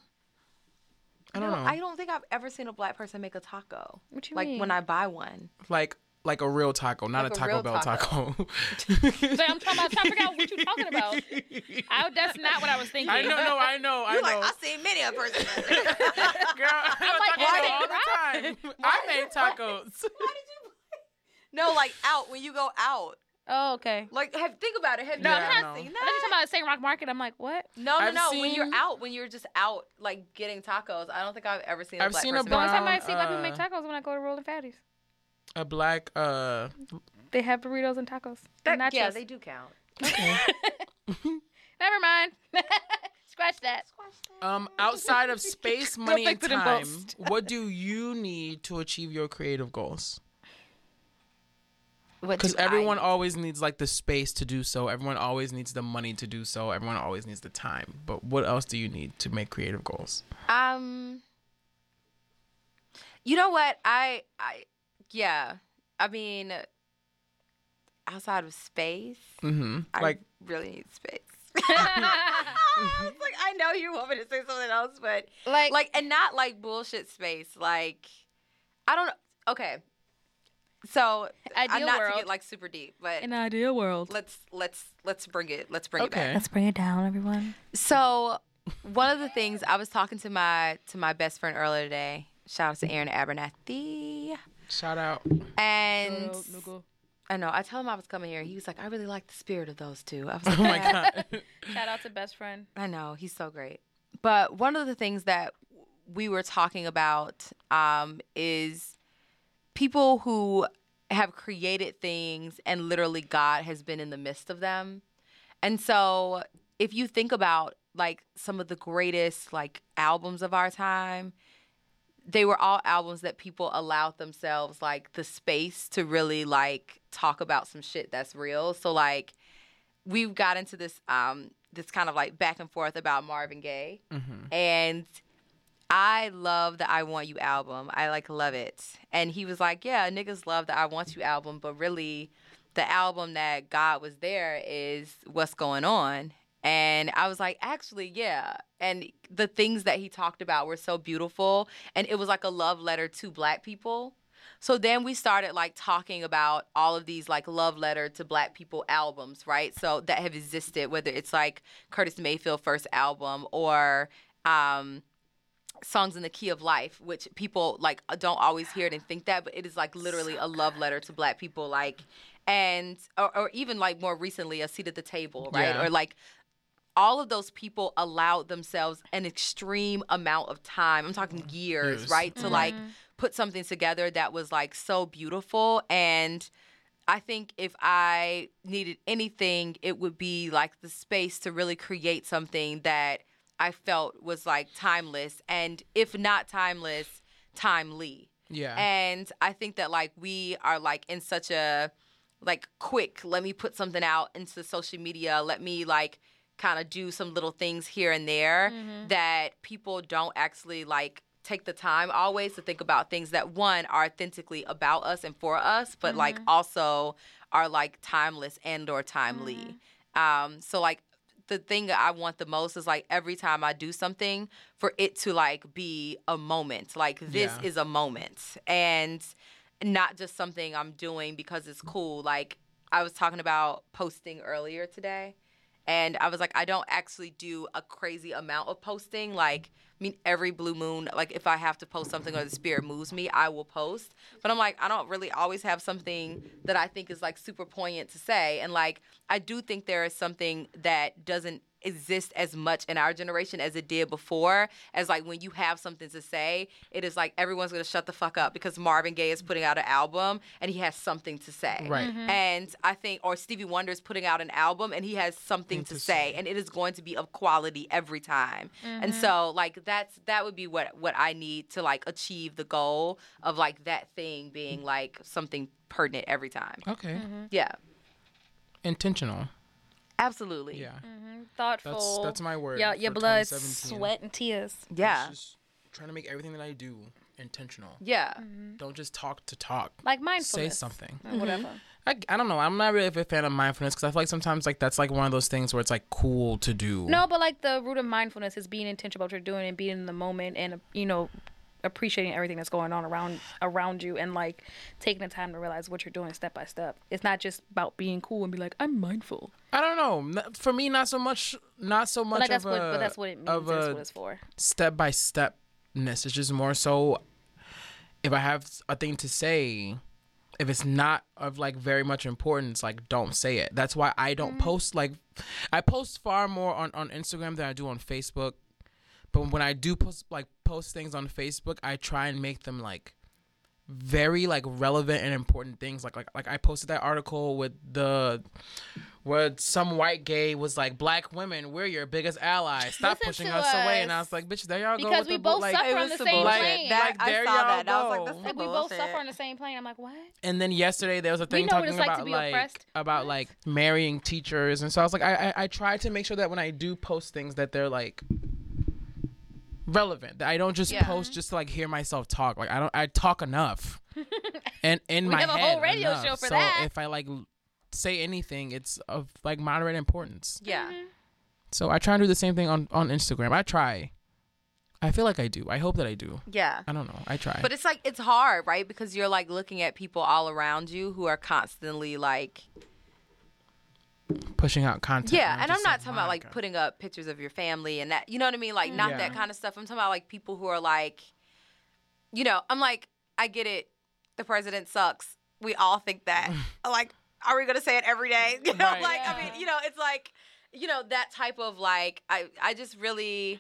Speaker 3: I don't
Speaker 5: No,
Speaker 3: know.
Speaker 5: I don't think I've ever seen a black person make a taco.
Speaker 4: What you
Speaker 5: like
Speaker 4: mean?
Speaker 5: when I buy one.
Speaker 3: like like a real taco, not
Speaker 5: Like
Speaker 3: a
Speaker 5: a
Speaker 3: Taco
Speaker 5: real
Speaker 3: Bell taco.
Speaker 5: taco.
Speaker 4: So I'm talking about trying to figure out what you're talking about. I, that's not what I was thinking.
Speaker 3: I know, no, I know, I
Speaker 5: You're
Speaker 3: know.
Speaker 5: like, I've seen many a person. Why did
Speaker 3: Girl, I
Speaker 4: why
Speaker 3: go Taco Bell all the time. I made tacos.
Speaker 5: you No, like out when you go out.
Speaker 4: Oh, okay.
Speaker 5: Like have think about it. Have
Speaker 3: No,
Speaker 5: you
Speaker 3: I'm
Speaker 5: ever
Speaker 3: not-
Speaker 5: seen
Speaker 4: I thought you
Speaker 5: that?
Speaker 4: were talking about Saint Rock Market. I'm like, what?
Speaker 5: No, no,
Speaker 3: I've
Speaker 5: no. When you're
Speaker 3: seen-
Speaker 5: out, when you're just out, like getting tacos, I don't think I've ever seen. A
Speaker 3: I've
Speaker 5: black
Speaker 3: seen a
Speaker 5: person
Speaker 4: The only
Speaker 5: make
Speaker 4: time
Speaker 3: Brown,
Speaker 4: I see black people make
Speaker 3: uh,
Speaker 4: tacos is when I go to Rolling Fatties.
Speaker 3: A black uh
Speaker 4: They have burritos and tacos. and
Speaker 5: That-
Speaker 4: nachos.
Speaker 5: yeah, they do count.
Speaker 4: Never mind. Scratch that.
Speaker 3: um outside of space, money, and
Speaker 4: fix it in
Speaker 3: time.
Speaker 4: post.
Speaker 3: What do you need to achieve your creative goals?
Speaker 5: What
Speaker 3: Because
Speaker 5: do I
Speaker 3: everyone
Speaker 5: need?
Speaker 3: always needs like the space to do so. Everyone always needs the money to do so. Everyone always needs the time. But what else do you need to make creative goals?
Speaker 5: Um, you know what? I, I, yeah. I mean, outside of space,
Speaker 3: Mm-hmm.
Speaker 5: I
Speaker 3: Like
Speaker 5: really need space. It's like I know you want me to say something else, but
Speaker 4: like,
Speaker 5: like and not like bullshit space like i don't okay So I'm
Speaker 9: Ideal
Speaker 5: not to
Speaker 9: world.
Speaker 5: get like super deep, but
Speaker 9: an ideal world.
Speaker 5: let's let's let's bring it let's bring it back.
Speaker 3: Okay.
Speaker 9: Let's bring it down, everyone.
Speaker 5: So one of the things I was talking to my to my best friend earlier today. Shout out to Aaron Abernathy.
Speaker 3: Shout out.
Speaker 5: And I know I told him I was coming here. He was like, I really like the spirit of those two. I was like,
Speaker 3: Oh my
Speaker 5: "Yeah."
Speaker 3: god.
Speaker 9: Shout out to best friend.
Speaker 5: I know he's so great. But one of the things that we were talking about um, is people who have created things and literally God has been in the midst of them. And so if you think about like some of the greatest like albums of our time, they were all albums that people allowed themselves like the space to really like talk about some shit that's real. So like we've got into this um this kind of like back and forth about Marvin Gaye and I love the I Want You album. I like love it. And he was like, Yeah, niggas love the I Want You album, but really the album that God was there is What's Going On. And I was like, Actually, yeah. And the things that he talked about were so beautiful. And it was like a love letter to black people. So then we started like talking about all of these like love letter to black people albums, right? So that have existed, whether it's like Curtis Mayfield first album or um songs in the key of life which people like don't always hear it and think that but it is like literally a love letter to black people like and or, or even like more recently a seat at the table right
Speaker 3: Yeah.
Speaker 5: or like all of those people allowed themselves an extreme amount of time i'm talking years
Speaker 3: Years.
Speaker 5: right to like put something together that was like so beautiful and I think if I needed anything, it would be like the space to really create something that I felt was like timeless. And if not timeless, timely.
Speaker 3: Yeah.
Speaker 5: And I think that like we are like in such a like quick, let me put something out into social media, let me like kind of do some little things here and there that people don't actually like take the time always to think about things that one are authentically about us and for us, but like also are like timeless and or timely. Um so like the thing that I want the most is like every time I do something for it to like be a moment. Like this
Speaker 3: Yeah.
Speaker 5: is a moment and not just something I'm doing because it's cool. Like I was talking about posting earlier today and I was like I don't actually do a crazy amount of posting. Like I mean every blue moon like if I have to post something or the spirit moves me, I will post. But I'm like I don't really always have something that I think is like super poignant to say and like I do think there is something that doesn't exist as much in our generation as it did before as like when you have something to say it is like everyone's gonna shut the fuck up because marvin gaye is putting out an album and he has something to say
Speaker 3: Right. Mm-hmm.
Speaker 5: and i think or stevie wonder is putting out an album and he has something to say and it is going to be of quality every time and
Speaker 3: Mm-hmm.
Speaker 5: so like that's that would be what what i need to like achieve the goal of like that thing being like something pertinent every time
Speaker 3: Mm. Okay.
Speaker 5: yeah
Speaker 3: Intentional.
Speaker 5: absolutely
Speaker 3: Yeah.
Speaker 9: Mm-hmm. Thoughtful.
Speaker 3: that's my word
Speaker 9: Yeah, your
Speaker 3: for
Speaker 9: blood,
Speaker 3: 2017.
Speaker 9: sweat, and tears.
Speaker 5: yeah
Speaker 3: It's just trying to make everything that I do intentional.
Speaker 5: yeah
Speaker 3: Don't just talk to talk.
Speaker 9: Mm-hmm. Like
Speaker 3: Say
Speaker 9: mindfulness.
Speaker 3: something.
Speaker 5: Mm-hmm.
Speaker 9: or Whatever.
Speaker 3: I, I don't know. I'm not really a fan of mindfulness because I feel like sometimes like that's like one of those things where it's like cool to do.
Speaker 9: No, but like the root of mindfulness is being intentional about what you're doing and being in the moment and you know appreciating everything that's going on around around you and like taking the time to realize what you're doing step by step. It's not just about being cool and be like I'm mindful.
Speaker 3: I don't know. N- For me, not so much. Not so much.
Speaker 9: But like that's
Speaker 3: of
Speaker 9: what
Speaker 3: a,
Speaker 9: but that's what it means.
Speaker 3: Of
Speaker 9: that's
Speaker 3: a
Speaker 9: what it's for.
Speaker 3: step by stepness. It's just more so. If I have a thing to say, if it's not of like very much importance, like don't say it. That's why I don't post. Like, I post far more on on Instagram than I do on Facebook. But when I do post like post things on Facebook, I try and make them like very like relevant and important things. Like like like I posted that article with the where some white gay was like, "Black women, we're your biggest ally. Stop
Speaker 4: Listen
Speaker 3: pushing
Speaker 4: to
Speaker 3: us, away." And I
Speaker 4: us.
Speaker 3: was like, "Bitch, there y'all go."
Speaker 4: Because
Speaker 3: with
Speaker 4: we
Speaker 3: the bull-"
Speaker 4: both
Speaker 3: like,
Speaker 4: suffer
Speaker 5: It
Speaker 4: on
Speaker 5: was
Speaker 4: the
Speaker 5: some
Speaker 4: same
Speaker 5: bullshit.
Speaker 4: plane.
Speaker 5: That,
Speaker 3: Like, there
Speaker 5: I saw
Speaker 3: y'all
Speaker 5: that. and I was
Speaker 3: go.
Speaker 5: like, that's
Speaker 4: Like
Speaker 5: some
Speaker 4: we both
Speaker 5: bullshit.
Speaker 4: suffer on the same plane. I'm like, what?
Speaker 3: And then yesterday there was a thing
Speaker 4: know what
Speaker 3: talking
Speaker 4: it's like to
Speaker 3: about
Speaker 4: be
Speaker 3: like,
Speaker 4: oppressed.
Speaker 3: about like marrying teachers, and so I was like, I, I I try to make sure that when I do post things that they're like relevant. That I don't just
Speaker 5: Yeah.
Speaker 3: post just to like hear myself talk. Like I don't I talk enough, and in my
Speaker 4: have a
Speaker 3: head
Speaker 4: whole radio
Speaker 3: enough.
Speaker 4: show for
Speaker 3: so
Speaker 4: that.
Speaker 3: if I like l- say anything, it's of like
Speaker 10: Mm-hmm.
Speaker 3: moderate importance.
Speaker 5: Yeah.
Speaker 3: So I try and do the same thing on on Instagram. I try. I feel like I do. I hope that I do.
Speaker 5: Yeah.
Speaker 3: I don't know. I try.
Speaker 5: But it's like it's hard, right? Because you're like looking at people all around you who are constantly like
Speaker 3: pushing out content.
Speaker 5: Yeah, and I'm
Speaker 3: just
Speaker 5: not talking about like
Speaker 3: "Monica."
Speaker 5: putting up pictures of your family and that you know what I mean? Like not
Speaker 3: Yeah.
Speaker 5: that kind of stuff. I'm talking about like people who are like you know, I'm like, I get it. The president sucks. We all think that. like, are we gonna say it every day? You know,
Speaker 3: Right.
Speaker 5: like I mean, you know, it's like you know, that type of like I I just really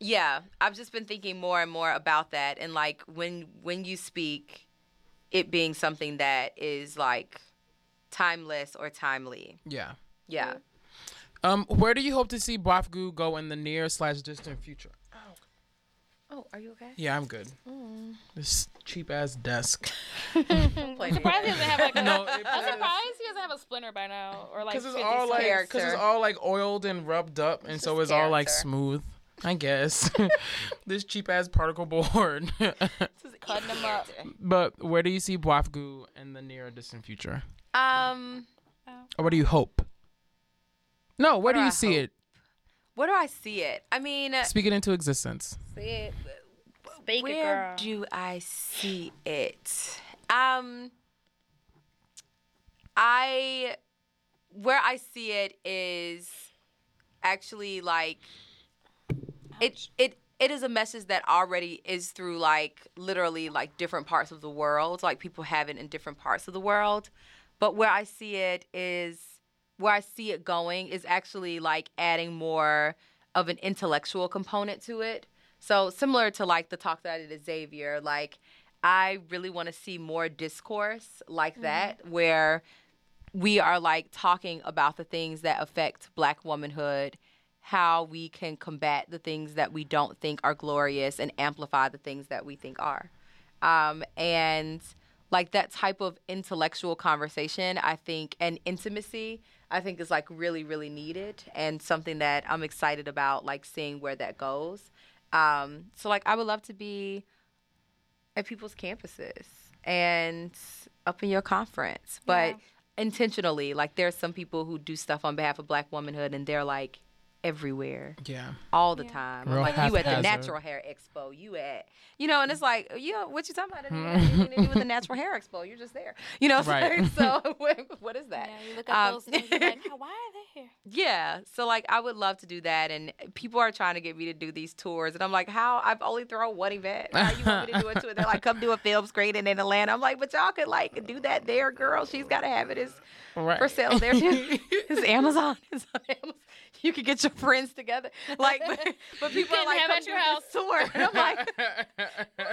Speaker 5: yeah, I've just been thinking more and more about that and like when when you speak it being something that is like timeless or timely.
Speaker 3: Yeah.
Speaker 5: Yeah.
Speaker 3: Um, where do you hope to see Bafgu go in the near slash distant future?
Speaker 9: Oh, are you okay?
Speaker 3: Yeah, I'm good.
Speaker 5: Mm.
Speaker 3: This cheap ass desk.
Speaker 9: Surprised he doesn't have like. A,
Speaker 3: No, it-
Speaker 9: I'm surprised he doesn't have a splinter by now, or like.
Speaker 3: Because it's
Speaker 9: 50
Speaker 3: all like
Speaker 9: cents.
Speaker 3: because it's
Speaker 5: character.
Speaker 3: all like oiled and rubbed up, and so
Speaker 5: just
Speaker 3: it's all like
Speaker 5: character.
Speaker 3: smooth. I guess this cheap ass particle board.
Speaker 9: cutting him up.
Speaker 3: but where do you see Bafgu in the near or distant future?
Speaker 5: Um,
Speaker 3: Or what do you hope? No, where, do,
Speaker 5: do
Speaker 3: you
Speaker 5: I
Speaker 3: see
Speaker 5: hope? Eh.
Speaker 3: it?
Speaker 5: where do I see it? I mean,
Speaker 3: Speak it into existence.
Speaker 9: See it. Speak it,
Speaker 5: where
Speaker 9: girl.
Speaker 5: do I see it? Um, I where I see it is actually like it it it is a message that already is through like literally like different parts of the world like people have it in different parts of the world but where i see it is where i see it going is actually like adding more of an intellectual component to it so similar to like the talk that i did at xavier like i really want to see more discourse like that where we are like talking about the things that affect black womanhood how we can combat the things that we don't think are glorious and amplify the things that we think are um, and like that type of intellectual conversation i think and intimacy i think is like really really needed and something that i'm excited about like seeing where that goes um, so like i would love to be at people's campuses and up in your conference, but intentionally. Like there are some people who do stuff on behalf of Black womanhood, and they're like everywhere
Speaker 3: Yeah.
Speaker 5: all the time. I'm
Speaker 3: Real
Speaker 5: like you at the
Speaker 3: haphazard.
Speaker 5: Natural Hair Expo, you at you know, and it's like you know, what you talking about? It didn't have anything to do with the Natural Hair Expo. You're just there, you know.
Speaker 3: Hmm. Right.
Speaker 5: So what- what is that?
Speaker 9: Yeah, you look at
Speaker 5: Um,
Speaker 9: those things. You're like, "How- why are they here?
Speaker 5: Yeah. So like I would love to do that and people are trying to get me to do these tours and I'm like, how I've only thrown one event. How you want me to do a tour? They're like, come do a film screening in Atlanta. I'm like, but y'all could like do that there, girl. She's gotta have it. It's
Speaker 3: Right.
Speaker 5: for sale there too. it's Amazon. It's on Amazon. You could get your friends together. Like but, but people are
Speaker 9: couldn't
Speaker 5: like
Speaker 9: have
Speaker 5: come
Speaker 9: at your
Speaker 5: do this tour. And I'm like,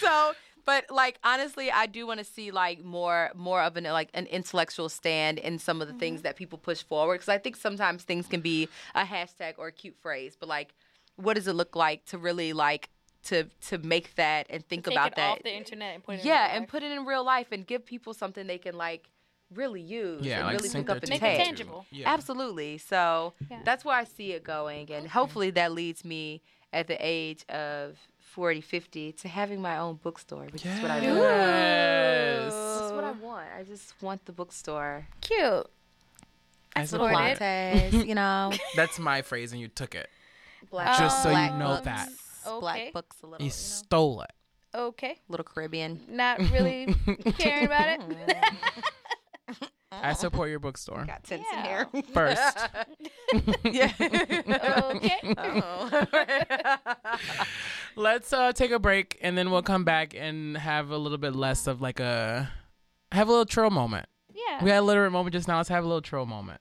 Speaker 5: so but like honestly i do want to see like more more of an like an intellectual stand in some of the
Speaker 9: Mm-hmm.
Speaker 5: things that people push forward because i think sometimes things can be a hashtag or a cute phrase but like what does it look like to really like to to make that and think
Speaker 9: Take
Speaker 5: about
Speaker 9: it
Speaker 5: that
Speaker 9: off the internet and put it. in
Speaker 5: yeah
Speaker 9: real
Speaker 5: and
Speaker 9: life.
Speaker 5: put it in real life and give people something they can like really use
Speaker 3: Yeah,
Speaker 5: and
Speaker 3: like
Speaker 5: really
Speaker 3: sink
Speaker 5: pick up
Speaker 3: their
Speaker 9: Make
Speaker 5: and
Speaker 3: teeth
Speaker 9: it
Speaker 5: take
Speaker 3: into.
Speaker 9: tangible.
Speaker 3: Yeah.
Speaker 5: Absolutely. So
Speaker 9: Yeah.
Speaker 5: that's where I see it going. And hopefully that leads me at the age of 40, 50 to having my own bookstore, which is what I really
Speaker 3: Yes.
Speaker 5: That's what I want. I just want the bookstore.
Speaker 9: cute.
Speaker 3: As a
Speaker 9: Support
Speaker 3: planner.
Speaker 9: it.
Speaker 5: Says, you know,
Speaker 3: That's my phrase, and you took it.
Speaker 5: black,
Speaker 3: Just so you
Speaker 5: black
Speaker 3: know
Speaker 5: books,
Speaker 3: that.
Speaker 5: Black
Speaker 9: Okay.
Speaker 5: books, a little,
Speaker 3: You
Speaker 5: you know,
Speaker 3: stole it.
Speaker 9: Okay,
Speaker 5: little Caribbean.
Speaker 9: not really caring about it.
Speaker 3: I support your bookstore
Speaker 5: Got tints
Speaker 9: Yeah.
Speaker 5: in
Speaker 3: first.
Speaker 5: there. yeah.
Speaker 9: Okay.
Speaker 3: Let's uh, take a break, and then we'll come back and have a little bit less of like a have a little troll moment.
Speaker 9: Yeah.
Speaker 3: We had a literate moment just now. Let's have a little troll moment.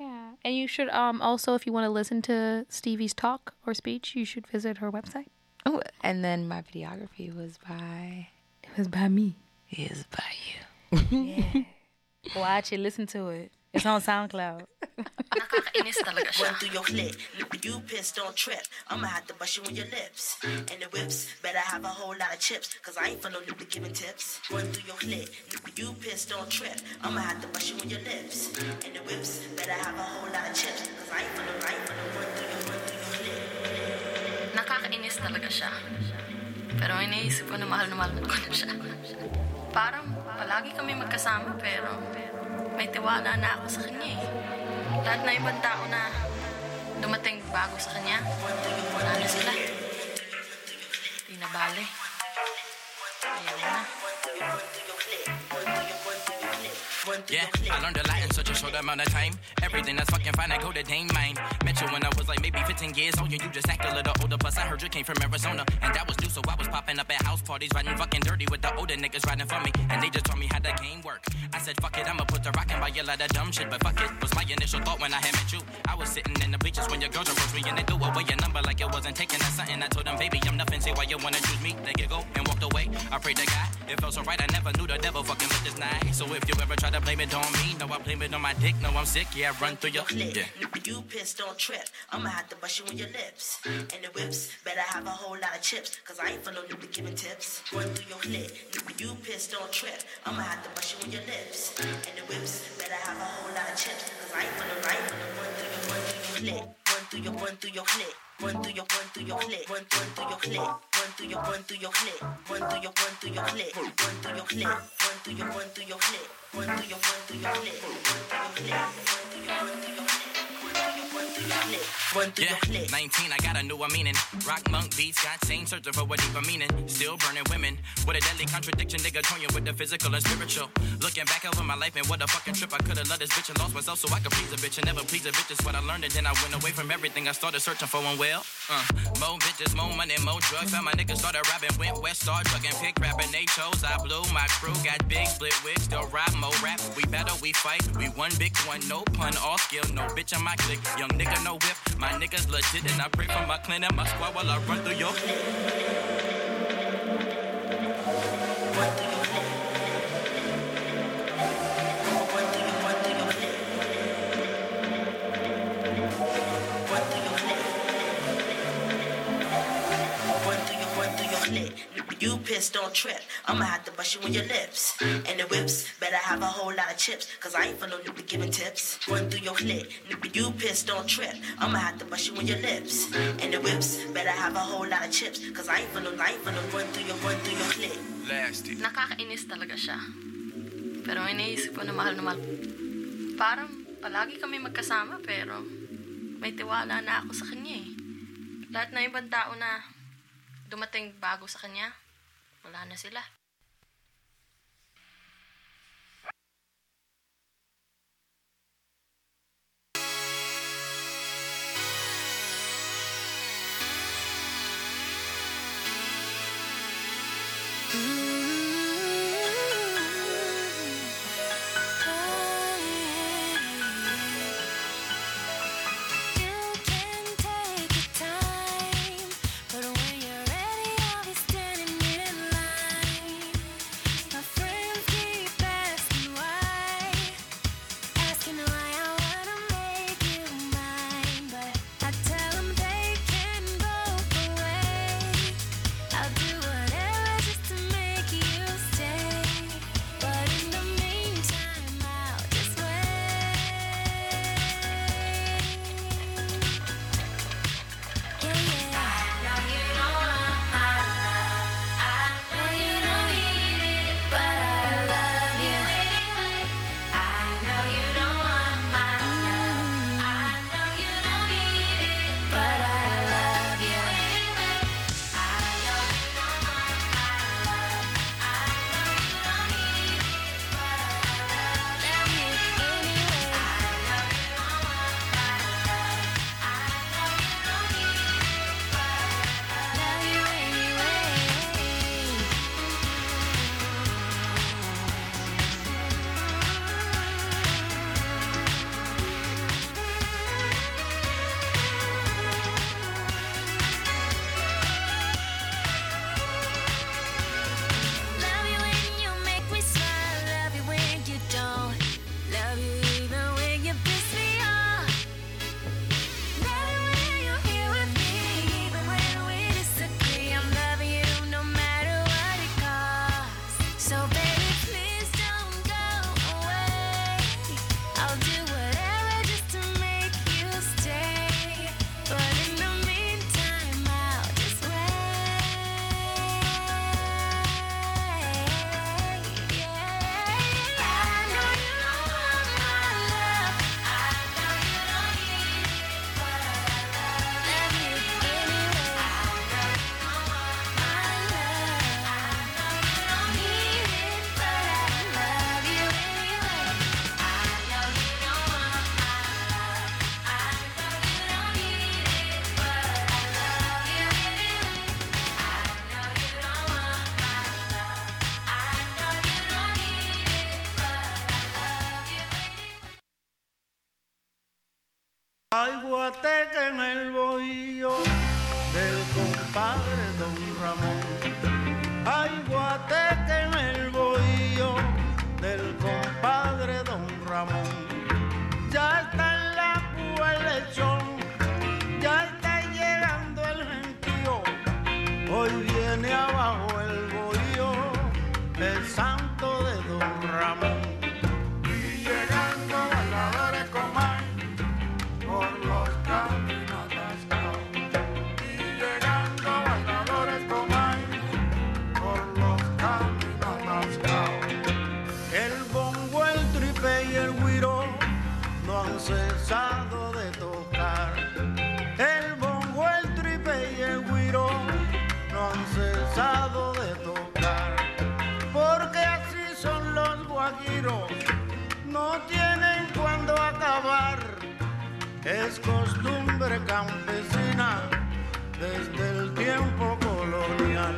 Speaker 9: Yeah. And you should um also if you want to listen to Stevie's talk or speech, you should visit her website.
Speaker 5: Ooh, Oh, and then my videography was by,
Speaker 9: It was by me.
Speaker 5: is by you.
Speaker 9: Watch it, listen to it. It's on SoundCloud.
Speaker 2: Run through your clip. You pissed on trip. I'ma have to bust you on your lips. And the whips better have a whole lot of chips. Cause I ain't for no nigga giving tips. Run through your clip. You pissed on trip. I'ma have to bust you on your lips. And the whips better have a whole lot of chips. Cause I ain't for no, I ain't for no run through your, run through your clip.
Speaker 11: Nakakainis talaga siya. Pero iniisip ko na mahal na mahal ko na siya. Parang palagi kami magkasama pero may tiwala na ako sa kanya eh. Lahat na ibang tao na dumating bago sa kanya. Ano sila? Di na bale. Ayaw na.
Speaker 12: Yeah, I learned a lot in such a short amount of time. Everything that's fucking fine, I go to Dane mine. Met you when I was like maybe 15 years old, and you just act a little older. Plus, I heard you came from Arizona, and that was new, so I was popping up at house parties, riding fucking dirty with the older niggas riding for me. And they just told me how the game work. I said, fuck it, I'ma put the rock in by a lot of dumb shit, but fuck it. Was my initial thought when I had met you. I was sitting in the bleachers when your girls approached me, and they threw away your number like it wasn't taken or something. I told them, baby, I'm nothing, say why you wanna choose me. They giggle and walked away. I prayed to God, it felt so right, I never knew the devil fucking looked this nice. So if you ever try to blame it on me, no, I blame it on my dick, no, I'm sick, yeah, run through your. Yeah.
Speaker 2: You pissed, don't trip. I'ma have to bust you on your lips. And the whips better have a whole lot of chips. Cause I ain't for no nigga giving tips. Run through your clit. Nigga, You pissed, don't trip. I'ma have to bust you on your lips. And the whips better have a whole lot of chips. Cause I ain't for no right. Run through your, run through your clit. Run through your, run through your clit. Run, run through your clit. Run through your, run through your clit. Run through your, run through your clit. Run through your clit. Run through your, run through your clit. Run through your, run through your clit. Run through your clit.
Speaker 12: Yeah, 19, I got a newer meaning. Rock monk beats, got same searching for a deeper meaning. Still burning women. What a deadly contradiction, nigga, toying with the physical and spiritual. Looking back over my life and what a fucking trip. I could've loved this bitch and lost myself so I could please a bitch and never please a bitch. Is what I learned and then I went away from everything I started searching for and well. Uh, more bitches, more money, more drugs. Found my niggas started rapping, went west, started drugging, pick rapping. They chose, I blew my crew, got big split wigs, still rap, more rap. We battle, we fight, we one big one, no pun, all skill, no bitch in my clique. Young nigga, no whip. My niggas legit and I pray for my clan and my squad while I run through your.
Speaker 2: You pissed, don't trip. I'ma have to bust you on your lips. And the whips better have a whole lot of chips. Cause I ain't for no nigga giving tips. Run through your clit. Nigga, you pissed, don't trip. I'ma have to bust you on your lips. And the whips better have a whole lot of chips. Cause I ain't for no, I ain't for no run through your, run through your clit.
Speaker 12: Lasty.
Speaker 11: Nakakainis talaga siya. Pero iniisip ko na mahal na mahal. Parang palagi kami magkasama pero may tiwala na ako sa kanya eh. Lahat na ibang tao na dumating bago sa kanya, wala na sila.
Speaker 6: But when you're ready, I'll be standing in line.
Speaker 10: Hay guateca en el bohío del compadre Don Ramón. Hay guateca en el bohío del compadre Don Ramón. Ya está en la púa el lechón, ya está llegando el gentío. Hoy viene abajo el bohío, el santo de Don Ramón. Y llegando a la hora comar por los caminos descalzos. Y llegando bailadores con baile por los caminos descalzos. El bongo, el tripe y el guiro no han cesado de tocar. El bongo, el tripe y el guiro no han cesado de tocar. Porque así son los guaguiros, no tienen cuándo acabar. Es costumbre campesina desde el tiempo colonial.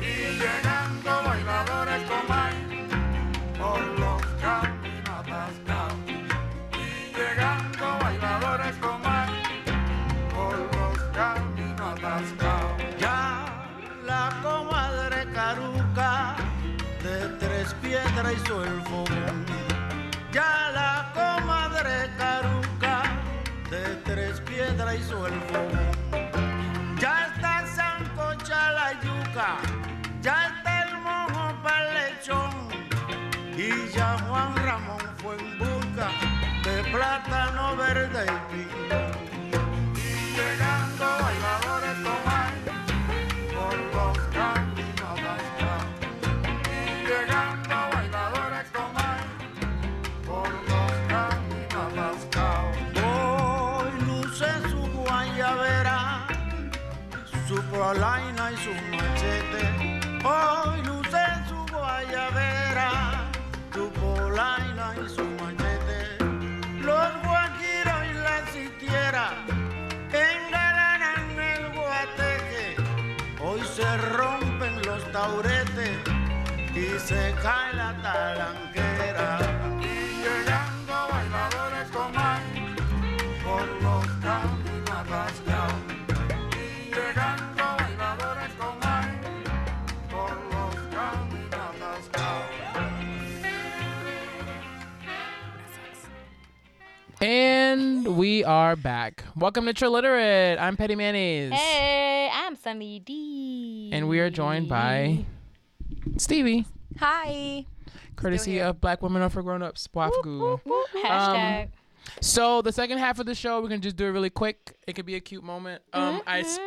Speaker 10: Y llegando bailadores comay por los caminos atascados. Y llegando bailadores comay por los caminos atascados. Ya la comadre caruca de tres piedras hizo el fogón. Ya la comadre caruca de tres piedras hizo el fogón. Ya está sancocha la yuca, ya está el mojo para lechón. Y ya Juan Ramón fue en busca de plátano verde y piñón. Y llegando bailadores tomar por los caminos descalzos. Y llegando bailadores tomar por los caminos descalzos. Hoy luce su guayabera, su polaina y su machete. Hoy luce su guayabera, su polaina y su machete. Los guajiros y las sitieras engalanan el guateque. Hoy se rompen los tauretes y se cae la talanquera. Y llegando bailadores coman por los caminos atascados. Y llegando bailadores coman por los caminos atascados.
Speaker 3: And we are back. Welcome to Trilliterate. I'm Petty Mayonnaise.
Speaker 9: Hey, I'm Sunny D.
Speaker 3: And we are joined by Stevie,
Speaker 5: Hi.
Speaker 3: courtesy of Black Women Are for Grown Ups. Google.
Speaker 9: Hashtag.
Speaker 3: So the second half of the show, we're gonna just do it really quick. It could be a cute moment. Um, I s-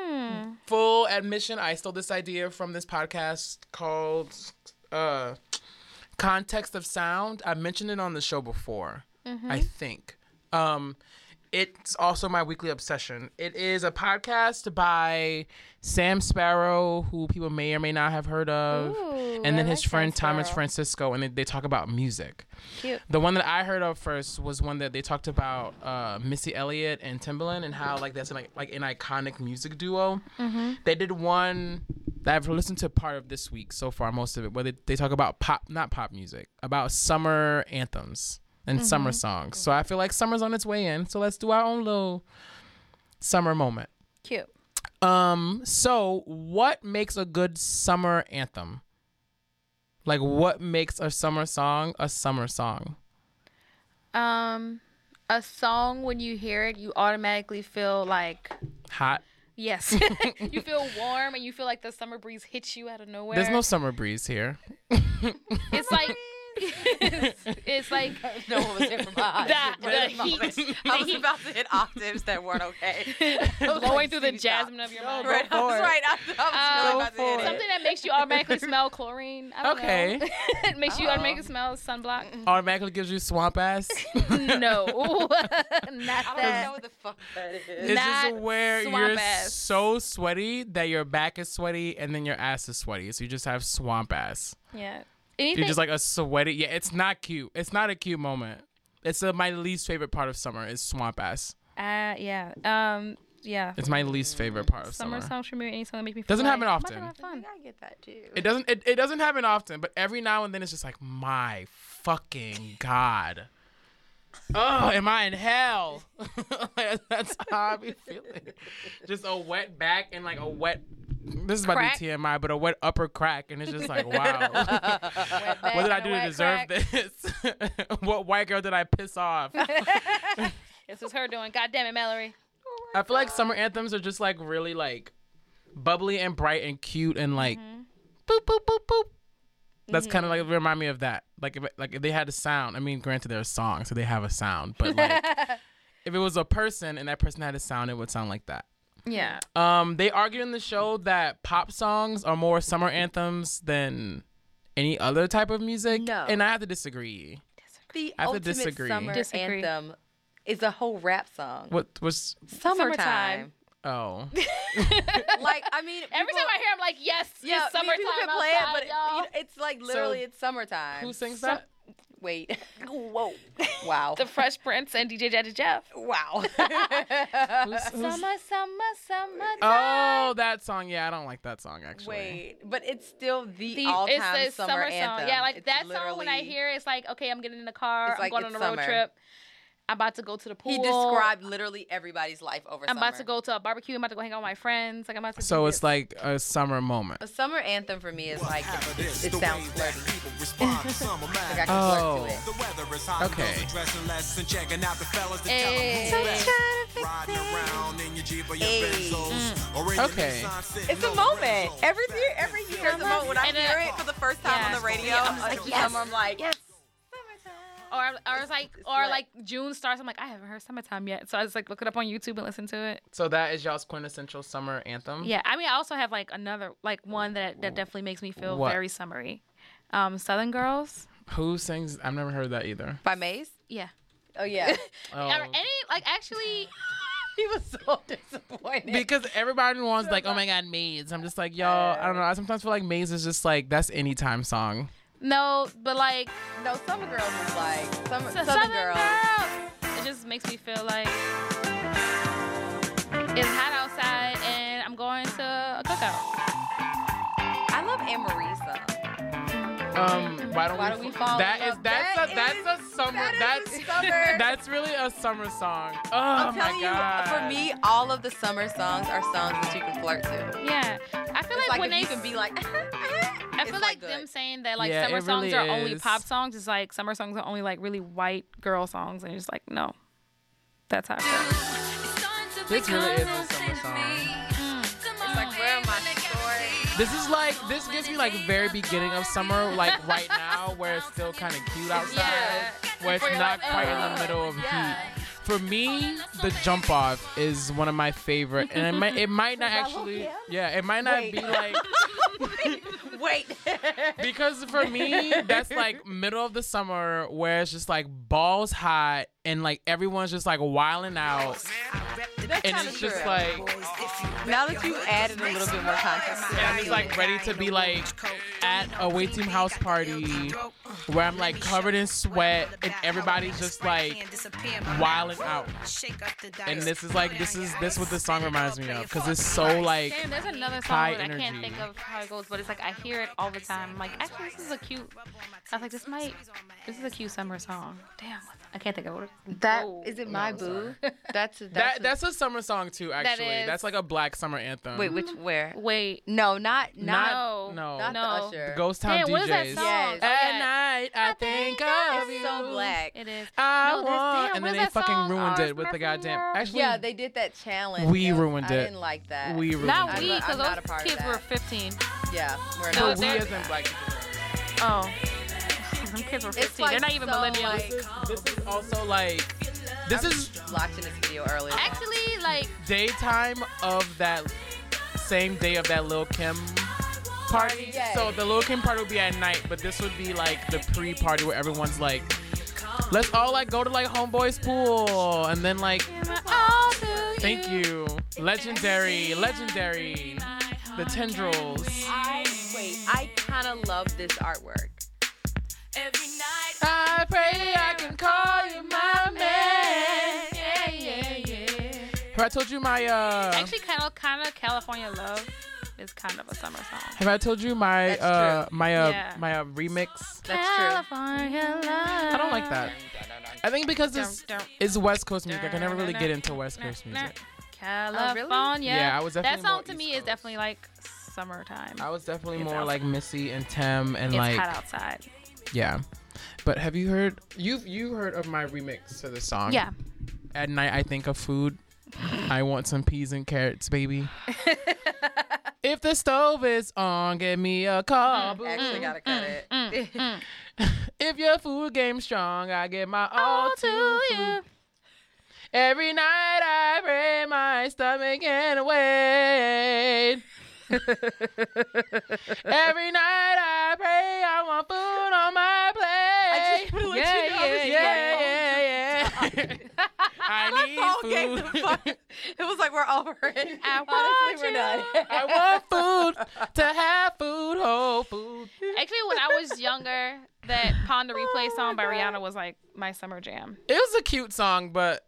Speaker 3: full admission, I stole this idea from this podcast called uh, "Context of Sound." I mentioned it on the show before, I
Speaker 7: Mhm.
Speaker 3: think. Um, it's also my weekly obsession. It is a podcast by Sam Sparrow, who people may or may not have heard of,
Speaker 7: Ooh,
Speaker 3: and then
Speaker 7: I
Speaker 3: his
Speaker 7: like Sam
Speaker 3: friend Thomas
Speaker 7: Sparrow.
Speaker 3: Francisco, and they, they talk about music.
Speaker 7: Cute.
Speaker 3: The one that I heard of first was one that they talked about uh, Missy Elliott and Timbaland and how like that's an, like like an iconic music duo.
Speaker 7: Mm-hmm.
Speaker 3: They did one that I've listened to part of this week so far, most of it, where they, they talk about pop, not pop music, about summer anthems and
Speaker 9: Mm-hmm.
Speaker 3: summer
Speaker 7: Mhm.
Speaker 3: songs. So I feel like summer's on its way in. So let's do our own little summer moment.
Speaker 9: Cute.
Speaker 3: Um, so what makes a good summer anthem? Like what makes a summer song a summer song?
Speaker 9: Um, a song when you hear it, you automatically feel like
Speaker 3: Hot.
Speaker 9: yes, you feel warm and you feel like the summer breeze hits you out of nowhere.
Speaker 3: There's no summer breeze here.
Speaker 9: It's like. it's, it's like
Speaker 5: No one was here for my eyes.
Speaker 9: That-
Speaker 5: Right
Speaker 9: the
Speaker 5: at the
Speaker 9: heat.
Speaker 5: moment.
Speaker 9: The
Speaker 5: I was
Speaker 9: heat.
Speaker 5: about to hit octaves that weren't okay.
Speaker 9: blowing through the jasmine of your mouth.
Speaker 5: Right, I was right. I, I was
Speaker 9: Um,
Speaker 5: really about to hit it.
Speaker 9: something that makes you automatically smell chlorine. I don't
Speaker 3: Okay.
Speaker 9: Know. it makes you
Speaker 3: Uh-oh.
Speaker 9: automatically smell sunblock.
Speaker 3: Automatically gives you swamp ass.
Speaker 9: no, not
Speaker 5: I don't
Speaker 9: that.
Speaker 5: know what the fuck that is.
Speaker 3: It's just where
Speaker 9: swamp
Speaker 3: you're
Speaker 9: ass.
Speaker 3: so sweaty that your back is sweaty and then your ass is sweaty. So you just have swamp ass.
Speaker 9: Yeah. Anything.
Speaker 3: You're just like a sweaty. Yeah, it's not cute. It's not a cute moment. It's uh my least favorite part of summer is swamp ass.
Speaker 9: Uh, yeah. Um, yeah.
Speaker 3: It's my least favorite part of
Speaker 9: summer
Speaker 3: summer.
Speaker 9: songs for me. Any song that make me feel
Speaker 3: Doesn't
Speaker 9: like,
Speaker 3: happen
Speaker 9: I'm about to
Speaker 3: often.
Speaker 9: have fun.
Speaker 5: I get that too.
Speaker 3: It doesn't. It, it doesn't happen often, but every now and then it's just like my fucking god. oh, am I in hell? That's how I be feeling. Just a wet back and like a wet. This is about
Speaker 7: Crack?
Speaker 3: to be TMI, but a wet upper crack, and it's just like, wow, what did I do to deserve this? what white girl did I piss off?
Speaker 4: this is her doing. God damn it, Mallory.
Speaker 3: I feel like summer anthems are just like really like bubbly and bright and cute and like boop boop boop boop. That's kind of like remind me of that. Like if like if they had a sound. I mean, granted, they're a song, so they have a sound, but like if it was a person and that person had a sound, it would sound like that.
Speaker 4: yeah.
Speaker 3: Um, they argue in the show that pop songs are more summer anthems than any other type of music, no. and I have to disagree.
Speaker 5: The
Speaker 3: I have to
Speaker 5: ultimate
Speaker 3: disagree.
Speaker 5: summer
Speaker 3: Disagree.
Speaker 5: anthem is a whole rap song.
Speaker 3: What was
Speaker 5: Summertime.
Speaker 3: Oh,
Speaker 5: like I mean,
Speaker 4: every time I hear, I'm like, yes,
Speaker 5: yeah,
Speaker 4: it's
Speaker 5: I mean,
Speaker 4: summertime
Speaker 5: people can play
Speaker 4: outside,
Speaker 5: it, but it-
Speaker 4: y'all.
Speaker 5: you know, it's like literally it's summertime.
Speaker 4: who sings
Speaker 5: Sum-
Speaker 4: that?
Speaker 5: Wait, whoa, wow.
Speaker 4: the Fresh Prince and DJ Jazzy Jeff.
Speaker 5: Wow.
Speaker 4: summer, summer, summer.
Speaker 5: Uh,
Speaker 3: oh, that song. Yeah, I don't like that song actually.
Speaker 5: Wait, but it's still the,
Speaker 4: The-
Speaker 5: all-time
Speaker 4: it's a
Speaker 5: summer, anthem.
Speaker 4: song. Yeah, like
Speaker 5: It's
Speaker 4: that song when I
Speaker 5: literally-
Speaker 4: hear it, it's like, okay, I'm getting in the car,
Speaker 5: It's like
Speaker 4: I'm going
Speaker 5: it's
Speaker 4: on a road
Speaker 5: summer.
Speaker 4: trip, I'm about to go to the pool.
Speaker 5: He described literally everybody's life over
Speaker 4: I'm
Speaker 5: summer.
Speaker 4: about to go to a barbecue. I'm about to go hang out with my friends. Like I'm about to.
Speaker 3: So
Speaker 4: do
Speaker 3: it's like a summer moment.
Speaker 5: A summer anthem for me is like it sounds flirty.
Speaker 13: like
Speaker 5: I can
Speaker 3: Oh.
Speaker 5: flirt to it.
Speaker 13: The weather is hot.
Speaker 3: Okay.
Speaker 13: Those are dressing less and checking out the fellas to tell 'em
Speaker 5: Hey.
Speaker 13: who's
Speaker 5: Don't
Speaker 13: best.
Speaker 5: try to fix
Speaker 13: Riding around in your Jeep or your Benzos or in your
Speaker 3: Okay.
Speaker 13: Nissan
Speaker 5: It's a moment. Every year, every year is a moment. When I hear it for the first time on the radio,
Speaker 4: Yeah, I'm just
Speaker 5: uh,
Speaker 4: like, yes.
Speaker 5: summer, I'm like, yes.
Speaker 4: Or, or it's like, or like June starts. I'm like, I haven't heard summertime yet, so I just like look it up on YouTube and listen to it.
Speaker 3: So that is y'all's quintessential summer anthem.
Speaker 4: Yeah, I mean, I also have like another, like one that that definitely makes me feel
Speaker 3: What?
Speaker 4: very summery. Um, Southern Girls
Speaker 3: Who sings? I've never heard that either.
Speaker 5: by Maze.
Speaker 4: Yeah.
Speaker 5: Oh yeah.
Speaker 3: Oh.
Speaker 4: Or any like actually.
Speaker 5: he was so disappointed.
Speaker 3: Because everybody wants like, oh my god, Maze. I'm just like, yo, I don't know. I sometimes feel like Maze is just like that's any time song.
Speaker 4: No, but like
Speaker 5: no, summer girls is like summer,
Speaker 4: Southern, girls. It just makes me feel like it's hot outside and I'm going to a cookout.
Speaker 5: I love Anne Marie's song.
Speaker 3: Um, why don't
Speaker 5: Why
Speaker 3: we?
Speaker 5: don't we fall in
Speaker 3: that is
Speaker 5: love?
Speaker 3: that's
Speaker 5: That
Speaker 3: a that's
Speaker 5: is-
Speaker 3: a summer.
Speaker 5: that is
Speaker 3: that's
Speaker 5: a summer.
Speaker 3: that's really a summer song. Oh
Speaker 5: I'm
Speaker 3: my
Speaker 5: telling
Speaker 3: god.
Speaker 5: you, for me, all of the summer songs are songs that you can flirt to.
Speaker 4: Yeah, I feel
Speaker 5: It's
Speaker 4: like,
Speaker 5: like
Speaker 4: when
Speaker 5: if
Speaker 4: they
Speaker 5: you can be like,
Speaker 4: I feel like them saying that like
Speaker 3: Yeah,
Speaker 4: summer
Speaker 3: it
Speaker 4: songs
Speaker 3: really
Speaker 4: are only
Speaker 3: is.
Speaker 4: pop songs is like summer songs are only like really white girl songs and it's like no, that's how. I feel.
Speaker 3: This really is a summer song.
Speaker 5: Hmm. it's like where are my stories?
Speaker 3: This is like this gives me like very beginning of summer, like right now where it's still kind of cute outside, where it's
Speaker 7: Where you're
Speaker 3: not
Speaker 7: like,
Speaker 3: quite in
Speaker 7: "Ugh."
Speaker 3: the middle of
Speaker 7: Yeah.
Speaker 3: heat. For
Speaker 5: Oh,
Speaker 3: me, the jump off is one of my favorite, and it might it might not actually, yeah, it might not be like
Speaker 5: Wait.
Speaker 3: because for me that's like middle of the summer where it's just like balls hot and like everyone's just like wilding out, and it's just like.
Speaker 5: Now that you added a little bit more context,
Speaker 3: And I'm just like ready to be like at a way team house party where I'm like covered in sweat and everybody's just like wilding out. And this is like this is this what this song reminds me of because it's so like
Speaker 4: Damn, there's another
Speaker 3: high
Speaker 4: song that I
Speaker 3: energy.
Speaker 4: can't think of how it goes, but it's like I hear it all the time. I'm like actually, this is a cute. I was like, this might, this is a cute summer song. Damn, what- I can't think of what. it-
Speaker 5: That
Speaker 4: Oh,
Speaker 5: is it my boo? That's that's,
Speaker 3: That that's a summer song too.
Speaker 5: That
Speaker 3: Actually,
Speaker 5: is-
Speaker 3: that's like a black summer anthem.
Speaker 5: wait, which where?
Speaker 4: Wait,
Speaker 5: no, not
Speaker 3: Not-
Speaker 5: not
Speaker 3: no.
Speaker 5: not
Speaker 3: No.
Speaker 5: The Usher.
Speaker 3: Ghost Town
Speaker 5: Damn, what is that
Speaker 3: DJs.
Speaker 5: song?
Speaker 3: Yes.
Speaker 5: Oh,
Speaker 3: At
Speaker 5: yeah.
Speaker 3: night, I think of
Speaker 5: It's
Speaker 3: you.
Speaker 5: so black.
Speaker 4: It is.
Speaker 3: I
Speaker 5: No, that's-
Speaker 3: want,
Speaker 5: damn,
Speaker 3: and then
Speaker 5: what is
Speaker 3: they
Speaker 5: that
Speaker 3: fucking
Speaker 5: song?
Speaker 3: ruined
Speaker 5: Ours
Speaker 3: it with the goddamn. Actually,
Speaker 5: yeah, they did that challenge.
Speaker 3: we
Speaker 5: That was-
Speaker 3: ruined
Speaker 5: I
Speaker 3: it.
Speaker 5: didn't like that.
Speaker 3: We ruined
Speaker 4: Not
Speaker 5: it.
Speaker 4: we,
Speaker 5: I'm
Speaker 4: because
Speaker 5: not a
Speaker 4: those
Speaker 5: part of
Speaker 4: kids were
Speaker 5: that.
Speaker 4: 15.
Speaker 5: Yeah, we're
Speaker 3: No,
Speaker 5: not.
Speaker 3: we as in black.
Speaker 4: Oh. Them kids were 15. They're not even millennials.
Speaker 3: this is also like this is
Speaker 5: watching this video earlier.
Speaker 4: Actually, like,
Speaker 3: daytime of that same day of that Lil Kim party.
Speaker 4: Yes.
Speaker 3: So the Lil Kim party would be at night, but this would be like the pre-party where everyone's like, let's all like go to like homeboy's pool, and then like, thank you, legendary, legendary, the tendrils.
Speaker 5: I wait. I kind of love this artwork.
Speaker 7: Every night
Speaker 3: I pray I can call you my man.
Speaker 4: Yeah, yeah, yeah.
Speaker 3: Have I told you my uh?
Speaker 4: Actually, kind of, kind of California Love is kind of a summer song.
Speaker 3: have I told you my uh my uh
Speaker 4: Yeah.
Speaker 3: my uh, remix?
Speaker 4: That's true. California Love.
Speaker 3: I don't like that. I think because it's,
Speaker 4: Dum, dum.
Speaker 3: it's West Coast music. I can never really get into West Coast
Speaker 4: Nah,
Speaker 3: music. Oh,
Speaker 4: California.
Speaker 3: Yeah, I was
Speaker 4: that
Speaker 3: definitely
Speaker 4: song
Speaker 3: more
Speaker 4: to me is definitely like summertime.
Speaker 3: I was definitely
Speaker 4: It's
Speaker 3: more
Speaker 4: outside.
Speaker 3: like Missy and Tem and
Speaker 4: it's
Speaker 3: like
Speaker 4: hot outside.
Speaker 3: yeah. But have you heard you've you heard of my remix to this song?
Speaker 4: Yeah.
Speaker 3: At night I think of food. I want some peas and carrots, baby. if the stove is on, give me a call. boo.
Speaker 5: Mm, Actually, gotta
Speaker 4: Mm,
Speaker 3: mm,
Speaker 5: cut it.
Speaker 3: If your food game's strong, I give my all, to you. Every night I pray my stomach can wait. Every night I pray I want food on my plate. I just
Speaker 7: wanna let
Speaker 3: yeah,
Speaker 7: you know I was
Speaker 3: yeah,
Speaker 7: getting
Speaker 3: yeah, yeah, yeah, I need food.
Speaker 5: It was like we're over it.
Speaker 4: want
Speaker 5: Honestly, we're
Speaker 4: you.
Speaker 5: done.
Speaker 3: I want food to have food, whole food.
Speaker 4: Actually, when I was younger, that
Speaker 3: Oh
Speaker 4: Ponder Replay song by Rihanna was like my summer jam.
Speaker 3: It was a cute song, but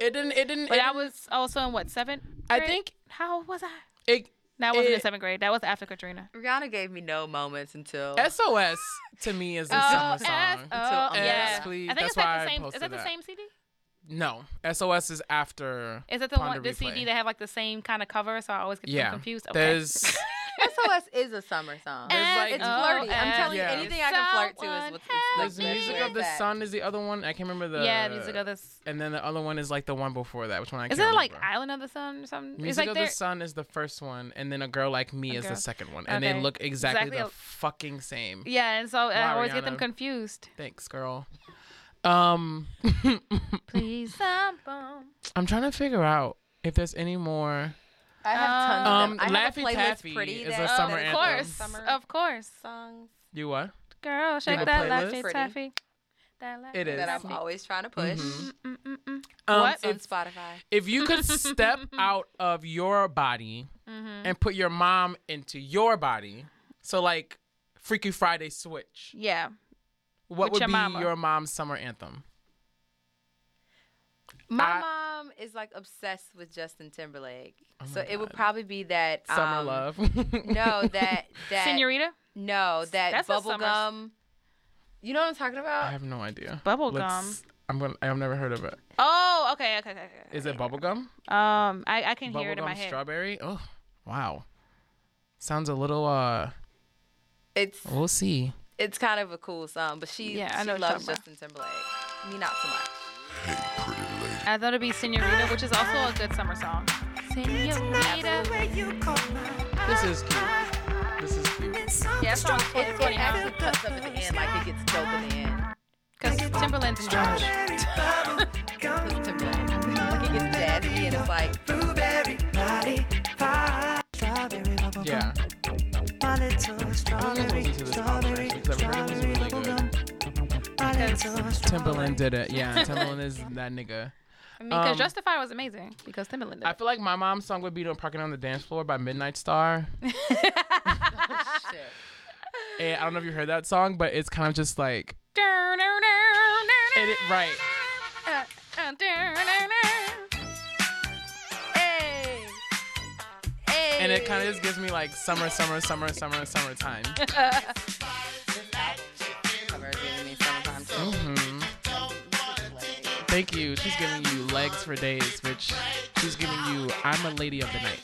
Speaker 3: it didn't. It didn't.
Speaker 4: But
Speaker 3: it
Speaker 4: I
Speaker 3: didn't-
Speaker 4: was also in what seventh?
Speaker 3: I
Speaker 4: grade?
Speaker 3: think-
Speaker 4: How was I?
Speaker 3: It,
Speaker 4: that wasn't in
Speaker 3: it-
Speaker 4: seventh grade. That was after Katrina.
Speaker 5: Rihanna gave me no moments until
Speaker 3: SOS to me is a
Speaker 4: Oh,
Speaker 3: summer song. um,
Speaker 4: oh,
Speaker 3: Yes,
Speaker 4: yeah.
Speaker 3: please.
Speaker 4: I think
Speaker 3: That's
Speaker 4: it's like
Speaker 3: why
Speaker 4: the
Speaker 3: I
Speaker 4: same. Is
Speaker 3: posted
Speaker 4: that the
Speaker 3: that.
Speaker 4: same CD?
Speaker 3: No, SOS is after.
Speaker 4: Is that the
Speaker 3: Ponder
Speaker 4: one, the
Speaker 3: Replay.
Speaker 4: CD that have like the same kind of cover? So I always get them
Speaker 3: Yeah.
Speaker 4: confused. Okay.
Speaker 3: There's
Speaker 5: SOS is a summer song.
Speaker 4: There's like- oh.
Speaker 5: it's flirty. I'm telling
Speaker 3: Yeah.
Speaker 5: you, anything I can flirt to is what's
Speaker 3: there's music of the
Speaker 5: that.
Speaker 3: sun is the other one. I can't remember the
Speaker 4: Yeah, Music of the S-
Speaker 3: and then the other one is like the one before that. Which one I can't
Speaker 4: Isn't it like
Speaker 3: remember.
Speaker 4: Island of the Sun or something?
Speaker 3: Music
Speaker 4: it's like
Speaker 3: of
Speaker 4: they're-
Speaker 3: the Sun is the first one, and then A Girl Like Me
Speaker 4: A
Speaker 3: is the
Speaker 4: Girl-
Speaker 3: second one, and they
Speaker 4: Okay.
Speaker 3: look exactly,
Speaker 4: Exactly
Speaker 3: the
Speaker 4: a-
Speaker 3: fucking same.
Speaker 4: Yeah, and so I
Speaker 3: Wow,
Speaker 4: always get them
Speaker 3: Rihanna.
Speaker 4: confused.
Speaker 3: Thanks, girl. Um,
Speaker 4: Please,
Speaker 3: I'm trying to figure out if there's any more.
Speaker 5: I have tons of them.
Speaker 3: Um,
Speaker 5: I have a
Speaker 3: Laffy
Speaker 5: playlist
Speaker 3: Taffy
Speaker 5: pretty
Speaker 3: is
Speaker 5: that-
Speaker 3: a
Speaker 5: that
Speaker 3: summer
Speaker 5: is
Speaker 4: of
Speaker 3: anthem.
Speaker 4: course, of course,
Speaker 5: songs.
Speaker 3: You what?
Speaker 4: Girl,
Speaker 3: have a
Speaker 4: shake that
Speaker 3: playlist?
Speaker 4: latte
Speaker 5: Pretty.
Speaker 4: taffy. That latte
Speaker 3: It is. Mm-hmm.
Speaker 5: that
Speaker 4: taffy.
Speaker 5: I'm always trying to push.
Speaker 3: Um,
Speaker 5: What's on
Speaker 3: if-
Speaker 5: Spotify?
Speaker 3: If you could step out of your body
Speaker 4: Mm-hmm.
Speaker 5: Mhm.
Speaker 3: and put your mom into your body, so like Freaky Friday switch,
Speaker 4: Yeah.
Speaker 3: what
Speaker 4: With
Speaker 3: would
Speaker 4: your
Speaker 3: be
Speaker 4: mama.
Speaker 3: your mom's summer anthem?
Speaker 5: My
Speaker 3: I-
Speaker 5: mom is like obsessed with Justin Timberlake, so it would probably be that
Speaker 3: Oh Summer
Speaker 5: um,
Speaker 3: love.
Speaker 5: No, that that
Speaker 4: Senorita.
Speaker 5: No, that
Speaker 4: That's a
Speaker 5: bubble
Speaker 4: summer-
Speaker 5: gum. You know what I'm talking
Speaker 3: I
Speaker 5: about?
Speaker 3: have no idea.
Speaker 4: Bubblegum.
Speaker 3: Let's- I'm gonna. I've never heard of it.
Speaker 4: Oh, okay, okay, okay. okay.
Speaker 3: Is it bubblegum?
Speaker 4: Um, I, I can hear it in my
Speaker 3: Bubblegum
Speaker 4: head.
Speaker 3: strawberry. Oh, wow. Sounds a little. uh
Speaker 5: It's
Speaker 3: We'll see.
Speaker 5: it's kind of a cool song, but she
Speaker 4: Yeah, I
Speaker 5: she
Speaker 4: know what you're
Speaker 5: loves
Speaker 4: talking
Speaker 5: Justin Timberlake. Me not so much.
Speaker 4: I thought it'd be Senorita, which is also a good summer song.
Speaker 3: This is cute. This is cute.
Speaker 5: Yeah, it's it, it actually cuts up at the end, like it gets dope at the end.
Speaker 4: Cause Timberland's in charge.
Speaker 5: Cause Timberland, like it gets jazzy and it's like blueberry party.
Speaker 3: Yeah. Timberland did it. Yeah, Timberland is that nigga.
Speaker 4: I mean, because
Speaker 3: Um,
Speaker 4: Justify was amazing because Timberland did
Speaker 3: I feel like my mom's song would be "Don't Parking on the Dance Floor" by Midnight Star. And I don't know if you heard that song, but it's kind of just like it, it- right.
Speaker 5: Hey. Hey.
Speaker 3: And it kind of just gives me like summer, summer, summer, summer, summertime. hmm Thank you. She's giving you legs for days, bitch. She's giving you I'm a lady of the night.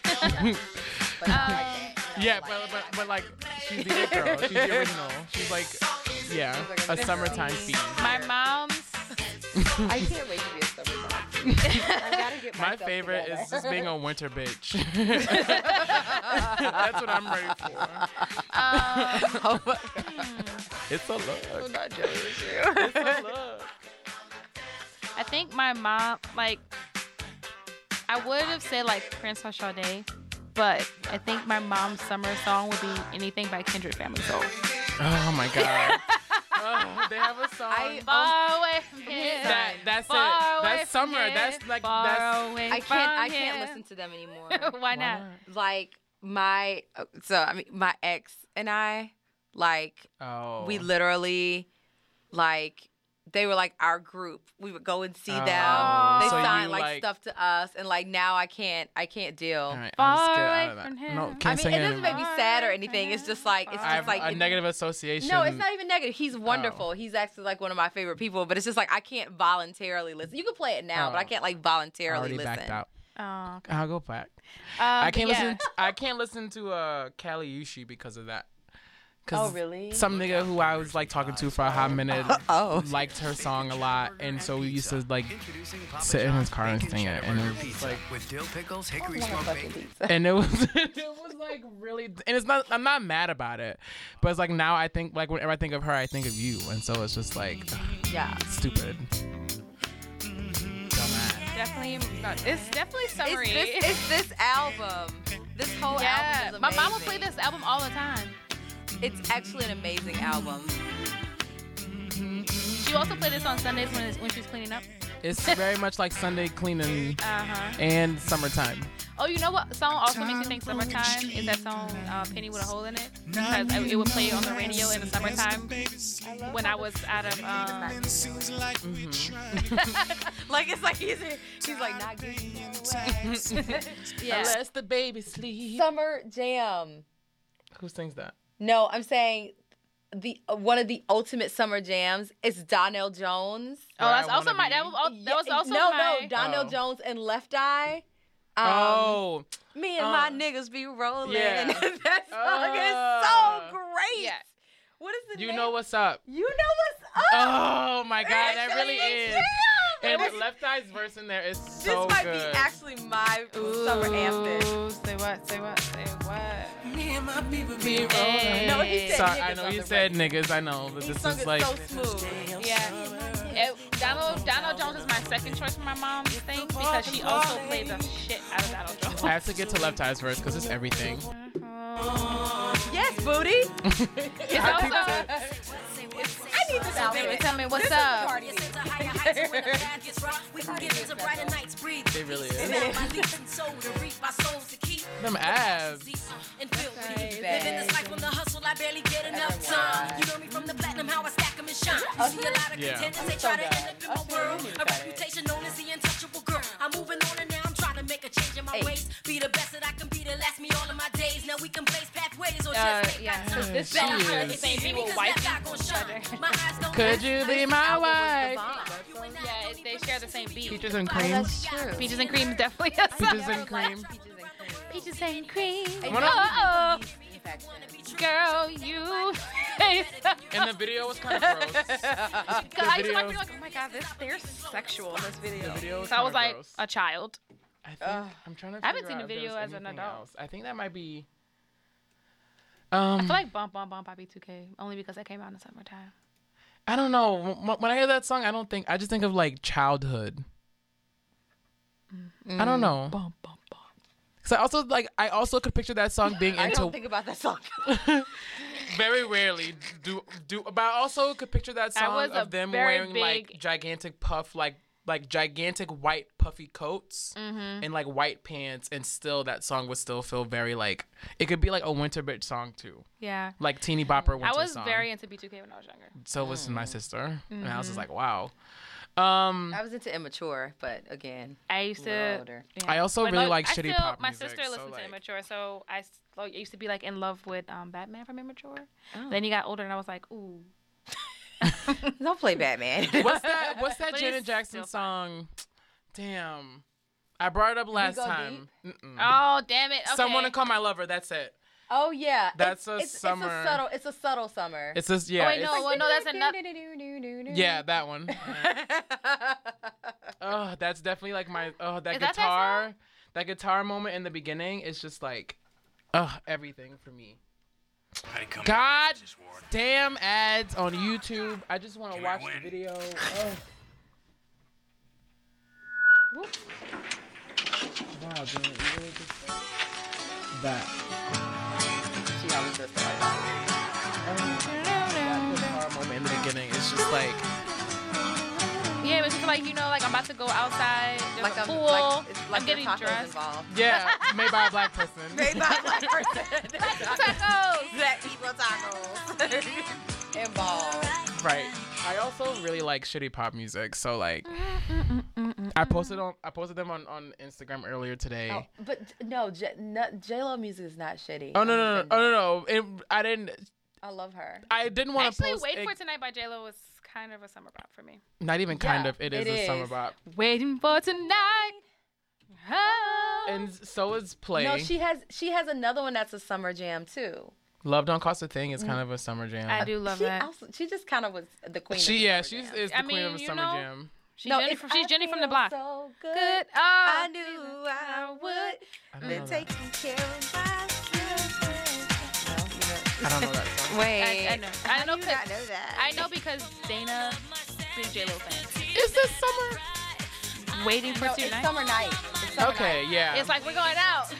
Speaker 3: yeah, but, but but like she's the it girl. She's the original. She's like yeah, a summertime fiend.
Speaker 4: My mom's.
Speaker 5: I can't wait to be a summer mom. I gotta get
Speaker 3: My
Speaker 5: myself
Speaker 3: favorite
Speaker 5: together.
Speaker 3: is just being a winter bitch. That's what I'm ready for. Uh,
Speaker 5: Um,
Speaker 4: Hmm.
Speaker 3: It's a look.
Speaker 5: I'm not jealous of you.
Speaker 3: It's a look.
Speaker 4: I think my mom, like, I would have said like Prince or Sade, but I think my mom's summer song would be anything by Kindred Family Soul.
Speaker 3: Oh my god. Oh, they have a song.
Speaker 4: Far away from here.
Speaker 3: That- that's it.
Speaker 4: Far away
Speaker 3: That's
Speaker 4: from
Speaker 3: summer.
Speaker 4: here.
Speaker 3: That's like-
Speaker 4: Far
Speaker 3: that's-
Speaker 4: away
Speaker 5: I can't. I
Speaker 4: from
Speaker 5: can't
Speaker 4: here.
Speaker 5: listen to them anymore.
Speaker 4: Why not?
Speaker 5: Like my so I mean my ex and I like
Speaker 3: Oh.
Speaker 5: we literally like they were like our group. We would go and see them.
Speaker 3: Oh.
Speaker 5: They
Speaker 3: So you,
Speaker 5: signed like,
Speaker 3: like-
Speaker 5: stuff to us, and like now I can't I can't deal.
Speaker 3: I'll just get Far out of away that. from him. No,
Speaker 5: I
Speaker 3: can't
Speaker 5: mean
Speaker 3: sing
Speaker 5: it
Speaker 3: it
Speaker 5: doesn't make me
Speaker 3: anymore.
Speaker 5: sad or anything. It's just like it's
Speaker 3: I have
Speaker 5: just like
Speaker 3: a
Speaker 5: it-
Speaker 3: negative association.
Speaker 5: no, it's not even negative. He's
Speaker 3: Oh.
Speaker 5: wonderful. He's actually like one of my favorite people, but it's just like I can't voluntarily listen. You can play it now, but I
Speaker 3: Oh.
Speaker 5: can't like
Speaker 3: I
Speaker 5: voluntarily
Speaker 3: already
Speaker 5: listen.
Speaker 3: backed out.
Speaker 4: Oh,
Speaker 3: I'll go back.
Speaker 4: Um,
Speaker 3: I
Speaker 4: but
Speaker 3: can't
Speaker 4: yeah.
Speaker 3: listen. To, I can't listen to uh Kali Yushi because of that. 'Cause
Speaker 5: Oh, really?
Speaker 3: Some nigga who I was like talking to for a hot minute liked her song a lot, and so we used to like sit in his car and sing it, and it was like,
Speaker 14: with dill pickles, hickory smoked bacon.
Speaker 3: and it was, it was like really, and it's not. I'm not mad about it, but it's like now I think like whenever I think of her, I think of you, and so it's just like,
Speaker 5: Yeah.
Speaker 3: stupid.
Speaker 4: Definitely, it's definitely summery.
Speaker 5: It's this, it's this album. This whole
Speaker 4: Yeah,
Speaker 5: album. Is
Speaker 4: my mom would
Speaker 5: amazing.
Speaker 4: play this album all the time.
Speaker 5: It's actually an amazing album.
Speaker 4: She Mm-hmm. also played this on Sundays when it's, when she's cleaning up.
Speaker 3: It's very much like Sunday cleaning
Speaker 4: Uh-huh.
Speaker 3: and summertime.
Speaker 4: Oh, you know what song also makes me think summertime is that song uh, "Penny with a Hole in It" because I- it would play on the radio in the summertime when I was out of. Um, Mm-hmm.
Speaker 5: like it's like he's he's like not getting away.
Speaker 4: Yeah.
Speaker 3: Unless the baby sleeps.
Speaker 5: Summer jam.
Speaker 3: Who sings that?
Speaker 5: No, I'm saying the uh, one of the ultimate summer jams is Donnell Jones.
Speaker 4: oh, that's also my. That was, al- that was also
Speaker 5: no,
Speaker 4: my.
Speaker 5: no, Donnell
Speaker 4: Oh.
Speaker 5: Jones and Left Eye. Um,
Speaker 3: oh,
Speaker 5: me and
Speaker 4: uh,
Speaker 5: my niggas be rolling.
Speaker 3: yeah.
Speaker 5: that song
Speaker 3: Uh,
Speaker 5: is so great. What is the
Speaker 3: you
Speaker 5: name?
Speaker 3: know what's up.
Speaker 5: You know what's up.
Speaker 3: Oh my god, that really is. And
Speaker 5: This-
Speaker 3: Left Eye's verse in there is
Speaker 5: This
Speaker 3: so
Speaker 5: might
Speaker 3: good.
Speaker 5: be actually my summer anthem.
Speaker 4: Say what? Say what? Say what?
Speaker 5: Me and my people
Speaker 4: be rolling.
Speaker 5: No, he said
Speaker 3: Sorry,
Speaker 5: niggas
Speaker 3: I know
Speaker 5: on
Speaker 3: you
Speaker 5: the
Speaker 3: said niggas. I know, but this is like.
Speaker 5: smooth.
Speaker 4: Yeah. It, Donald Donald Jones is my second choice for my mom's thing because she also played the shit out of Donald Jones.
Speaker 3: I have to get to Left Eye's verse because it's everything.
Speaker 5: Yes, booty.
Speaker 4: It's also.
Speaker 5: I need this
Speaker 4: Tell me-
Speaker 5: outfit.
Speaker 4: tell me what's
Speaker 5: This is
Speaker 4: up.
Speaker 5: party.
Speaker 3: It really
Speaker 5: is.
Speaker 3: Them abs.
Speaker 2: and feel free.
Speaker 3: right.
Speaker 2: Living this life on the hustle, I barely get enough time. You know me from the platinum, how I stack 'em and shine.
Speaker 5: Us
Speaker 2: See a lot of
Speaker 5: Yeah.
Speaker 2: contenders, they
Speaker 5: I'm so
Speaker 2: try to
Speaker 5: bad.
Speaker 2: end up in my
Speaker 5: Us
Speaker 2: world.
Speaker 5: really
Speaker 2: A
Speaker 5: bad.
Speaker 2: reputation known as the untouchable girl. I'm moving on and now I'm trying to make a change in my
Speaker 5: Hey.
Speaker 2: ways. Be the best that I can be to last me all of my days. Now we can blaze pathways or
Speaker 4: Uh,
Speaker 2: just take
Speaker 4: yeah.
Speaker 2: our time.
Speaker 4: This
Speaker 2: Better
Speaker 4: song
Speaker 2: holler
Speaker 4: is-
Speaker 2: if ain't me,
Speaker 4: people
Speaker 2: 'cause
Speaker 4: wipe
Speaker 2: that guy gon' shine. My eyes don't
Speaker 3: Could you be my wife?
Speaker 4: Yeah, it- they share the same beat.
Speaker 3: Peaches and cream. Oh, that's
Speaker 4: true. Peaches and cream is definitely a song.
Speaker 3: Peaches and cream.
Speaker 4: Peaches and cream.
Speaker 3: One of-
Speaker 4: Oh, oh, girl, you.
Speaker 3: And the video was kind of gross.
Speaker 4: God, I used to watch
Speaker 3: videos-
Speaker 4: me like, oh my god, this they're sexual in this video.
Speaker 3: video was
Speaker 4: so I was
Speaker 3: kinda
Speaker 4: like
Speaker 3: gross.
Speaker 4: a child.
Speaker 3: I think I'm trying to.
Speaker 4: I haven't
Speaker 3: figure
Speaker 4: seen
Speaker 3: out
Speaker 4: the
Speaker 3: if there
Speaker 4: video
Speaker 3: was
Speaker 4: as an
Speaker 3: anything
Speaker 4: adult.
Speaker 3: else. I think that might be.
Speaker 4: I
Speaker 3: Um,
Speaker 4: feel like Bump Bump Bump by B2K only because that came out in the summertime.
Speaker 3: I don't know. Wh- When I hear that song, I don't think I just think of like childhood. I don't know.
Speaker 4: Mm. Bum, bum,
Speaker 3: Cause I also like I also could picture that song being
Speaker 5: I
Speaker 3: into
Speaker 5: don't think about that song.
Speaker 3: very rarely do do but I also could picture that
Speaker 4: I
Speaker 3: song
Speaker 4: was a
Speaker 3: of them
Speaker 4: very
Speaker 3: wearing like gigantic puff like like gigantic white puffy coats
Speaker 4: Mhm.
Speaker 3: and like white pants and still that song would still feel very like it could be like a winter bitch song too.
Speaker 4: Yeah.
Speaker 3: Like teeny bopper winter
Speaker 4: I was
Speaker 3: song.
Speaker 4: very Mm. into B2K when I was younger.
Speaker 3: so was my sister. And I was
Speaker 5: Mhm.
Speaker 3: just
Speaker 4: Mm-hmm.
Speaker 3: like, wow. Um
Speaker 5: I was into immature, but again,
Speaker 4: I used
Speaker 5: little
Speaker 4: to.
Speaker 5: older.
Speaker 4: yeah.
Speaker 3: I also
Speaker 4: But
Speaker 3: really
Speaker 4: no,
Speaker 3: like
Speaker 4: I
Speaker 3: shitty
Speaker 4: still,
Speaker 3: pop
Speaker 4: My
Speaker 3: music,
Speaker 4: sister
Speaker 3: so,
Speaker 4: listened
Speaker 3: like-
Speaker 4: to Immature, so I, s- like, used to be like in love with um, Batman from Immature.
Speaker 5: Oh.
Speaker 4: Then he got older, and I was like, ooh.
Speaker 5: Don't play Batman.
Speaker 3: What's that? What's that
Speaker 4: But
Speaker 3: Janet
Speaker 4: it's
Speaker 3: Jackson song? Damn, I brought it up last
Speaker 5: Go
Speaker 3: time. Mm-mm.
Speaker 4: Oh damn it! Okay.
Speaker 3: Someone to call my lover. That's it.
Speaker 5: Oh yeah,
Speaker 3: That's a
Speaker 5: it's, It's
Speaker 3: summer-
Speaker 5: a subtle. It's a subtle summer.
Speaker 3: It's just yeah.
Speaker 4: Oh wait,
Speaker 3: it's-
Speaker 4: no, well, no, that's another.
Speaker 3: Yeah, that one. oh, that's definitely like my oh that
Speaker 4: Is that that
Speaker 3: guitar, that, guitar moment in the beginning is just like, oh everything for me. God damn ads on YouTube. I just want to watch the video. Oh. Wow, Janet, you really just- that.
Speaker 5: She always does that.
Speaker 3: guitar moment in the beginning. It's just like
Speaker 4: Yeah, but it's like you know, like I'm about to go outside. There's
Speaker 5: Like
Speaker 4: a
Speaker 5: I'm-
Speaker 4: pool.
Speaker 5: like- it's like
Speaker 4: I'm
Speaker 5: your
Speaker 4: getting
Speaker 5: tacos
Speaker 4: dressed.
Speaker 5: involved.
Speaker 3: yeah, made by a black person.
Speaker 5: Made by a black person.
Speaker 4: Tacos.
Speaker 5: Black people tacos. Involved.
Speaker 3: Right. I also really like shitty pop music, so like, I posted on I posted them on on Instagram earlier today.
Speaker 5: Oh, but no, J, no, J Lo music is not shitty.
Speaker 3: Oh, no no no oh no no! It, I didn't.
Speaker 5: I love her.
Speaker 3: I didn't want to
Speaker 4: Actually,
Speaker 3: post.
Speaker 4: Wait
Speaker 3: it-
Speaker 4: for Tonight by J Lo was kind of a summer bop for me.
Speaker 3: not even kind
Speaker 4: Yeah,
Speaker 3: of. It is
Speaker 4: it
Speaker 3: a summer
Speaker 4: is.
Speaker 3: bop.
Speaker 4: Waiting for tonight.
Speaker 3: And so is play.
Speaker 5: No, she has she has another one that's a summer jam too.
Speaker 3: Love don't cost a thing is kind of a summer jam.
Speaker 5: she Also, she just kind of was the queen.
Speaker 3: She-
Speaker 5: of the
Speaker 3: yeah,
Speaker 5: summer
Speaker 3: she's-
Speaker 5: jam.
Speaker 3: is the I queen of mean, the you summer know, jam.
Speaker 4: She's Jenny,
Speaker 5: it's
Speaker 4: from, she's
Speaker 5: I
Speaker 4: Jenny from the
Speaker 5: feel
Speaker 4: block.
Speaker 5: So good.
Speaker 4: Good. Oh,
Speaker 5: I knew I would.
Speaker 3: don't know
Speaker 5: Been taking care of myself.
Speaker 3: I don't know that song.
Speaker 5: Wait.
Speaker 4: I, I know. I know, 'cause-
Speaker 5: know that?
Speaker 4: I know because Dana, big J Lo fan.
Speaker 3: Is this summer?
Speaker 4: Waiting for
Speaker 5: No,
Speaker 4: tonight.
Speaker 5: it's summer night. It's summer
Speaker 3: Okay,
Speaker 5: night.
Speaker 3: yeah.
Speaker 4: It's like we're going out.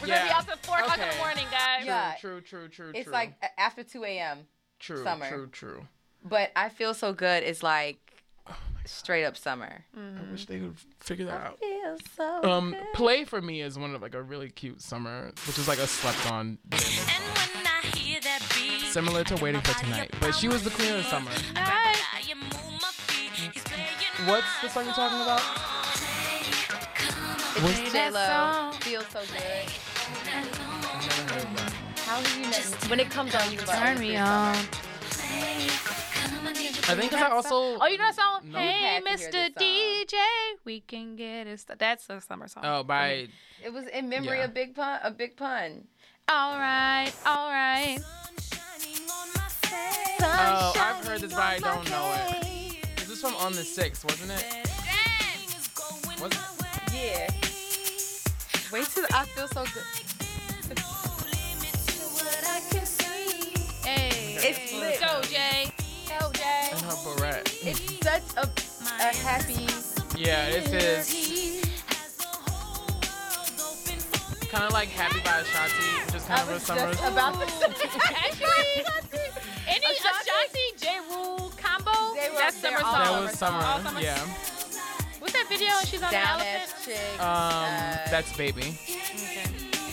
Speaker 4: We're gonna be
Speaker 3: Yeah.
Speaker 4: out till four o'clock in the
Speaker 3: Okay.
Speaker 4: morning, guys.
Speaker 5: Yeah.
Speaker 3: True, true, true,
Speaker 5: It's
Speaker 3: true.
Speaker 5: like a- after 2 a.m.
Speaker 3: true,
Speaker 5: summer.
Speaker 3: true, true.
Speaker 5: But I feel so good is like straight up summer.
Speaker 4: Mm-hmm.
Speaker 3: I wish they could figure that out.
Speaker 5: Feels Mm-hmm. so
Speaker 3: Um,
Speaker 5: good.
Speaker 3: play for me is one of like a really cute summer, which is like a slept on, similar to Waiting for Tonight. But she was the queen of the summer. What's the song you're talking about?
Speaker 5: It's
Speaker 3: What's-
Speaker 5: J Lo. Feels so good. How have you not? When it comes on, you love
Speaker 4: Turn
Speaker 5: it.
Speaker 4: me on.
Speaker 3: I think 'cause I also.
Speaker 4: Oh, you know that song?
Speaker 3: No.
Speaker 4: Hey,
Speaker 5: You had to hear
Speaker 4: Mr.
Speaker 5: this song.
Speaker 4: DJ, we can get it. St-. That's a summer song.
Speaker 3: Oh, by
Speaker 5: It was in memory
Speaker 3: Yeah.
Speaker 5: of Big Pun. A Big Pun.
Speaker 4: All right, all right.
Speaker 3: Oh, I've heard this, but I don't know it. This is from On the Six, wasn't it? Was it?
Speaker 5: Yeah. Wait till I feel so good.
Speaker 4: Hey,
Speaker 5: It's lit.
Speaker 4: go Jay.
Speaker 5: Go, Jay.
Speaker 3: And her barrette.
Speaker 5: It's such a, a happy.
Speaker 3: Yeah, this is kind of like Happy by Ashanti, just kind
Speaker 5: I
Speaker 3: of a
Speaker 5: was
Speaker 3: summer.
Speaker 5: just about to say.
Speaker 4: Actually, any Ashanti J Rule combo?
Speaker 5: They were-
Speaker 4: That's
Speaker 5: they're
Speaker 4: summer
Speaker 5: all
Speaker 4: song.
Speaker 3: That was summer.
Speaker 4: All summer.
Speaker 3: Yeah.
Speaker 4: What's that video? and She's on
Speaker 5: Down
Speaker 4: the elephant.
Speaker 5: ass chicks.
Speaker 3: Um, that's baby.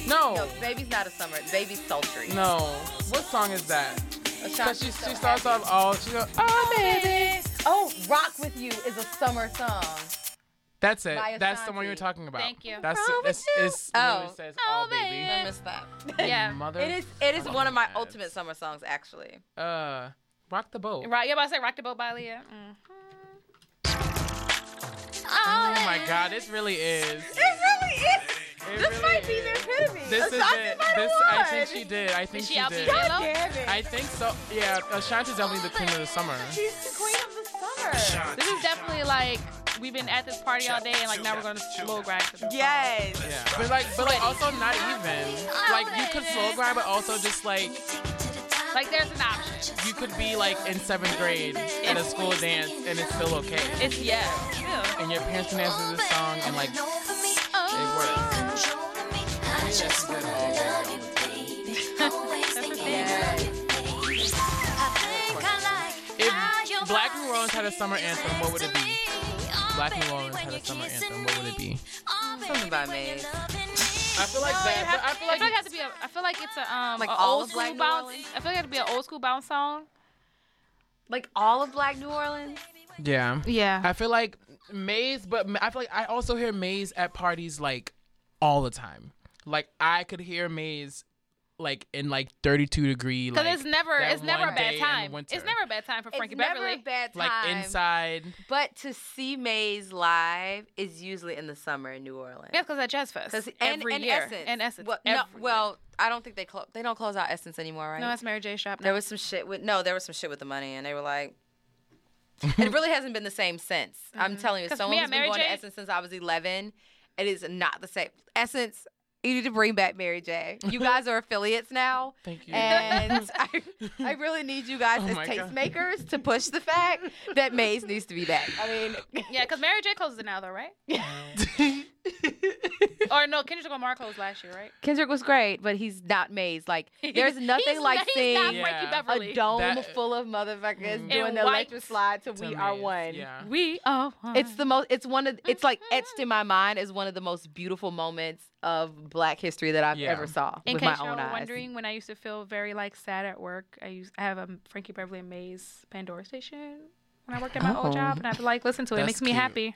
Speaker 3: No.
Speaker 5: No, uh, baby's not a summer. Baby's sultry.
Speaker 3: No. What song is that? Because
Speaker 5: Ashanti's
Speaker 3: she, she
Speaker 5: so
Speaker 3: starts
Speaker 5: happy.
Speaker 3: off all she goes, oh baby.
Speaker 5: Oh, rock with you is a summer song.
Speaker 3: That's it.
Speaker 5: By
Speaker 3: That's the one
Speaker 5: Ashanti.
Speaker 3: you're talking about.
Speaker 4: Thank you.
Speaker 3: That's
Speaker 5: Wrong
Speaker 3: it.
Speaker 5: with
Speaker 3: It's,
Speaker 5: you.
Speaker 3: it's
Speaker 5: Oh.
Speaker 3: literally says oh baby.
Speaker 5: I missed that.
Speaker 4: Yeah.
Speaker 3: Mother.
Speaker 5: It is. It is
Speaker 3: fucking
Speaker 5: one of my
Speaker 3: ass.
Speaker 5: ultimate summer songs, actually.
Speaker 3: Uh, rock the boat.
Speaker 4: Right, yeah, about to say Rock the Boat by Leah. Mm.
Speaker 3: Oh my God, this really is.
Speaker 5: It really is.
Speaker 3: It
Speaker 5: this
Speaker 3: really
Speaker 5: might be
Speaker 3: is.
Speaker 5: the epitome.
Speaker 3: This is
Speaker 5: Ashanti
Speaker 3: it.
Speaker 5: might have
Speaker 3: This I think
Speaker 5: won.
Speaker 3: she did. I think
Speaker 4: Is she
Speaker 3: she
Speaker 4: out
Speaker 3: did.
Speaker 4: for yellow?
Speaker 5: Damn it.
Speaker 3: I think so. Yeah, Ashanti's definitely the queen of the summer.
Speaker 5: She's the queen of the summer.
Speaker 4: This is definitely like we've been at this party all day and like now we're going to slow grind. to the-
Speaker 5: Yes.
Speaker 3: Yeah, but like, but like also not even. Like you could slow grind, but also just like
Speaker 4: Like there's an option.
Speaker 3: you could be like in seventh grade at a school dance and it's still okay.
Speaker 4: It's yeah. yeah.
Speaker 3: And your parents can dance to this song and like it works. If Black New Orleans had a summer anthem, what would it be? Black New Orleans had a summer anthem, what would it be?
Speaker 5: Something by Maze.
Speaker 3: I feel like
Speaker 4: It
Speaker 3: that.
Speaker 4: has-
Speaker 3: But I feel like
Speaker 4: it has to be a. I feel like it's a um
Speaker 5: Like
Speaker 4: a
Speaker 5: all
Speaker 4: old
Speaker 5: of Black
Speaker 4: school
Speaker 5: New
Speaker 4: bounce.
Speaker 5: Orleans?
Speaker 4: I feel like it'd be an old school bounce song.
Speaker 5: Like all of Black New Orleans.
Speaker 3: yeah.
Speaker 4: Yeah.
Speaker 3: I feel like Maze, but I feel like I also hear Maze at parties like all the time. Like I could hear Maze like in like 32 degree
Speaker 4: Because
Speaker 3: like
Speaker 4: it's never
Speaker 3: that
Speaker 4: it's never
Speaker 3: one
Speaker 4: a
Speaker 3: day
Speaker 4: bad
Speaker 3: in
Speaker 4: time.
Speaker 3: winter.
Speaker 4: It's never a bad time for Frankie
Speaker 5: it's never a
Speaker 4: Beverly.
Speaker 5: bad time.
Speaker 3: like inside.
Speaker 5: But to see Maze live is usually in the summer in New Orleans.
Speaker 4: Yeah, because at Jazz Fest.
Speaker 5: Because
Speaker 4: every
Speaker 5: and,
Speaker 4: year.
Speaker 5: and Essence.
Speaker 4: And Essence.
Speaker 5: Well, no,
Speaker 4: every year.
Speaker 5: well, I don't think they close. They don't close out Essence anymore, right?
Speaker 4: no, that's Mary J. Shop.
Speaker 5: there
Speaker 4: Now.
Speaker 5: was some shit with no. There was some shit with the money, and they were like. it really hasn't been the same since. I'm telling you,
Speaker 4: 'Cause,
Speaker 5: someone
Speaker 4: yeah,
Speaker 5: who's been
Speaker 4: Mary
Speaker 5: going to
Speaker 4: J-
Speaker 5: Essence since I was 11, it is not the same. Essence, you need to bring back Mary J. You guys are affiliates now.
Speaker 3: Thank you.
Speaker 5: And I, I really need you guys
Speaker 3: Oh
Speaker 5: as
Speaker 3: my God.
Speaker 5: tastemakers to push the fact that Maze needs to be back. I mean,
Speaker 4: Yeah, because Mary J. closes it now, though, right? or no, no, Kendrick Lamar closed last year, right?
Speaker 5: Kendrick was great, but he's not Maze. Like there's
Speaker 4: He's
Speaker 5: nothing like
Speaker 4: not- he's
Speaker 5: seeing
Speaker 4: not Frankie Yeah. Beverly.
Speaker 5: a dome
Speaker 4: That-
Speaker 5: full of motherfuckers
Speaker 3: mm.
Speaker 4: Mhm.
Speaker 5: doing
Speaker 4: And
Speaker 5: the
Speaker 4: whites
Speaker 5: electric slide to, "We Are
Speaker 4: Maze,
Speaker 5: One."
Speaker 4: yeah.
Speaker 5: We are one. It's the most. It's one of. It's like etched in my mind as one of the most beautiful moments of Black history that I've
Speaker 4: Yeah.
Speaker 5: ever saw
Speaker 4: In
Speaker 5: with my
Speaker 4: case y'all
Speaker 5: own
Speaker 4: were
Speaker 5: eyes.
Speaker 4: wondering, when I used to feel very like sad at work, I used I have a Frankie Beverly and Maze Pandora station when I worked at my
Speaker 3: Oh.
Speaker 4: old job, and I'd be like, listen to it, it
Speaker 3: That's
Speaker 4: makes me
Speaker 3: cute. Mm-hmm.
Speaker 4: happy.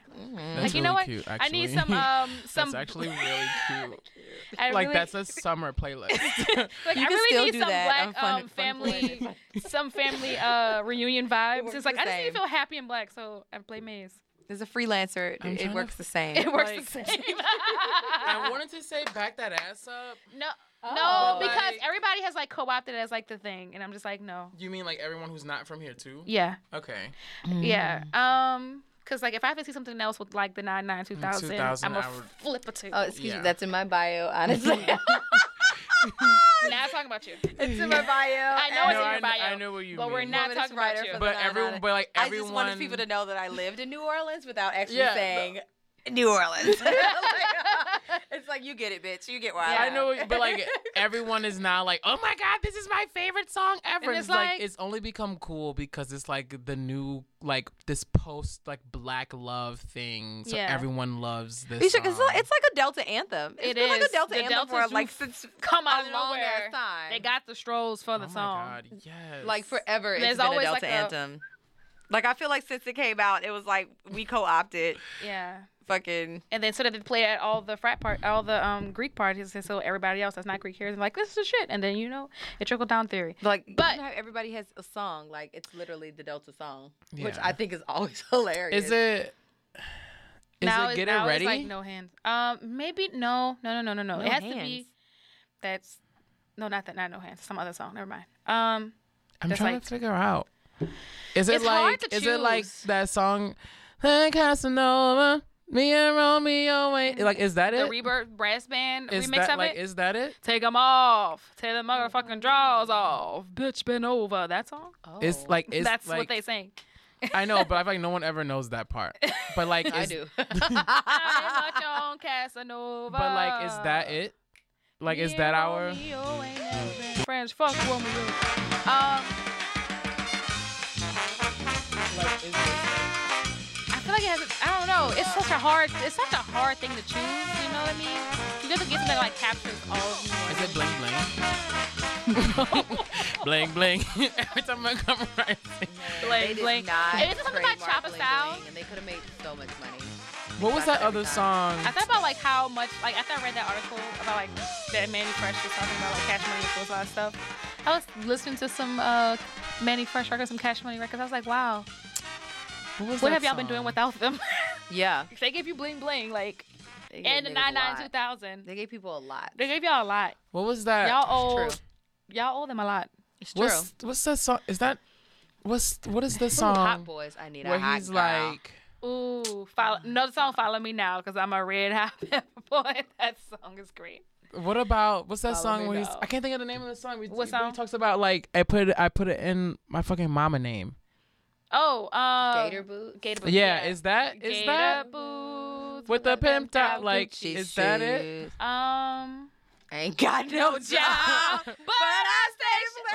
Speaker 3: That's
Speaker 4: like you know
Speaker 3: really
Speaker 4: what?
Speaker 3: Cute,
Speaker 4: I need
Speaker 3: actually.
Speaker 4: some um some.
Speaker 3: That's actually really cute.
Speaker 4: I
Speaker 3: like
Speaker 4: really-
Speaker 3: that's a summer playlist.
Speaker 4: like
Speaker 3: You
Speaker 4: I
Speaker 3: can
Speaker 4: really
Speaker 3: still
Speaker 4: need
Speaker 3: do
Speaker 4: some
Speaker 3: that
Speaker 4: black
Speaker 3: on Fun-
Speaker 4: um, family, some family uh reunion vibes. It's like I just need to feel happy and black, so I play Maze.
Speaker 5: As a freelancer,
Speaker 4: I'm
Speaker 5: it,
Speaker 4: trying
Speaker 5: it
Speaker 4: to
Speaker 5: works the same.
Speaker 4: It works the same.
Speaker 3: I wanted to say back that ass up.
Speaker 4: No,
Speaker 3: Oh.
Speaker 4: no, because
Speaker 3: Like-
Speaker 4: everybody has like co-opted it as like the thing, and I'm just like, no.
Speaker 3: You mean like everyone who's not from here too?
Speaker 4: Yeah.
Speaker 3: Okay. Mm.
Speaker 4: Yeah. Um, because like if I have to see something else with like the nine nine two
Speaker 3: Mm,
Speaker 4: thousand,
Speaker 3: 2000,
Speaker 4: I'm
Speaker 3: I
Speaker 4: a
Speaker 3: would-
Speaker 4: flip a two.
Speaker 5: Oh, excuse
Speaker 3: Yeah.
Speaker 5: me. That's in my bio, honestly.
Speaker 4: Not talking about you.
Speaker 5: It's in my bio.
Speaker 4: I know
Speaker 3: No,
Speaker 4: it's in
Speaker 3: I
Speaker 4: your
Speaker 3: kn-
Speaker 4: bio.
Speaker 3: I know what you
Speaker 4: But we're
Speaker 3: mean.
Speaker 4: not
Speaker 5: Womanist
Speaker 4: talking about
Speaker 5: writer
Speaker 4: you.
Speaker 5: for the
Speaker 3: But
Speaker 5: nine
Speaker 3: everyone,
Speaker 5: nine.
Speaker 3: but like
Speaker 5: I
Speaker 3: everyone.
Speaker 5: just wanted people to know that I lived in New Orleans without actually
Speaker 3: Yeah, no.
Speaker 5: saying Mm. New Orleans. it's like you get it, bitch. You get why.
Speaker 3: I know, but like everyone is now like, oh my god, this is my favorite song ever.
Speaker 4: And
Speaker 3: And
Speaker 4: it's
Speaker 3: it's like,
Speaker 4: like-
Speaker 3: it's only become cool because it's like the new like this post like black love thing. So
Speaker 5: Yeah.
Speaker 3: everyone loves this.
Speaker 5: You should,
Speaker 3: song.
Speaker 5: it's, like, it's like a Delta anthem. It's
Speaker 4: It
Speaker 5: been like
Speaker 4: is.
Speaker 5: a Delta
Speaker 4: The
Speaker 5: anthem for
Speaker 4: Deltas
Speaker 5: like
Speaker 4: do
Speaker 5: since
Speaker 4: Come out
Speaker 5: a
Speaker 4: of
Speaker 5: long
Speaker 4: nowhere.
Speaker 5: ass time.
Speaker 4: They got the strolls for the song.
Speaker 3: yes.
Speaker 5: Like forever,
Speaker 4: There's
Speaker 5: it's been
Speaker 4: always,
Speaker 5: a
Speaker 4: like,
Speaker 5: Delta
Speaker 4: a-
Speaker 5: anthem. Like I feel like since it came out, it was like we co-opted.
Speaker 4: Yeah.
Speaker 5: Fucking.
Speaker 4: And then so that they play at all the frat part, all the um Greek parties, and so everybody else that's not Greek hears, and like this is the shit. And then you know, it trickled down theory.
Speaker 5: Like, You
Speaker 4: but
Speaker 5: know how everybody has a song. Like it's literally the Delta song, which
Speaker 4: Yeah.
Speaker 5: I think is always hilarious.
Speaker 3: Is it? Is
Speaker 4: now
Speaker 3: it
Speaker 4: it's-
Speaker 3: get
Speaker 4: now
Speaker 3: it
Speaker 4: it's
Speaker 3: ready?
Speaker 4: like no hands. Um, maybe no, no, no, no, no, no.
Speaker 5: No
Speaker 4: it has to
Speaker 5: hands.
Speaker 4: be. That's no, not that, not no hands. Some other song. Never mind. Um,
Speaker 3: I'm
Speaker 4: that's
Speaker 3: trying
Speaker 4: like,
Speaker 3: to figure out. Is it
Speaker 4: It's
Speaker 3: like
Speaker 4: hard to
Speaker 3: is it like
Speaker 4: choose.
Speaker 3: that song "Hey, Casanova, me and Romeo wait like is that
Speaker 4: the
Speaker 3: it?
Speaker 4: Rebirth Brass Band
Speaker 3: Is
Speaker 4: remix
Speaker 3: that
Speaker 4: of
Speaker 3: like
Speaker 4: it.
Speaker 3: is that it?
Speaker 4: Take 'em off. Take the motherfucking draws off. Bitch, been over. That song. Oh.
Speaker 3: It's like it's
Speaker 4: that's
Speaker 3: like,
Speaker 4: what they sing.
Speaker 3: I know, but I feel like no one ever knows that part. But like is,
Speaker 4: I ain't much on Casanova.
Speaker 3: But like is that it? Like is that our
Speaker 4: Romeo ain't never been friends. Fuck woman. Um. I feel like it has. A, I don't know. It's such a hard. It's such a hard thing to choose. You know what I mean? You have to get something that like captures all of you.
Speaker 3: Is it bling bling? bling bling. Every time I come right.
Speaker 4: Bling,
Speaker 5: they did
Speaker 4: bling.
Speaker 5: not
Speaker 4: It was something about
Speaker 5: trademark
Speaker 4: Chopper
Speaker 5: bling,
Speaker 4: style.
Speaker 5: bling, and they could have made so much money.
Speaker 3: What was that other song?
Speaker 4: I thought about like how much like after I read that article about like that Manny Fresh was talking about like Cash Money and a lot of stuff. I was listening to some uh Manny Fresh records, some Cash Money records. I was like, wow,
Speaker 3: what,
Speaker 4: what,
Speaker 3: was that
Speaker 4: have y'all been
Speaker 3: song?
Speaker 4: doing without them?
Speaker 5: Yeah.
Speaker 4: they gave you bling bling like,
Speaker 5: gave
Speaker 4: and the
Speaker 5: niggas a
Speaker 4: nine nine
Speaker 5: lot.
Speaker 4: two thousand.
Speaker 5: They gave people a lot.
Speaker 4: They gave y'all a lot.
Speaker 3: What was that?
Speaker 4: Y'all owe y'all owe them a lot. It's
Speaker 3: What's what's that song? Is that what's what is the song?
Speaker 4: Hot Boys, I Need a
Speaker 3: where
Speaker 4: Hot
Speaker 3: he's
Speaker 4: Girl.
Speaker 3: like
Speaker 4: Ooh, follow, another song, Follow Me Now, because I'm a red hot pepper boy. That song is great.
Speaker 3: What about what's that
Speaker 4: Follow
Speaker 3: song
Speaker 4: me
Speaker 3: where he's?
Speaker 4: now.
Speaker 3: I can't think of the name of the song. We,
Speaker 4: What
Speaker 3: he
Speaker 4: song?
Speaker 3: talks about like I put it, I put it in my fucking mama name.
Speaker 4: Oh, uh,
Speaker 5: Gator boots.
Speaker 4: Gator boots.
Speaker 3: Yeah, is that is
Speaker 4: Gator
Speaker 3: that
Speaker 4: boots
Speaker 3: with the pimped out like
Speaker 5: Gucci
Speaker 3: is that it?
Speaker 5: shoes.
Speaker 4: Um,
Speaker 5: Ain't got no job.
Speaker 4: but I stay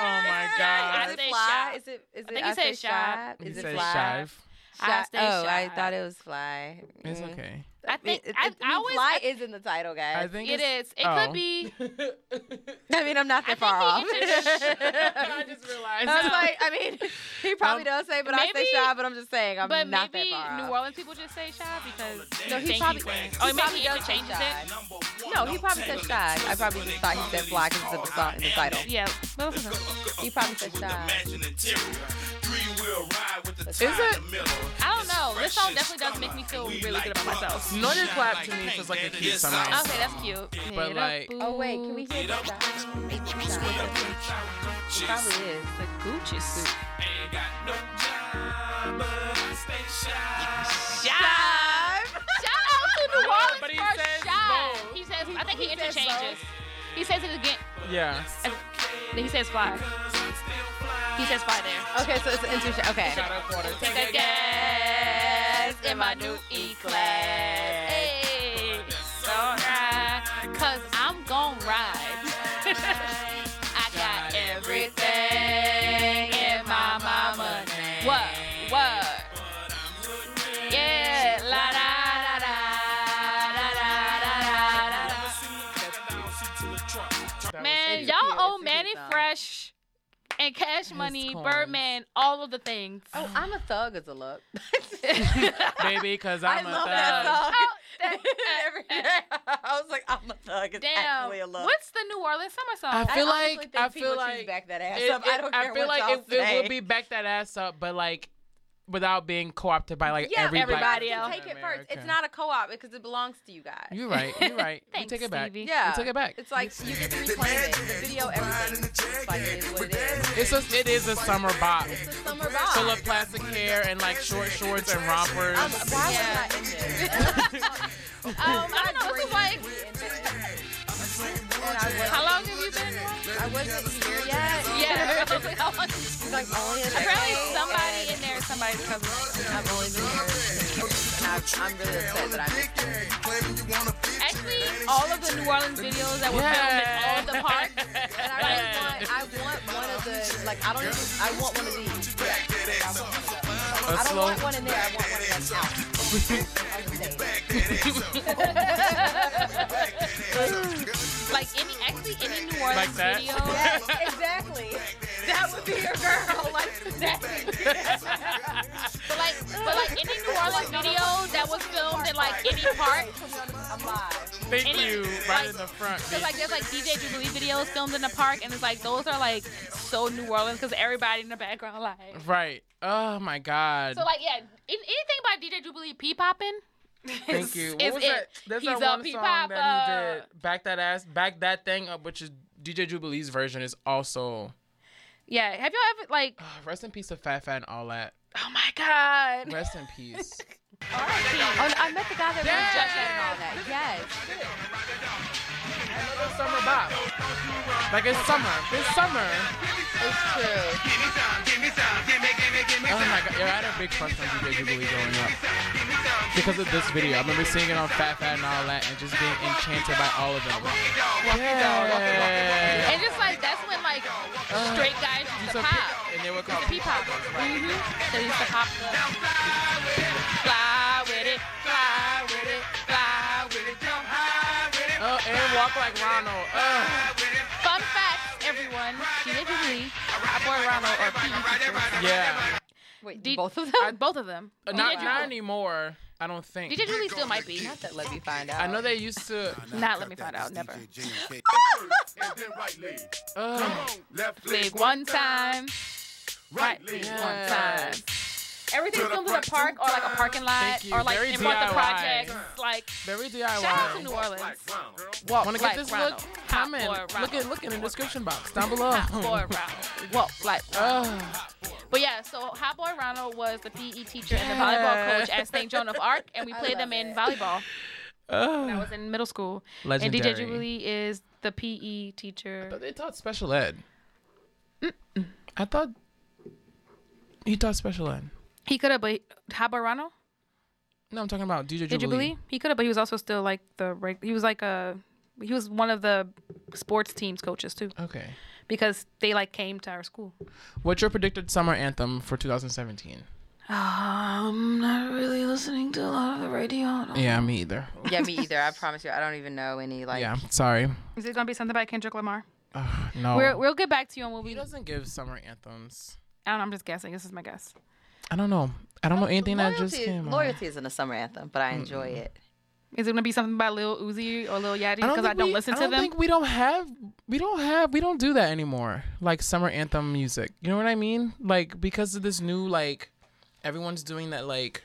Speaker 5: Oh
Speaker 3: my god!
Speaker 5: Is it fly? Is it? Is it?
Speaker 4: I think you
Speaker 5: say
Speaker 4: said shive.
Speaker 5: shive? Is
Speaker 3: He
Speaker 5: it
Speaker 3: said
Speaker 5: fly?
Speaker 3: shive.
Speaker 4: I
Speaker 5: Shi-
Speaker 4: say
Speaker 5: oh, I
Speaker 4: shive.
Speaker 5: thought it was fly.
Speaker 3: It's
Speaker 5: Mm.
Speaker 3: okay.
Speaker 4: I think-
Speaker 5: it,
Speaker 4: I-
Speaker 5: it-
Speaker 4: I
Speaker 5: mean,
Speaker 4: always-
Speaker 5: fly is in the title, guys.
Speaker 3: I think
Speaker 4: It
Speaker 3: it's-
Speaker 4: is. It
Speaker 3: oh.
Speaker 4: could be.
Speaker 5: I mean, I'm not that far off.
Speaker 3: I just realized.
Speaker 5: I was like, I mean, he probably
Speaker 4: Um,
Speaker 5: does say, but I say
Speaker 4: maybe-
Speaker 5: shy, but I'm just saying, I'm
Speaker 4: but
Speaker 5: not
Speaker 4: maybe
Speaker 5: that far
Speaker 4: New
Speaker 5: off.
Speaker 4: Orleans people just say shy because
Speaker 5: No, he
Speaker 4: thank
Speaker 5: probably-
Speaker 4: you friends.
Speaker 5: he
Speaker 4: Oh, maybe
Speaker 5: probably
Speaker 4: he
Speaker 5: does say
Speaker 4: changes it.
Speaker 5: No, he probably said shy. I probably just thought he said fly because it's in the, song, in the title.
Speaker 4: Yeah,
Speaker 5: he probably said shy.
Speaker 4: Is it? I don't know. This song definitely does make me feel really good about myself.
Speaker 3: Noise clap to me feels like a cute summer.
Speaker 4: Okay, that's cute.
Speaker 3: But,
Speaker 4: Gator
Speaker 3: like-
Speaker 5: Oh wait, can we hear that? It probably is
Speaker 4: the Gucci suit. Jive. Shout out to New Orleans
Speaker 3: But he
Speaker 4: for
Speaker 3: says
Speaker 4: Jive. He says, I think he,
Speaker 5: he says
Speaker 4: interchanges. He says it again.
Speaker 3: Yeah.
Speaker 4: and Then he says fly. He says fly there.
Speaker 5: Okay, so it's an interesting. Okay.
Speaker 4: Take a gas in my new E class. Hey, so high. Sandman, Cash Money,
Speaker 5: corns.
Speaker 4: Birdman, all of the things.
Speaker 5: Oh, I'm a thug as a look.
Speaker 3: baby, because I'm a
Speaker 5: love
Speaker 3: thug.
Speaker 5: that song.
Speaker 4: Oh,
Speaker 5: I was like, I'm a thug. It's
Speaker 4: Damn.
Speaker 5: actually a look.
Speaker 4: What's the New Orleans summer song?
Speaker 3: I feel
Speaker 5: honestly
Speaker 3: like
Speaker 5: think
Speaker 3: I feel
Speaker 5: people choose
Speaker 3: like
Speaker 5: back that ass
Speaker 3: it-
Speaker 5: up. I
Speaker 3: it-
Speaker 5: don't care
Speaker 3: I feel
Speaker 5: what
Speaker 3: like
Speaker 5: y'all
Speaker 3: it, it
Speaker 5: say.
Speaker 3: would be back that ass up, but like without being co-opted by like
Speaker 5: yeah,
Speaker 3: every black
Speaker 5: everybody
Speaker 3: person
Speaker 5: else.
Speaker 3: in
Speaker 5: Take it first. It's
Speaker 3: America.
Speaker 5: not a co-op because it belongs to you guys.
Speaker 3: You're right. You're right. we
Speaker 5: Thanks,
Speaker 3: take it back.
Speaker 5: Stevie.
Speaker 3: We
Speaker 5: Yeah.
Speaker 3: take it back.
Speaker 5: It's like you get to reclaim it. The video, everything. It's like it is what it is.
Speaker 3: It's a, it is a summer bop.
Speaker 5: Summer vibe.
Speaker 3: Full of plastic hair and like short shorts and rompers.
Speaker 5: Um, why was I in this? um, I don't know. This is like. How long have you been? I wasn't here yet.
Speaker 4: Yeah.
Speaker 5: It's like only a
Speaker 4: Apparently
Speaker 5: decade,
Speaker 4: somebody
Speaker 5: and
Speaker 4: in there is somebody's cousin.
Speaker 5: I've only been here, and I, I'm really upset that I missed it.
Speaker 4: Actually, all of the New Orleans videos that were filmed in all the parks.
Speaker 5: And I really want, I want one of the, like, I don't even, I want one of these. I
Speaker 3: slow-
Speaker 5: want one of those. I don't want one in there, I want one in there.
Speaker 4: like any, actually any New Orleans
Speaker 3: Like that?
Speaker 4: video.
Speaker 5: Yes, exactly. That would be your girl. Like that.
Speaker 4: But like, but like any New Orleans video that was filmed in like any park.
Speaker 3: Thank
Speaker 4: Any-
Speaker 3: you. Right in the front.
Speaker 4: So like
Speaker 3: bitch.
Speaker 4: there's like DJ Jubilee videos filmed in the park, and it's like those are like so New Orleans because everybody in the background like.
Speaker 3: Right. Oh my God.
Speaker 4: So like yeah, in, anything by DJ Jubilee pee popping.
Speaker 3: Thank you. What
Speaker 4: is
Speaker 3: was
Speaker 4: it.
Speaker 3: that? There's
Speaker 4: He's
Speaker 3: that one
Speaker 4: a
Speaker 3: song
Speaker 4: uh, pee popper.
Speaker 3: that he did. Back that ass. Back that thing up, which is DJ Jubilee's version is also.
Speaker 4: Yeah. Have y'all ever like?
Speaker 3: Rest in peace to Fat Fat and all that.
Speaker 4: Oh my God.
Speaker 3: Rest in peace.
Speaker 5: Oh, no, I met the guy that
Speaker 4: Yes.
Speaker 5: was just and all that. Yes.
Speaker 3: summer bop. Like it's summer. It's summer.
Speaker 5: It's true.
Speaker 3: Oh my god, yeah, I had a big crush on DJ Jubilee growing up because of this video. I remember seeing it on Fat Fat and all that, and just being enchanted by all of them. Yeah.
Speaker 4: And just like that's when like straight guys used to pop.
Speaker 3: And they were
Speaker 4: called pee poppers. Mm-hmm. They used to pop the fly with it, fly with it, fly with it, jump high with it.
Speaker 3: Oh, and walk like Ronald.
Speaker 4: Fun fact, everyone, DJ Jubilee, Boy Ronald, or P.
Speaker 3: Yeah.
Speaker 4: Wait, both of them? both of them.
Speaker 3: Uh,
Speaker 4: DJ
Speaker 3: Not, not
Speaker 4: Jubilee-
Speaker 3: anymore. I don't think.
Speaker 4: DJ Jubilee still might be.
Speaker 5: Not that let me find out.
Speaker 3: I know they used to.
Speaker 4: Not let me find out. Never.
Speaker 3: Ugh.
Speaker 4: Left leg one time. Right leg one time. Everything's filmed in a park or like a parking lot
Speaker 3: Thank you.
Speaker 4: or like
Speaker 3: Very
Speaker 4: in front of the
Speaker 3: DIY.
Speaker 4: projects. Like
Speaker 3: Very
Speaker 4: shout out to
Speaker 3: DIY.
Speaker 4: New Orleans.
Speaker 3: Walk Want to get
Speaker 4: like
Speaker 3: this
Speaker 4: Ronald.
Speaker 3: look?
Speaker 4: Hot
Speaker 3: Comment.
Speaker 4: boy
Speaker 3: Look
Speaker 4: Ronald.
Speaker 3: in look in the description box down below.
Speaker 4: Hot boy Ronald. Walk like
Speaker 3: Ugh.
Speaker 4: But yeah, so Hot Boy Ronald was the PE teacher and the volleyball coach at St. Joan of Arc, and we played them in volleyball. When I was in middle school.
Speaker 3: Legendary.
Speaker 4: And DJ Jubilee is the PE teacher.
Speaker 3: But they taught special ed. I thought he taught special ed.
Speaker 4: He could have, but Hot Boy Ronald?
Speaker 3: No, I'm talking about DJ
Speaker 4: Did you
Speaker 3: Jubilee.
Speaker 4: believe he could have? But he was also still like the reg- he was like a he was one of the sports teams coaches too
Speaker 3: Okay.
Speaker 4: because they like came to our school.
Speaker 3: What's your predicted summer anthem for 2017?
Speaker 4: I'm Um, not really listening to a lot of the radio.
Speaker 3: Yeah, me either.
Speaker 5: Yeah, me either. I promise you, I don't even know any like.
Speaker 3: Yeah, sorry.
Speaker 4: Is it gonna be something by Kendrick Lamar?
Speaker 3: Ugh, no.
Speaker 4: We're, we'll get back to you on what we. I
Speaker 3: doesn't give summer anthems.
Speaker 4: don't know. I'm just guessing. This is my guess.
Speaker 3: I don't know. I don't know anything that just
Speaker 5: Loyalty,
Speaker 3: came. out.
Speaker 5: loyalty isn't a summer anthem, but I enjoy it.
Speaker 4: Is it gonna be something by Lil Uzi or Lil Yachty?
Speaker 3: I don't
Speaker 4: Because I
Speaker 3: think
Speaker 4: don't
Speaker 3: we-
Speaker 4: listen
Speaker 3: I
Speaker 4: to
Speaker 3: don't
Speaker 4: them.
Speaker 3: think we don't have we don't have we don't do that anymore. Like summer anthem music. You know what I mean? Like because of this new like everyone's doing that like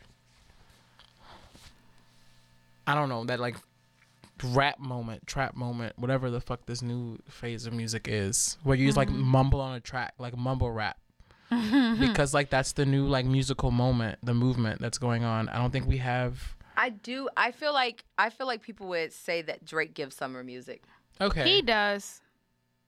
Speaker 3: I don't know, that like rap moment, trap moment, whatever the fuck this new phase of music is where you just
Speaker 4: Mm-hmm.
Speaker 3: like mumble on a track, like mumble rap. because like that's the new like musical moment, the movement that's going on. I don't think we have
Speaker 5: I do. I feel like I feel like people would say that Drake gives summer music.
Speaker 3: Okay.
Speaker 4: He does.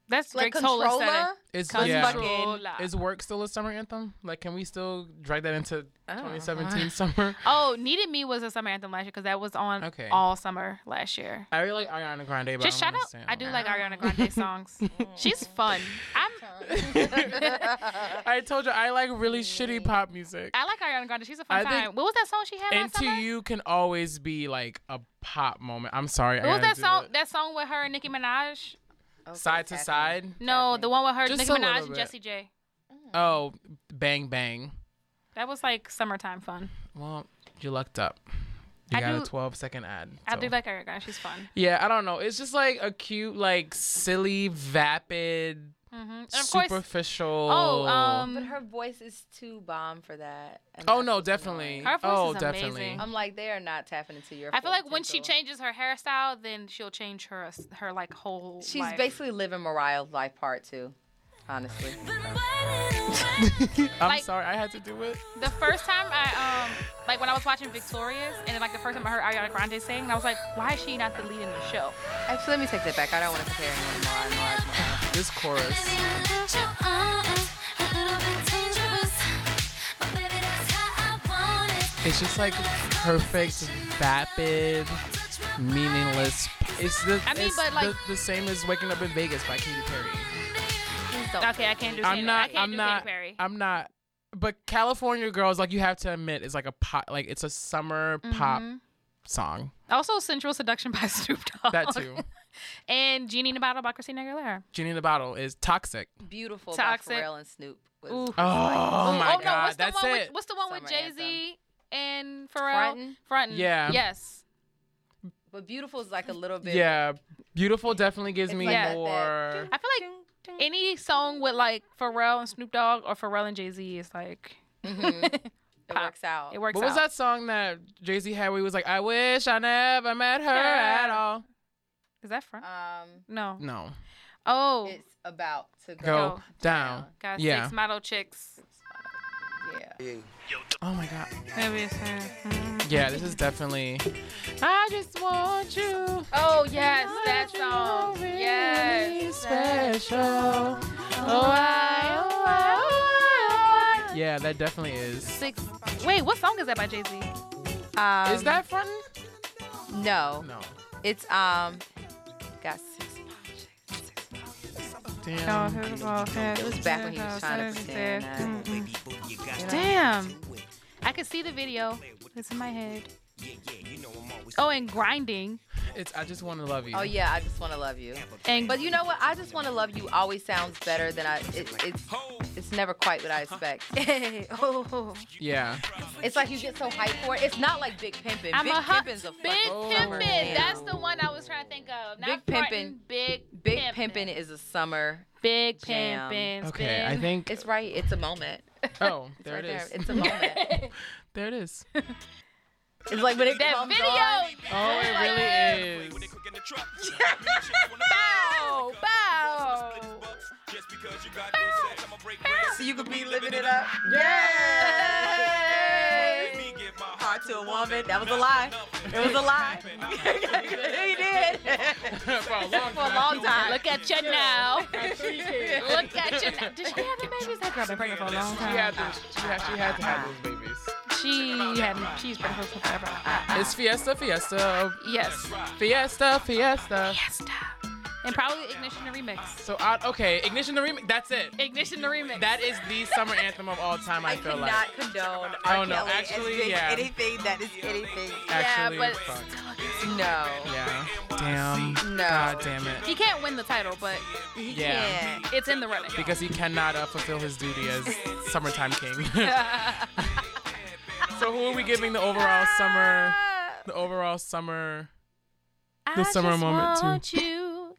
Speaker 4: That's
Speaker 5: Like
Speaker 4: Drake's whole
Speaker 5: Controller?
Speaker 4: aesthetic.
Speaker 3: Is
Speaker 4: Uh-huh. Cause
Speaker 3: yeah.
Speaker 4: fucking-
Speaker 3: is work still a summer anthem? Like, can we still drag that into
Speaker 4: don't know.
Speaker 3: 2017 summer?
Speaker 4: Oh, Needed Me was a summer anthem last year because that was on
Speaker 3: Okay.
Speaker 4: all summer last year.
Speaker 3: I really like Ariana Grande, but
Speaker 4: Just
Speaker 3: I
Speaker 4: shout
Speaker 3: don't
Speaker 4: out.
Speaker 3: understand
Speaker 4: I
Speaker 3: why.
Speaker 4: do like Ariana Grande songs. She's fun. I'm.
Speaker 3: I told you I like really shitty pop music.
Speaker 4: I like Ariana Grande. She's a fun
Speaker 3: I think-
Speaker 4: time. What was that song she had
Speaker 3: And
Speaker 4: last
Speaker 3: to
Speaker 4: summer?
Speaker 3: you can always be like a pop moment. I'm sorry.
Speaker 4: What was
Speaker 3: Ariana,
Speaker 4: that
Speaker 3: do
Speaker 4: song?
Speaker 3: it.
Speaker 4: That song with her and Nicki Minaj?
Speaker 3: Side to side.
Speaker 4: No, the one with her,
Speaker 3: Just
Speaker 4: Nicki
Speaker 3: a little
Speaker 4: Minaj and
Speaker 3: bit.
Speaker 4: Jessie J.
Speaker 3: Oh, bang bang.
Speaker 4: That was like summertime fun.
Speaker 3: Well, you lucked up. You
Speaker 4: I
Speaker 3: got
Speaker 4: do-
Speaker 3: a 12 second ad.
Speaker 4: I
Speaker 3: so.
Speaker 4: do like Ariana. She's fun.
Speaker 3: Yeah, I don't know. It's just like a cute, like silly, vapid,
Speaker 5: Mhm. And of
Speaker 4: course- Oh, um,
Speaker 3: superficial.
Speaker 5: Oh, but her voice is too bomb for that. and
Speaker 3: Oh
Speaker 5: that's
Speaker 3: no,
Speaker 5: what's
Speaker 3: definitely.
Speaker 5: annoying.
Speaker 3: oh, definitely.
Speaker 5: I'm like, they are not tapping into your.
Speaker 4: I feel
Speaker 5: full
Speaker 4: like when she changes her hairstyle, then she'll change her her like whole.
Speaker 5: She's
Speaker 4: life.
Speaker 5: basically living Mariah's life part two, honestly.
Speaker 3: I'm
Speaker 4: like-
Speaker 3: sorry, I had to do it.
Speaker 4: The first time I um like when I was watching Victorious and then like the first time I heard Ariana Grande sing, I was like, why is she not the lead in the show?
Speaker 5: Actually, let me take that back. I don't want to compare anyone to Mariah. Mariah's Mariah.
Speaker 3: This chorus.
Speaker 5: Ah,
Speaker 3: It's just like perfect, vapid, meaningless. It's the
Speaker 4: I mean,
Speaker 3: it's
Speaker 4: but, like-
Speaker 3: the, the same as Waking Up in Vegas by Katy Perry.
Speaker 4: Okay, I can't do. Katy-
Speaker 3: I'm not.
Speaker 4: I can't
Speaker 3: I'm
Speaker 4: do
Speaker 3: not.
Speaker 4: Katy Perry.
Speaker 3: I'm not. But California Girls, like you have to admit, is like a pop. Like it's a summer pop
Speaker 4: Mhm.
Speaker 3: song.
Speaker 4: Also, Central Seduction by Snoop Dogg.
Speaker 3: That too.
Speaker 4: and Genie in a Bottle by Christina Aguilera.
Speaker 3: Genie in the Bottle is toxic.
Speaker 5: Beautiful
Speaker 4: Toxic.
Speaker 5: by Pharrell and Snoop. Was
Speaker 4: Ooh.
Speaker 3: Oh my God,
Speaker 4: no, what's the
Speaker 3: Uh, that's
Speaker 4: one
Speaker 3: it.
Speaker 4: With, what's the one with
Speaker 5: Summer
Speaker 4: Jay
Speaker 5: anthem.
Speaker 4: Z and Pharrell?
Speaker 5: Frontin'?
Speaker 4: Frontin'.
Speaker 3: Yeah.
Speaker 4: Yes.
Speaker 5: But beautiful is like a little bit.
Speaker 3: Yeah, beautiful definitely gives
Speaker 5: It's
Speaker 3: me
Speaker 5: like that-
Speaker 3: more.
Speaker 4: I feel like any song with like Pharrell and Snoop Dogg or Pharrell and Jay Z is like
Speaker 5: Mm-hmm. It works out.
Speaker 4: it works.
Speaker 3: What was
Speaker 4: out.
Speaker 3: that song that Jay Z had where he was like, "I wish I never met her at all."
Speaker 4: Is that Front?
Speaker 5: Um,
Speaker 4: no.
Speaker 3: No,
Speaker 4: Oh,
Speaker 5: it's about to
Speaker 3: go,
Speaker 5: go.
Speaker 3: down.
Speaker 4: got
Speaker 3: yeah.
Speaker 4: six model chicks.
Speaker 5: Yeah.
Speaker 3: Oh my god.
Speaker 4: Maybe it's her.
Speaker 3: Yeah, this is definitely. I just want you.
Speaker 4: Oh yes, that song. Yes.
Speaker 3: Special. Oh, I, oh, I, oh, I. Yeah, that definitely is.
Speaker 4: Six. Wait, what song is that by Jay Z?
Speaker 5: Um,
Speaker 3: Is that frontin'?
Speaker 5: No.
Speaker 3: No.
Speaker 5: It's um. Got six.
Speaker 3: Damn.
Speaker 5: It was back when he was trying to pretend. that-
Speaker 4: Damn. I could see the video. It's in my head. Oh, and grinding.
Speaker 3: It's I just want to love you.
Speaker 5: Oh yeah, I just want to love you.
Speaker 4: And
Speaker 5: But you know what? I just want to love you always sounds better than I. It, it's it's never quite what I expect. oh.
Speaker 3: Yeah.
Speaker 5: It's like you get so hyped for it. It's not like Big Pimpin'.
Speaker 4: I'm
Speaker 5: Big
Speaker 4: a hot-
Speaker 5: Pimpin's a fucking
Speaker 4: Big
Speaker 5: summer jam.
Speaker 4: Pimpin'. That's the one I was trying to think of. Not
Speaker 5: Big Pimpin'.
Speaker 4: Frontin', Big
Speaker 5: Big
Speaker 4: Pimpin'.
Speaker 5: Pimpin' is a summer
Speaker 4: Big
Speaker 5: jam.
Speaker 4: Pimpin'.
Speaker 3: Okay, I think.
Speaker 5: It's right. It's a moment.
Speaker 3: Oh, there
Speaker 5: right
Speaker 3: it is.
Speaker 5: there. It's a moment.
Speaker 3: There it is.
Speaker 5: it's like when it
Speaker 4: That
Speaker 5: comes
Speaker 4: video.
Speaker 5: on.
Speaker 3: Oh, it really is.
Speaker 4: Bow, bow.
Speaker 9: So you could be living it up.
Speaker 5: Yay! Heart to a woman. That was a lie. It was a lie. he did.
Speaker 3: For a long
Speaker 5: For a long time.
Speaker 4: Look at you now.
Speaker 3: time.
Speaker 4: Look at you now. Did she have any babies? That girl been pregnant for a long
Speaker 3: She
Speaker 4: time.
Speaker 3: had this. She had, she had to have those babies.
Speaker 4: She had. She's been pregnant forever.
Speaker 3: It's Fiesta, Fiesta,
Speaker 4: Yes.
Speaker 3: Fiesta, Fiesta.
Speaker 4: Fiesta. And probably Ignition the Remix.
Speaker 3: So I, okay, ignition the remix. That's it.
Speaker 4: Ignition the Remix.
Speaker 3: That is the summer anthem of all time. I,
Speaker 5: I
Speaker 3: feel
Speaker 5: cannot
Speaker 3: like.
Speaker 5: condone R.
Speaker 3: I don't know.
Speaker 5: Kelly as
Speaker 3: Actually,
Speaker 5: being
Speaker 3: yeah.
Speaker 5: anything that is anything.
Speaker 3: Actually,
Speaker 4: but-
Speaker 3: fuck.
Speaker 5: No.
Speaker 3: yeah. Damn.
Speaker 5: No.
Speaker 3: God damn it.
Speaker 4: He can't win the title, but
Speaker 5: He
Speaker 3: Yeah.
Speaker 5: can't.
Speaker 4: it's in the running.
Speaker 3: Because he cannot uh, fulfill his duty as summertime king. so who are we giving the overall summer? The overall summer. The summer moment too.
Speaker 4: you.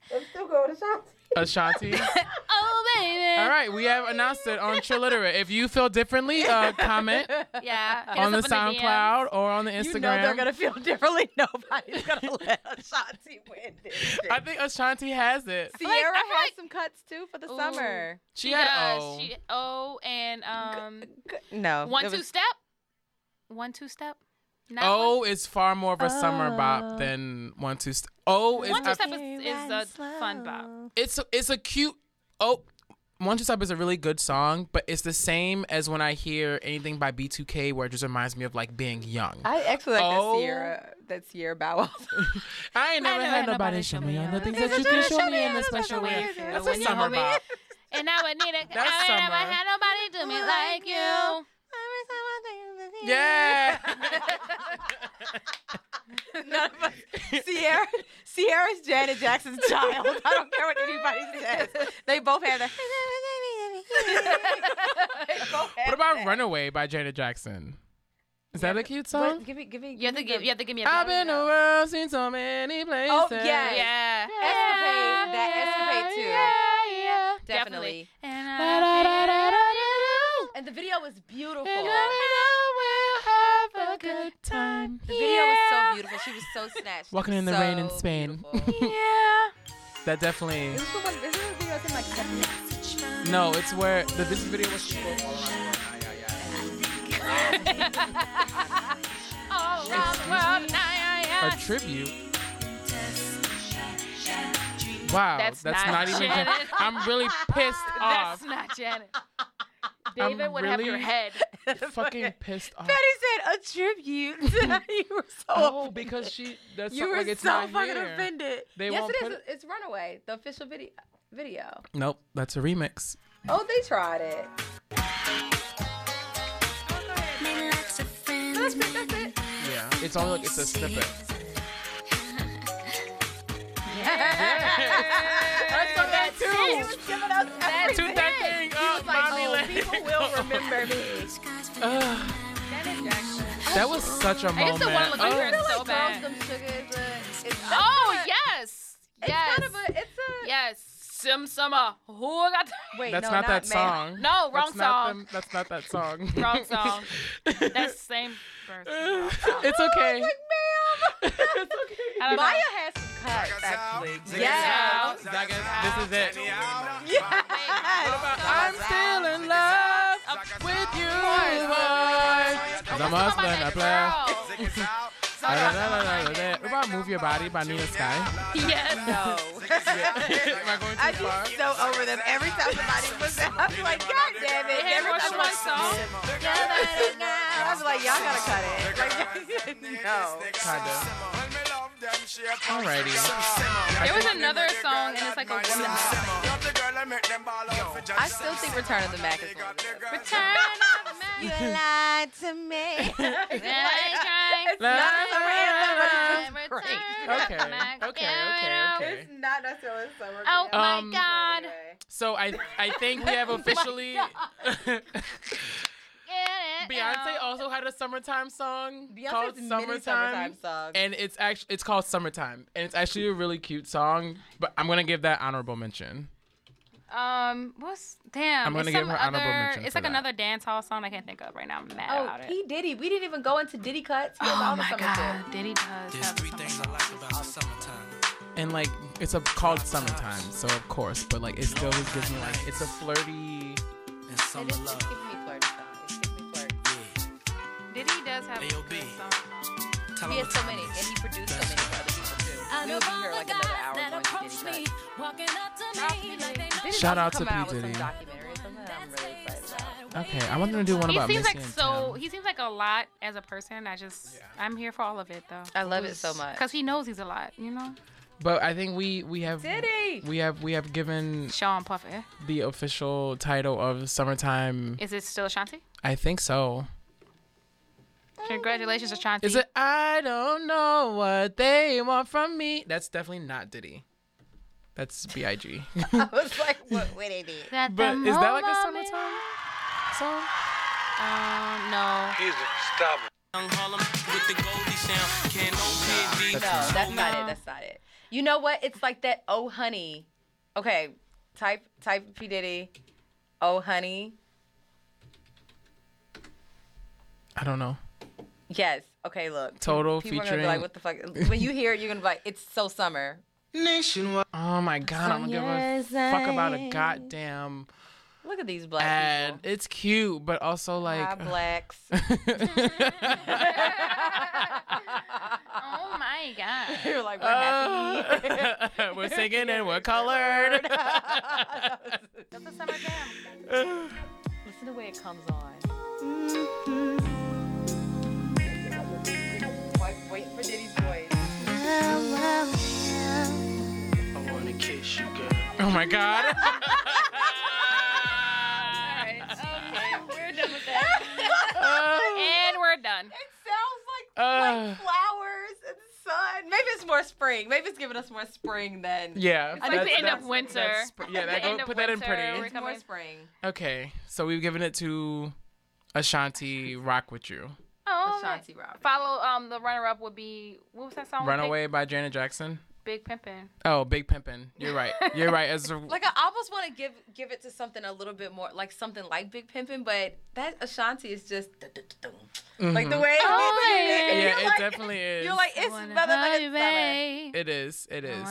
Speaker 3: Ashanti.
Speaker 4: Oh baby.
Speaker 3: All right, we have announced it on Trilliterate. If you feel differently, uh, comment
Speaker 4: Yeah. hit
Speaker 3: on the
Speaker 4: us up in
Speaker 3: SoundCloud or on the Instagram.
Speaker 5: You know they're gonna feel differently. Nobody's gonna let Ashanti win this. shit.
Speaker 3: I think Ashanti has it.
Speaker 5: Sierra
Speaker 4: I feel
Speaker 5: has
Speaker 4: like-
Speaker 5: some cuts too for the
Speaker 4: Ooh.
Speaker 5: summer.
Speaker 3: She,
Speaker 4: She
Speaker 3: had
Speaker 4: does.
Speaker 3: O.
Speaker 4: She O and um
Speaker 5: No.
Speaker 4: one
Speaker 5: it
Speaker 4: two
Speaker 5: was-
Speaker 4: step. One two step. Not
Speaker 3: O
Speaker 4: one-
Speaker 3: is far more of a
Speaker 4: Oh.
Speaker 3: summer bop than one two. St- o is
Speaker 4: one two
Speaker 3: a-
Speaker 4: step is, is a fun bop.
Speaker 3: it's a- it's a cute. Oh, one two step is a really good song, but it's the same as when I hear anything by B2K, where it just reminds me of like being young. I,
Speaker 5: I actually like
Speaker 3: Oh.
Speaker 5: that Sierra. That Sierra Bow Wow.
Speaker 3: ain't never had nobody show me all the things that you can show me in a special way. That's a
Speaker 4: When you
Speaker 3: summer
Speaker 4: hold me-
Speaker 3: bop.
Speaker 4: And I would need a
Speaker 3: That's
Speaker 4: I would
Speaker 3: summer.
Speaker 4: never had nobody do me like you.
Speaker 3: Yeah.
Speaker 5: None of us. Sierra, Sierra's Janet Jackson's child. I don't care what anybody says. They both have that.
Speaker 3: What about "Runaway" by Janet Jackson? Is that a cute song?
Speaker 5: Give me, give me.
Speaker 4: You have to give. You have to give me a.
Speaker 3: I've been around, seen so many places.
Speaker 5: Oh yeah,
Speaker 4: Yeah.
Speaker 5: Escapade, that escapade too.
Speaker 4: Yeah, yeah,
Speaker 5: Definitely.
Speaker 4: And
Speaker 5: And the video was beautiful.
Speaker 4: I will have a good time.
Speaker 5: The video was so beautiful. She was so snatched.
Speaker 3: Walking in the
Speaker 5: So-
Speaker 3: rain in Spain.
Speaker 4: yeah.
Speaker 3: That definitely.
Speaker 5: This is the one. This is the video that's in like. the-
Speaker 3: No, it's where the this video was. All around the world. Ah, yeah, yeah.
Speaker 4: All around the world. Nah, yeah,
Speaker 3: a tribute. Wow,
Speaker 4: That's
Speaker 3: that's,
Speaker 4: not
Speaker 3: not, even.
Speaker 4: Janet.
Speaker 3: Janet. I'm really pissed
Speaker 4: That's
Speaker 3: off.
Speaker 4: not Janet.
Speaker 3: I'm
Speaker 4: David would have your
Speaker 3: really
Speaker 4: head.
Speaker 3: Fucking pissed off.
Speaker 5: Betty said a tribute. you were so.
Speaker 3: Oh, because she. That's
Speaker 5: you
Speaker 3: not-
Speaker 5: were
Speaker 3: like, it's
Speaker 5: so
Speaker 3: not
Speaker 5: fucking
Speaker 3: here.
Speaker 5: offended.
Speaker 3: They
Speaker 5: yes,
Speaker 3: won't
Speaker 5: it is.
Speaker 3: put it-
Speaker 5: It's Runaway, the official video. Video.
Speaker 3: Nope, that's a remix.
Speaker 5: Oh, they tried it. That's it. That's it.
Speaker 3: Yeah, it's only like it's a snippet.
Speaker 5: I
Speaker 3: saw that too.
Speaker 5: He was giving us
Speaker 3: Toot
Speaker 5: everything.
Speaker 3: that thing
Speaker 5: He was
Speaker 3: up,
Speaker 5: like,
Speaker 3: mommy,
Speaker 5: oh,
Speaker 3: let it
Speaker 5: people will
Speaker 3: go.
Speaker 5: remember me.
Speaker 3: Ugh, that was such a
Speaker 4: I
Speaker 3: moment.
Speaker 4: used to want to look
Speaker 3: oh.
Speaker 4: at her so bad. Oh yes, yes,
Speaker 5: kind of a- it's a
Speaker 4: yes. Sim summer. Who got?
Speaker 5: Wait,
Speaker 3: That's not that song.
Speaker 4: No, wrong
Speaker 3: That's not
Speaker 4: song.
Speaker 3: them- that's not that song.
Speaker 4: Wrong song. That's the same person.
Speaker 3: it's okay.
Speaker 4: I don't
Speaker 5: Maya
Speaker 4: know.
Speaker 5: has some cuts, actually.
Speaker 3: Yeah. This is it. I'm still in love with you, boy. The must learn a prayer.
Speaker 5: Oh
Speaker 3: Remember Move Your Body by Nina Sky?
Speaker 4: Yes.
Speaker 3: Am I going too far?
Speaker 5: So over them every time somebody puts that, I'm like, God damn it!
Speaker 4: Hey,
Speaker 5: Every
Speaker 4: what's
Speaker 5: time
Speaker 4: my
Speaker 5: I'm
Speaker 4: song?
Speaker 5: I'm like, y'all gotta cut it. Like, no.
Speaker 3: Kinda.
Speaker 4: There
Speaker 3: Alrighty.
Speaker 4: was another song, and it's like a woman.
Speaker 5: I still think Return of the Mac is one of the best.
Speaker 4: Return of the
Speaker 5: You
Speaker 4: man.
Speaker 5: lied to me.
Speaker 4: It's
Speaker 5: Not summer anthem, but
Speaker 4: Return
Speaker 5: it's great.
Speaker 4: of the
Speaker 3: Okay,
Speaker 4: Mac.
Speaker 3: okay,
Speaker 4: Yeah,
Speaker 3: okay,
Speaker 4: yeah.
Speaker 3: okay.
Speaker 5: Not necessarily summer.
Speaker 4: Oh
Speaker 5: anthem.
Speaker 4: my
Speaker 3: Um,
Speaker 4: God.
Speaker 3: So I I think we have officially.
Speaker 4: Get it
Speaker 3: Beyonce
Speaker 4: out.
Speaker 3: also had a summertime song
Speaker 5: Oh. Beyonce's
Speaker 3: called
Speaker 5: many
Speaker 3: "Summertime,"
Speaker 5: summertime songs.
Speaker 3: and it's actually it's called "Summertime," and it's actually a really cute song. But I'm gonna give that honorable mention.
Speaker 4: Um, what's damn?
Speaker 3: I'm gonna
Speaker 4: it's
Speaker 3: give
Speaker 4: some
Speaker 3: her honorable
Speaker 4: other-
Speaker 3: mention
Speaker 4: It's
Speaker 3: for
Speaker 4: like
Speaker 3: that.
Speaker 4: another dance hall song I can't think of right now. I'm mad
Speaker 5: Oh,
Speaker 4: about it.
Speaker 5: P Diddy. We didn't even go into Diddy cuts. He has all
Speaker 4: Oh
Speaker 5: the
Speaker 4: my
Speaker 5: summer
Speaker 4: God,
Speaker 5: shit.
Speaker 4: Diddy does.
Speaker 14: There's
Speaker 4: have
Speaker 14: three
Speaker 4: some-
Speaker 14: things I like about the summertime.
Speaker 3: And like it's a, called "Summertime," so of course, but like it still just gives me like it's a flirty.
Speaker 14: And summer
Speaker 5: It's
Speaker 14: love.
Speaker 5: just giving me flirt songs. It's giving me flirt.
Speaker 4: Diddy does have some
Speaker 14: AOB.
Speaker 4: good songs.
Speaker 14: Tell
Speaker 5: He
Speaker 14: 'em
Speaker 5: had
Speaker 14: what
Speaker 5: so
Speaker 14: time
Speaker 5: many,
Speaker 14: it
Speaker 5: and
Speaker 14: is.
Speaker 5: he produced so many for other people too. We would be here like another hour going to Diddy cuts. Diddy's
Speaker 3: Shout
Speaker 5: also
Speaker 3: out to
Speaker 5: coming
Speaker 3: P.
Speaker 5: with some
Speaker 3: Diddy.
Speaker 5: documentaries. Something that I'm really excited about.
Speaker 3: Okay, I want them to do one
Speaker 4: He
Speaker 3: about
Speaker 4: seems
Speaker 3: Missy
Speaker 4: like
Speaker 3: and
Speaker 4: so.
Speaker 3: Tim.
Speaker 4: He seems like a lot as a person. I just, I'm here for all of it though,
Speaker 5: I love it so much.
Speaker 4: because he knows he's a lot. You know,
Speaker 3: But I think we we have
Speaker 5: Diddy.
Speaker 3: we have we have given
Speaker 4: Sean Puffer.
Speaker 3: the official title of "Summertime."
Speaker 4: eh? Is it still Ashanti?
Speaker 3: I think so.
Speaker 4: Congratulations, Ashanti.
Speaker 3: Is it I don't know what they want from me? That's definitely not Diddy. That's B.I.G.
Speaker 5: I was like, what? What it is?
Speaker 4: That
Speaker 3: but
Speaker 4: the
Speaker 3: is that like a
Speaker 4: moment-
Speaker 3: summertime song?
Speaker 4: Um, no.
Speaker 5: No, that's not it. That's not it. You know what? It's like that. Oh, honey. Okay, type type P Diddy. Oh, honey.
Speaker 3: I don't know.
Speaker 5: Yes. Okay. Look.
Speaker 3: Total
Speaker 5: People are gonna be like,
Speaker 3: featuring-
Speaker 5: what the fuck? When you hear it, you're gonna be like, it's so summer.
Speaker 3: Nationwide. Oh my god, I'm gonna give a fuck about a goddamn
Speaker 5: Look at these black
Speaker 3: ad. It's cute, but also
Speaker 5: people. Hi,
Speaker 3: like
Speaker 5: blacks.
Speaker 4: Oh my God.
Speaker 5: you're like, we're
Speaker 3: Uh,
Speaker 5: happy.
Speaker 3: Ah. we're singing and we're colored.
Speaker 4: That's a summer jam.
Speaker 5: Listen to the way it comes on. Wait, wait for Diddy's voice.
Speaker 3: oh my god.
Speaker 4: Okay, we're done with that. and we're done.
Speaker 5: It sounds like
Speaker 3: Uh.
Speaker 5: like flowers and sun. Maybe it's more spring. spring. Maybe it's giving us more spring than.
Speaker 3: Yeah, I think we end up
Speaker 4: winter.
Speaker 3: that's spr- yeah, that go- put that in pretty.
Speaker 5: It's more spring.
Speaker 3: Okay, so we've given it to Ashanti. Rock with you.
Speaker 4: Oh, Ashanti Robinson. Follow um the runner up would be what was that
Speaker 5: Oh,
Speaker 4: song? with
Speaker 3: Runaway by Janet Jackson.
Speaker 4: Big, Big Pimpin.
Speaker 3: Oh, Big Pimpin. You're right. You're right. As a,
Speaker 5: Like I almost want to give give it to something a little bit more like something like Big Pimpin', but that Ashanti is just like the
Speaker 3: Mhm.
Speaker 5: way.
Speaker 3: Oh,
Speaker 5: it is,
Speaker 3: yeah,
Speaker 5: you're
Speaker 3: it
Speaker 5: like-
Speaker 3: definitely is.
Speaker 5: You're like it's better than it's summer.
Speaker 3: It is. It is.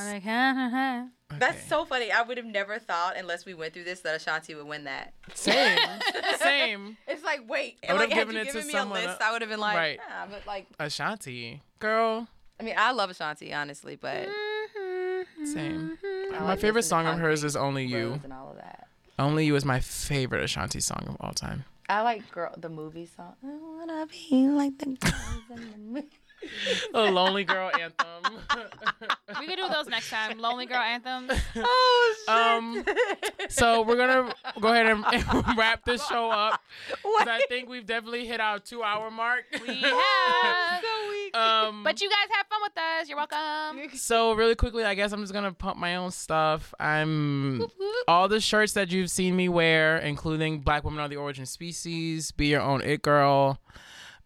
Speaker 5: That's so funny. I would have never thought unless we went through this that Ashanti would win that.
Speaker 3: Same. Same.
Speaker 5: It's like wait,
Speaker 3: I would
Speaker 5: like,
Speaker 3: have
Speaker 5: had
Speaker 3: given
Speaker 5: you
Speaker 3: it to
Speaker 5: given me a
Speaker 3: someone
Speaker 5: list,
Speaker 3: else.
Speaker 5: I would have been like,
Speaker 3: Right.
Speaker 5: nah, but like
Speaker 3: Ashanti, girl.
Speaker 5: I mean, I love Ashanti honestly, but
Speaker 3: Same.
Speaker 5: I
Speaker 3: My
Speaker 5: like
Speaker 3: favorite song
Speaker 5: listening to
Speaker 3: of hers is "Only You."
Speaker 5: Rose and all of that.
Speaker 3: "Only You" is my favorite Ashanti song of all time.
Speaker 5: I like girl the movie song. I wanna be like the girls in the movie.
Speaker 3: A lonely girl anthem.
Speaker 4: we could do those next time. Lonely Girl Anthem.
Speaker 5: Oh
Speaker 4: shit.
Speaker 3: Um, so we're gonna go ahead and, and wrap this show up. 'cause I think we've definitely hit our two-hour mark. We
Speaker 4: have.
Speaker 3: Um,
Speaker 4: but you guys have fun with us. You're welcome.
Speaker 3: so really quickly, I guess I'm just gonna pump my own stuff. I'm all the shirts that you've seen me wear, including Black Women Are the Origin Species, Be Your Own It Girl.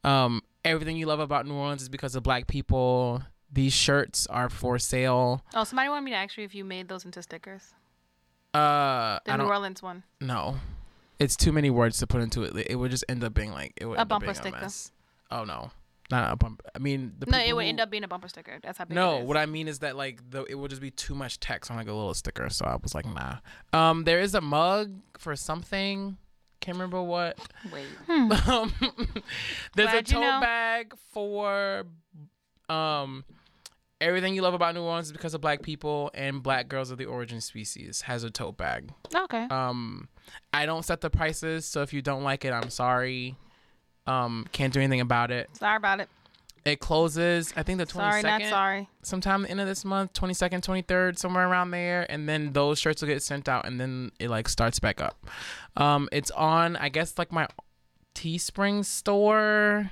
Speaker 3: Um, everything you love about New Orleans is because of Black people. These shirts are for sale.
Speaker 4: Oh, somebody wanted me to ask you if you made those into stickers.
Speaker 3: Uh,
Speaker 4: The
Speaker 3: I
Speaker 4: New
Speaker 3: don't-
Speaker 4: Orleans one.
Speaker 3: No, it's too many words to put into it. It would just end up being like it would end
Speaker 4: A
Speaker 3: up
Speaker 4: bumper
Speaker 3: being
Speaker 4: sticker.
Speaker 3: A mess. Oh no, not a bumper. I mean, the
Speaker 4: No,
Speaker 3: people
Speaker 4: it would
Speaker 3: who-
Speaker 4: end up being a bumper sticker. That's how big
Speaker 3: No,
Speaker 4: it is.
Speaker 3: what I mean is that like the, it would just be too much text on like a little sticker. So I was like, nah. Um, there is a mug for something. Can't remember what.
Speaker 4: Wait.
Speaker 3: Um, there's a
Speaker 4: Glad you
Speaker 3: tote
Speaker 4: know.
Speaker 3: bag for um everything you love about New Orleans is because of black people and black girls are the origin species has a tote bag.
Speaker 4: Okay.
Speaker 3: Um, I don't set the prices, so if you don't like it, I'm sorry. Um, can't do anything about it.
Speaker 4: Sorry about it.
Speaker 3: It closes, I think the 22nd.
Speaker 4: Sorry, not sorry.
Speaker 3: Sometime the end of this month, 22nd, 23rd, somewhere around there. And then those shirts will get sent out and then it like starts back up. Um, it's on, I guess, like my Teespring store
Speaker 4: I'm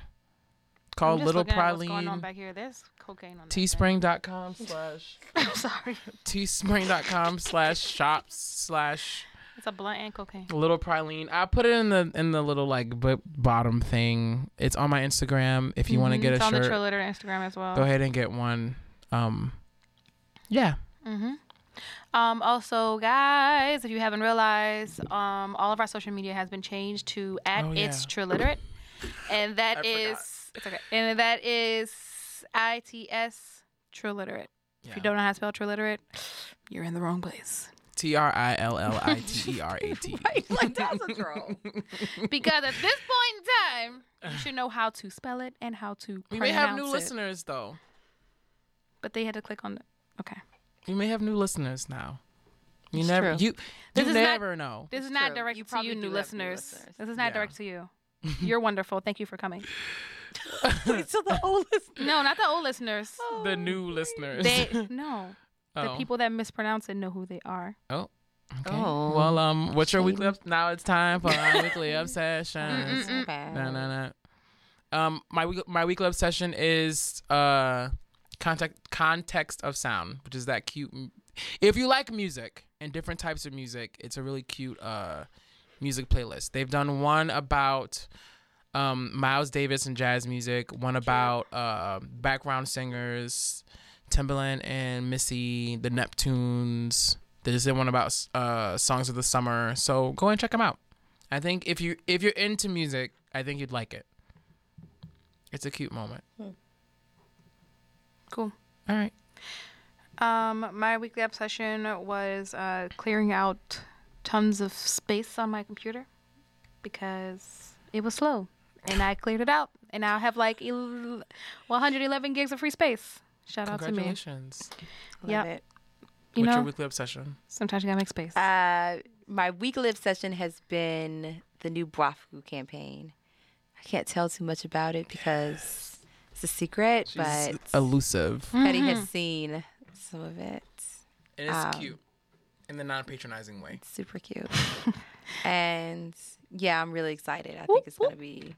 Speaker 3: called
Speaker 4: just
Speaker 3: Little
Speaker 4: looking at What's going on
Speaker 3: Praline.
Speaker 4: back here? There's cocaine on.
Speaker 3: Teespring.com slash.
Speaker 4: I'm sorry.
Speaker 3: Teespring.com slash shops slash
Speaker 4: It's a blunt and cocaine.
Speaker 3: little praline i put it in the in the little like b- bottom thing it's on my instagram if you want to
Speaker 4: Mhm.
Speaker 3: get a
Speaker 4: it's on the
Speaker 3: shirt
Speaker 4: Trill Litter Instagram as well.
Speaker 3: go ahead and get one um yeah
Speaker 4: hmm Um, also, guys, if you haven't realized, um, all of our social media has been changed to at
Speaker 9: Oh,
Speaker 4: it's
Speaker 9: yeah.
Speaker 4: Trilliterate, and that is it's okay, and that is I T S Trilliterate. If you don't know how to spell Trilliterate, you're in the wrong place.
Speaker 3: t-r-i-l-l-i-t-e-r-a-t
Speaker 5: like that's a troll.
Speaker 4: because at this point in time, you should know how to spell it and how to.
Speaker 3: we may have new
Speaker 4: pronounce it.
Speaker 3: listeners though
Speaker 4: but they had to click on the. Okay.
Speaker 3: we may have new listeners now you
Speaker 4: It's
Speaker 3: never
Speaker 4: true.
Speaker 3: you
Speaker 4: This
Speaker 3: you
Speaker 4: is
Speaker 3: never
Speaker 4: not,
Speaker 3: know
Speaker 4: This is not
Speaker 5: true.
Speaker 4: direct
Speaker 5: You
Speaker 4: to
Speaker 5: probably
Speaker 4: you,
Speaker 5: do
Speaker 4: new
Speaker 5: have new
Speaker 4: listeners.
Speaker 5: listeners.
Speaker 4: This is not direct to you. You're wonderful. Thank you for coming.
Speaker 5: Wait, so the old listeners?
Speaker 4: No, not the old listeners.
Speaker 3: the new listeners
Speaker 4: They no. The
Speaker 3: Oh.
Speaker 4: people that mispronounce it know who they are.
Speaker 3: oh okay
Speaker 4: Oh.
Speaker 3: well um what's your weekly
Speaker 4: Shame.
Speaker 3: up now it's time for our weekly obsessions
Speaker 4: Mm-mm-mm.
Speaker 3: No, no, no. Um, my week, my weekly obsession is uh, context context of sound, which is that cute. m- If you like music and different types of music, it's a really cute uh, music playlist. They've done one about um, Miles Davis and jazz music, one about uh, background singers, Timbaland and Missy, the Neptunes. They just did one about uh, songs of the summer. So go and check them out. I think if you if you're into music, I think you'd like it. It's a cute moment.
Speaker 4: Cool.
Speaker 3: All right.
Speaker 4: Um, my weekly obsession was uh, clearing out tons of space on my computer because it was slow, and I cleared it out, and I have like el- 111 gigs of free space. Shout out to me.
Speaker 3: Congratulations.
Speaker 4: Yeah.
Speaker 5: it.
Speaker 4: You
Speaker 3: What's your
Speaker 4: know,
Speaker 3: weekly obsession?
Speaker 4: sometimes you gotta make space.
Speaker 5: Uh, my weekly obsession has been the new Brafu campaign. I can't tell too much about it because it's a secret, but
Speaker 3: elusive.
Speaker 5: Petty
Speaker 4: Mm-hmm.
Speaker 3: Mhm.
Speaker 5: has seen some of it.
Speaker 3: And it's
Speaker 5: Um,
Speaker 3: cute in the non patronizing way.
Speaker 5: Super cute. and yeah, I'm really excited. I think it's gonna be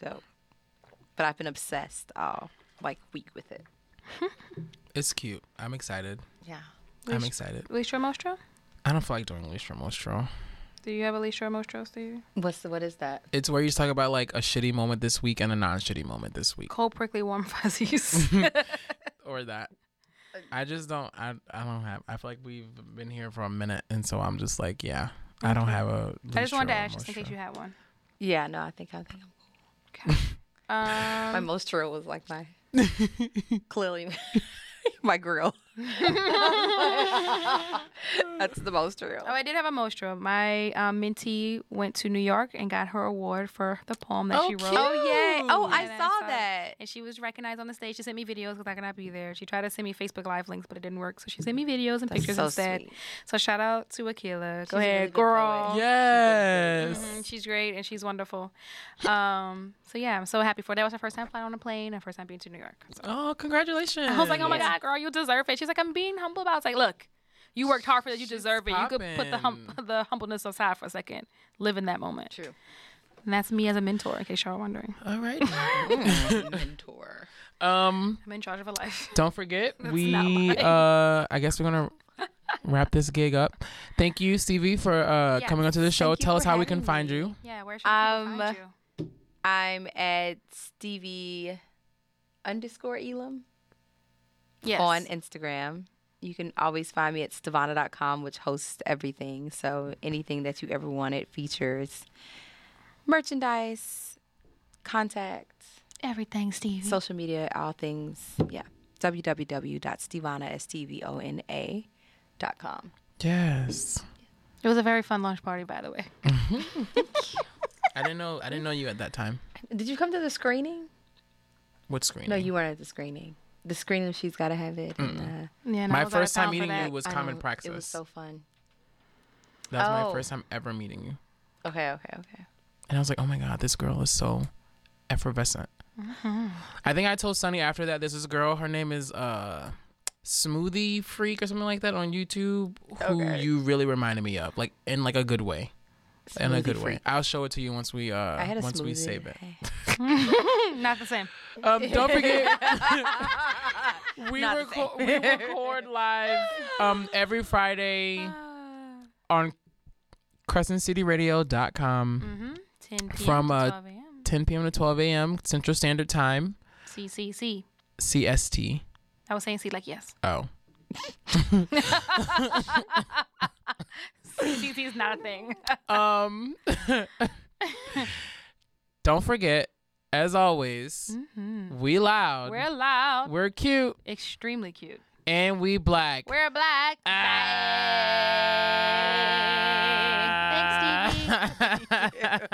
Speaker 5: dope. But I've been obsessed all like week with it.
Speaker 3: It's cute. I'm excited.
Speaker 5: Yeah.
Speaker 3: I'm excited.
Speaker 4: Listro Mostro?
Speaker 3: I don't feel like doing Listro Mostro.
Speaker 4: Do you have a Listro Mostro, Stevie?
Speaker 5: What's the, what is that?
Speaker 3: It's where you just talk about like a shitty moment this week and a non shitty moment this week.
Speaker 4: Cold prickly warm fuzzies.
Speaker 3: or that. I just don't. I I don't have. I feel like we've been here for a minute, and so I'm just like, yeah, I don't have a.
Speaker 4: Mm-hmm. I just wanted to
Speaker 3: listro
Speaker 4: ask just in case you had one.
Speaker 5: Yeah, no, I think I think
Speaker 4: Um,
Speaker 5: my most real was like my clearly my grill. That's the most real.
Speaker 4: Oh, I did have a Mostro. My um, mentee went to New York and got her award for the poem that
Speaker 5: Oh,
Speaker 4: she wrote.
Speaker 5: cute. Oh, yay. Oh, I
Speaker 4: And
Speaker 5: saw
Speaker 4: it.
Speaker 5: that.
Speaker 4: And she was recognized on the stage. She sent me videos because I could not be there. She tried to send me Facebook Live links, but it didn't work. So she sent me videos and
Speaker 5: That's
Speaker 4: pictures
Speaker 5: so
Speaker 4: instead.
Speaker 5: sweet.
Speaker 4: So shout out to Akila. Go
Speaker 5: She's a
Speaker 4: ahead,
Speaker 5: really good
Speaker 4: girl.
Speaker 5: poet.
Speaker 3: Yes.
Speaker 4: Mhm, she's great and she's wonderful. Um, so yeah, I'm so happy for her. That was her first time flying on a plane and first time being to New York. So.
Speaker 3: Oh, congratulations!
Speaker 4: I was like, oh my
Speaker 3: Yeah.
Speaker 4: god, girl, you deserve it. She's like, I'm being humble about. it. I was like, look, you worked hard for this. You deserve it. You could put the hum- the humbleness aside for a second. Live in that moment.
Speaker 5: True.
Speaker 4: And that's me as a mentor, in case y'all are wondering.
Speaker 3: All right.
Speaker 5: mentor.
Speaker 3: Um,
Speaker 4: Mm, I'm in charge of a life.
Speaker 3: don't forget
Speaker 4: That's not
Speaker 3: we.
Speaker 4: mine.
Speaker 3: Uh, I guess we're gonna wrap this gig up. Thank you, Stevie, for uh
Speaker 5: Yes,
Speaker 3: coming onto the show.
Speaker 5: thank you
Speaker 3: Tell
Speaker 5: for
Speaker 3: us how we
Speaker 5: having
Speaker 3: can find
Speaker 5: me.
Speaker 3: you.
Speaker 4: Yeah, where should
Speaker 5: um,
Speaker 4: people find you?
Speaker 5: I'm at Stevie underscore Elam
Speaker 4: Yes.
Speaker 5: on Instagram. You can always find me at Stavana.com, which hosts everything. So anything that you ever wanted features merchandise, contact,
Speaker 4: everything, Stevie.
Speaker 5: Social media, all things. Yeah. www.stevana, S-T-V-O-N-A dot com.
Speaker 3: Yes.
Speaker 4: It was a very fun launch party, by the way.
Speaker 3: I didn't know. I didn't know you at that time.
Speaker 5: Did you come to the screening?
Speaker 3: What screen?
Speaker 5: No, you weren't at the screening. The screening, she's got to have it. and, uh,
Speaker 4: Yeah,
Speaker 3: My first time meeting you was
Speaker 5: I
Speaker 3: Common
Speaker 5: know,
Speaker 3: Praxis.
Speaker 5: It was so fun.
Speaker 3: That was my
Speaker 5: Oh.
Speaker 3: first time ever meeting you.
Speaker 5: Okay, okay, okay.
Speaker 3: And I was like, oh my God, this girl is so effervescent.
Speaker 4: Mm-hmm.
Speaker 3: I think I told Sunny after that, there's this girl, her name is uh Smoothie Freak or something like that on YouTube, who
Speaker 5: Okay.
Speaker 3: you really reminded me of, like in like a good way. in a
Speaker 5: Smoothie
Speaker 3: good way.
Speaker 5: Freak.
Speaker 3: I'll show it to you once we uh
Speaker 5: I had a
Speaker 3: once we
Speaker 5: smoothie
Speaker 3: save it.
Speaker 4: Not the same.
Speaker 3: Um, don't forget- we,
Speaker 4: Not the
Speaker 3: reco-
Speaker 4: same.
Speaker 3: we record live
Speaker 5: Oh,
Speaker 3: um every Friday on crescentcityradio.com
Speaker 4: Mm-hmm. 10 p.m.
Speaker 3: from
Speaker 4: to
Speaker 3: uh
Speaker 4: 12 a.m.
Speaker 3: 10 p.m. to 12 a.m. Central Standard Time,
Speaker 4: C C C.
Speaker 3: CST.
Speaker 4: I was saying C like yes.
Speaker 3: Oh.
Speaker 4: C C is not a thing.
Speaker 3: um. Don't forget, as always, we loud,
Speaker 4: Mm-hmm. Hmm. We're loud.
Speaker 3: we're cute,
Speaker 4: extremely cute.
Speaker 3: and we black.
Speaker 4: We're black. Bye. Thanks, Stevie.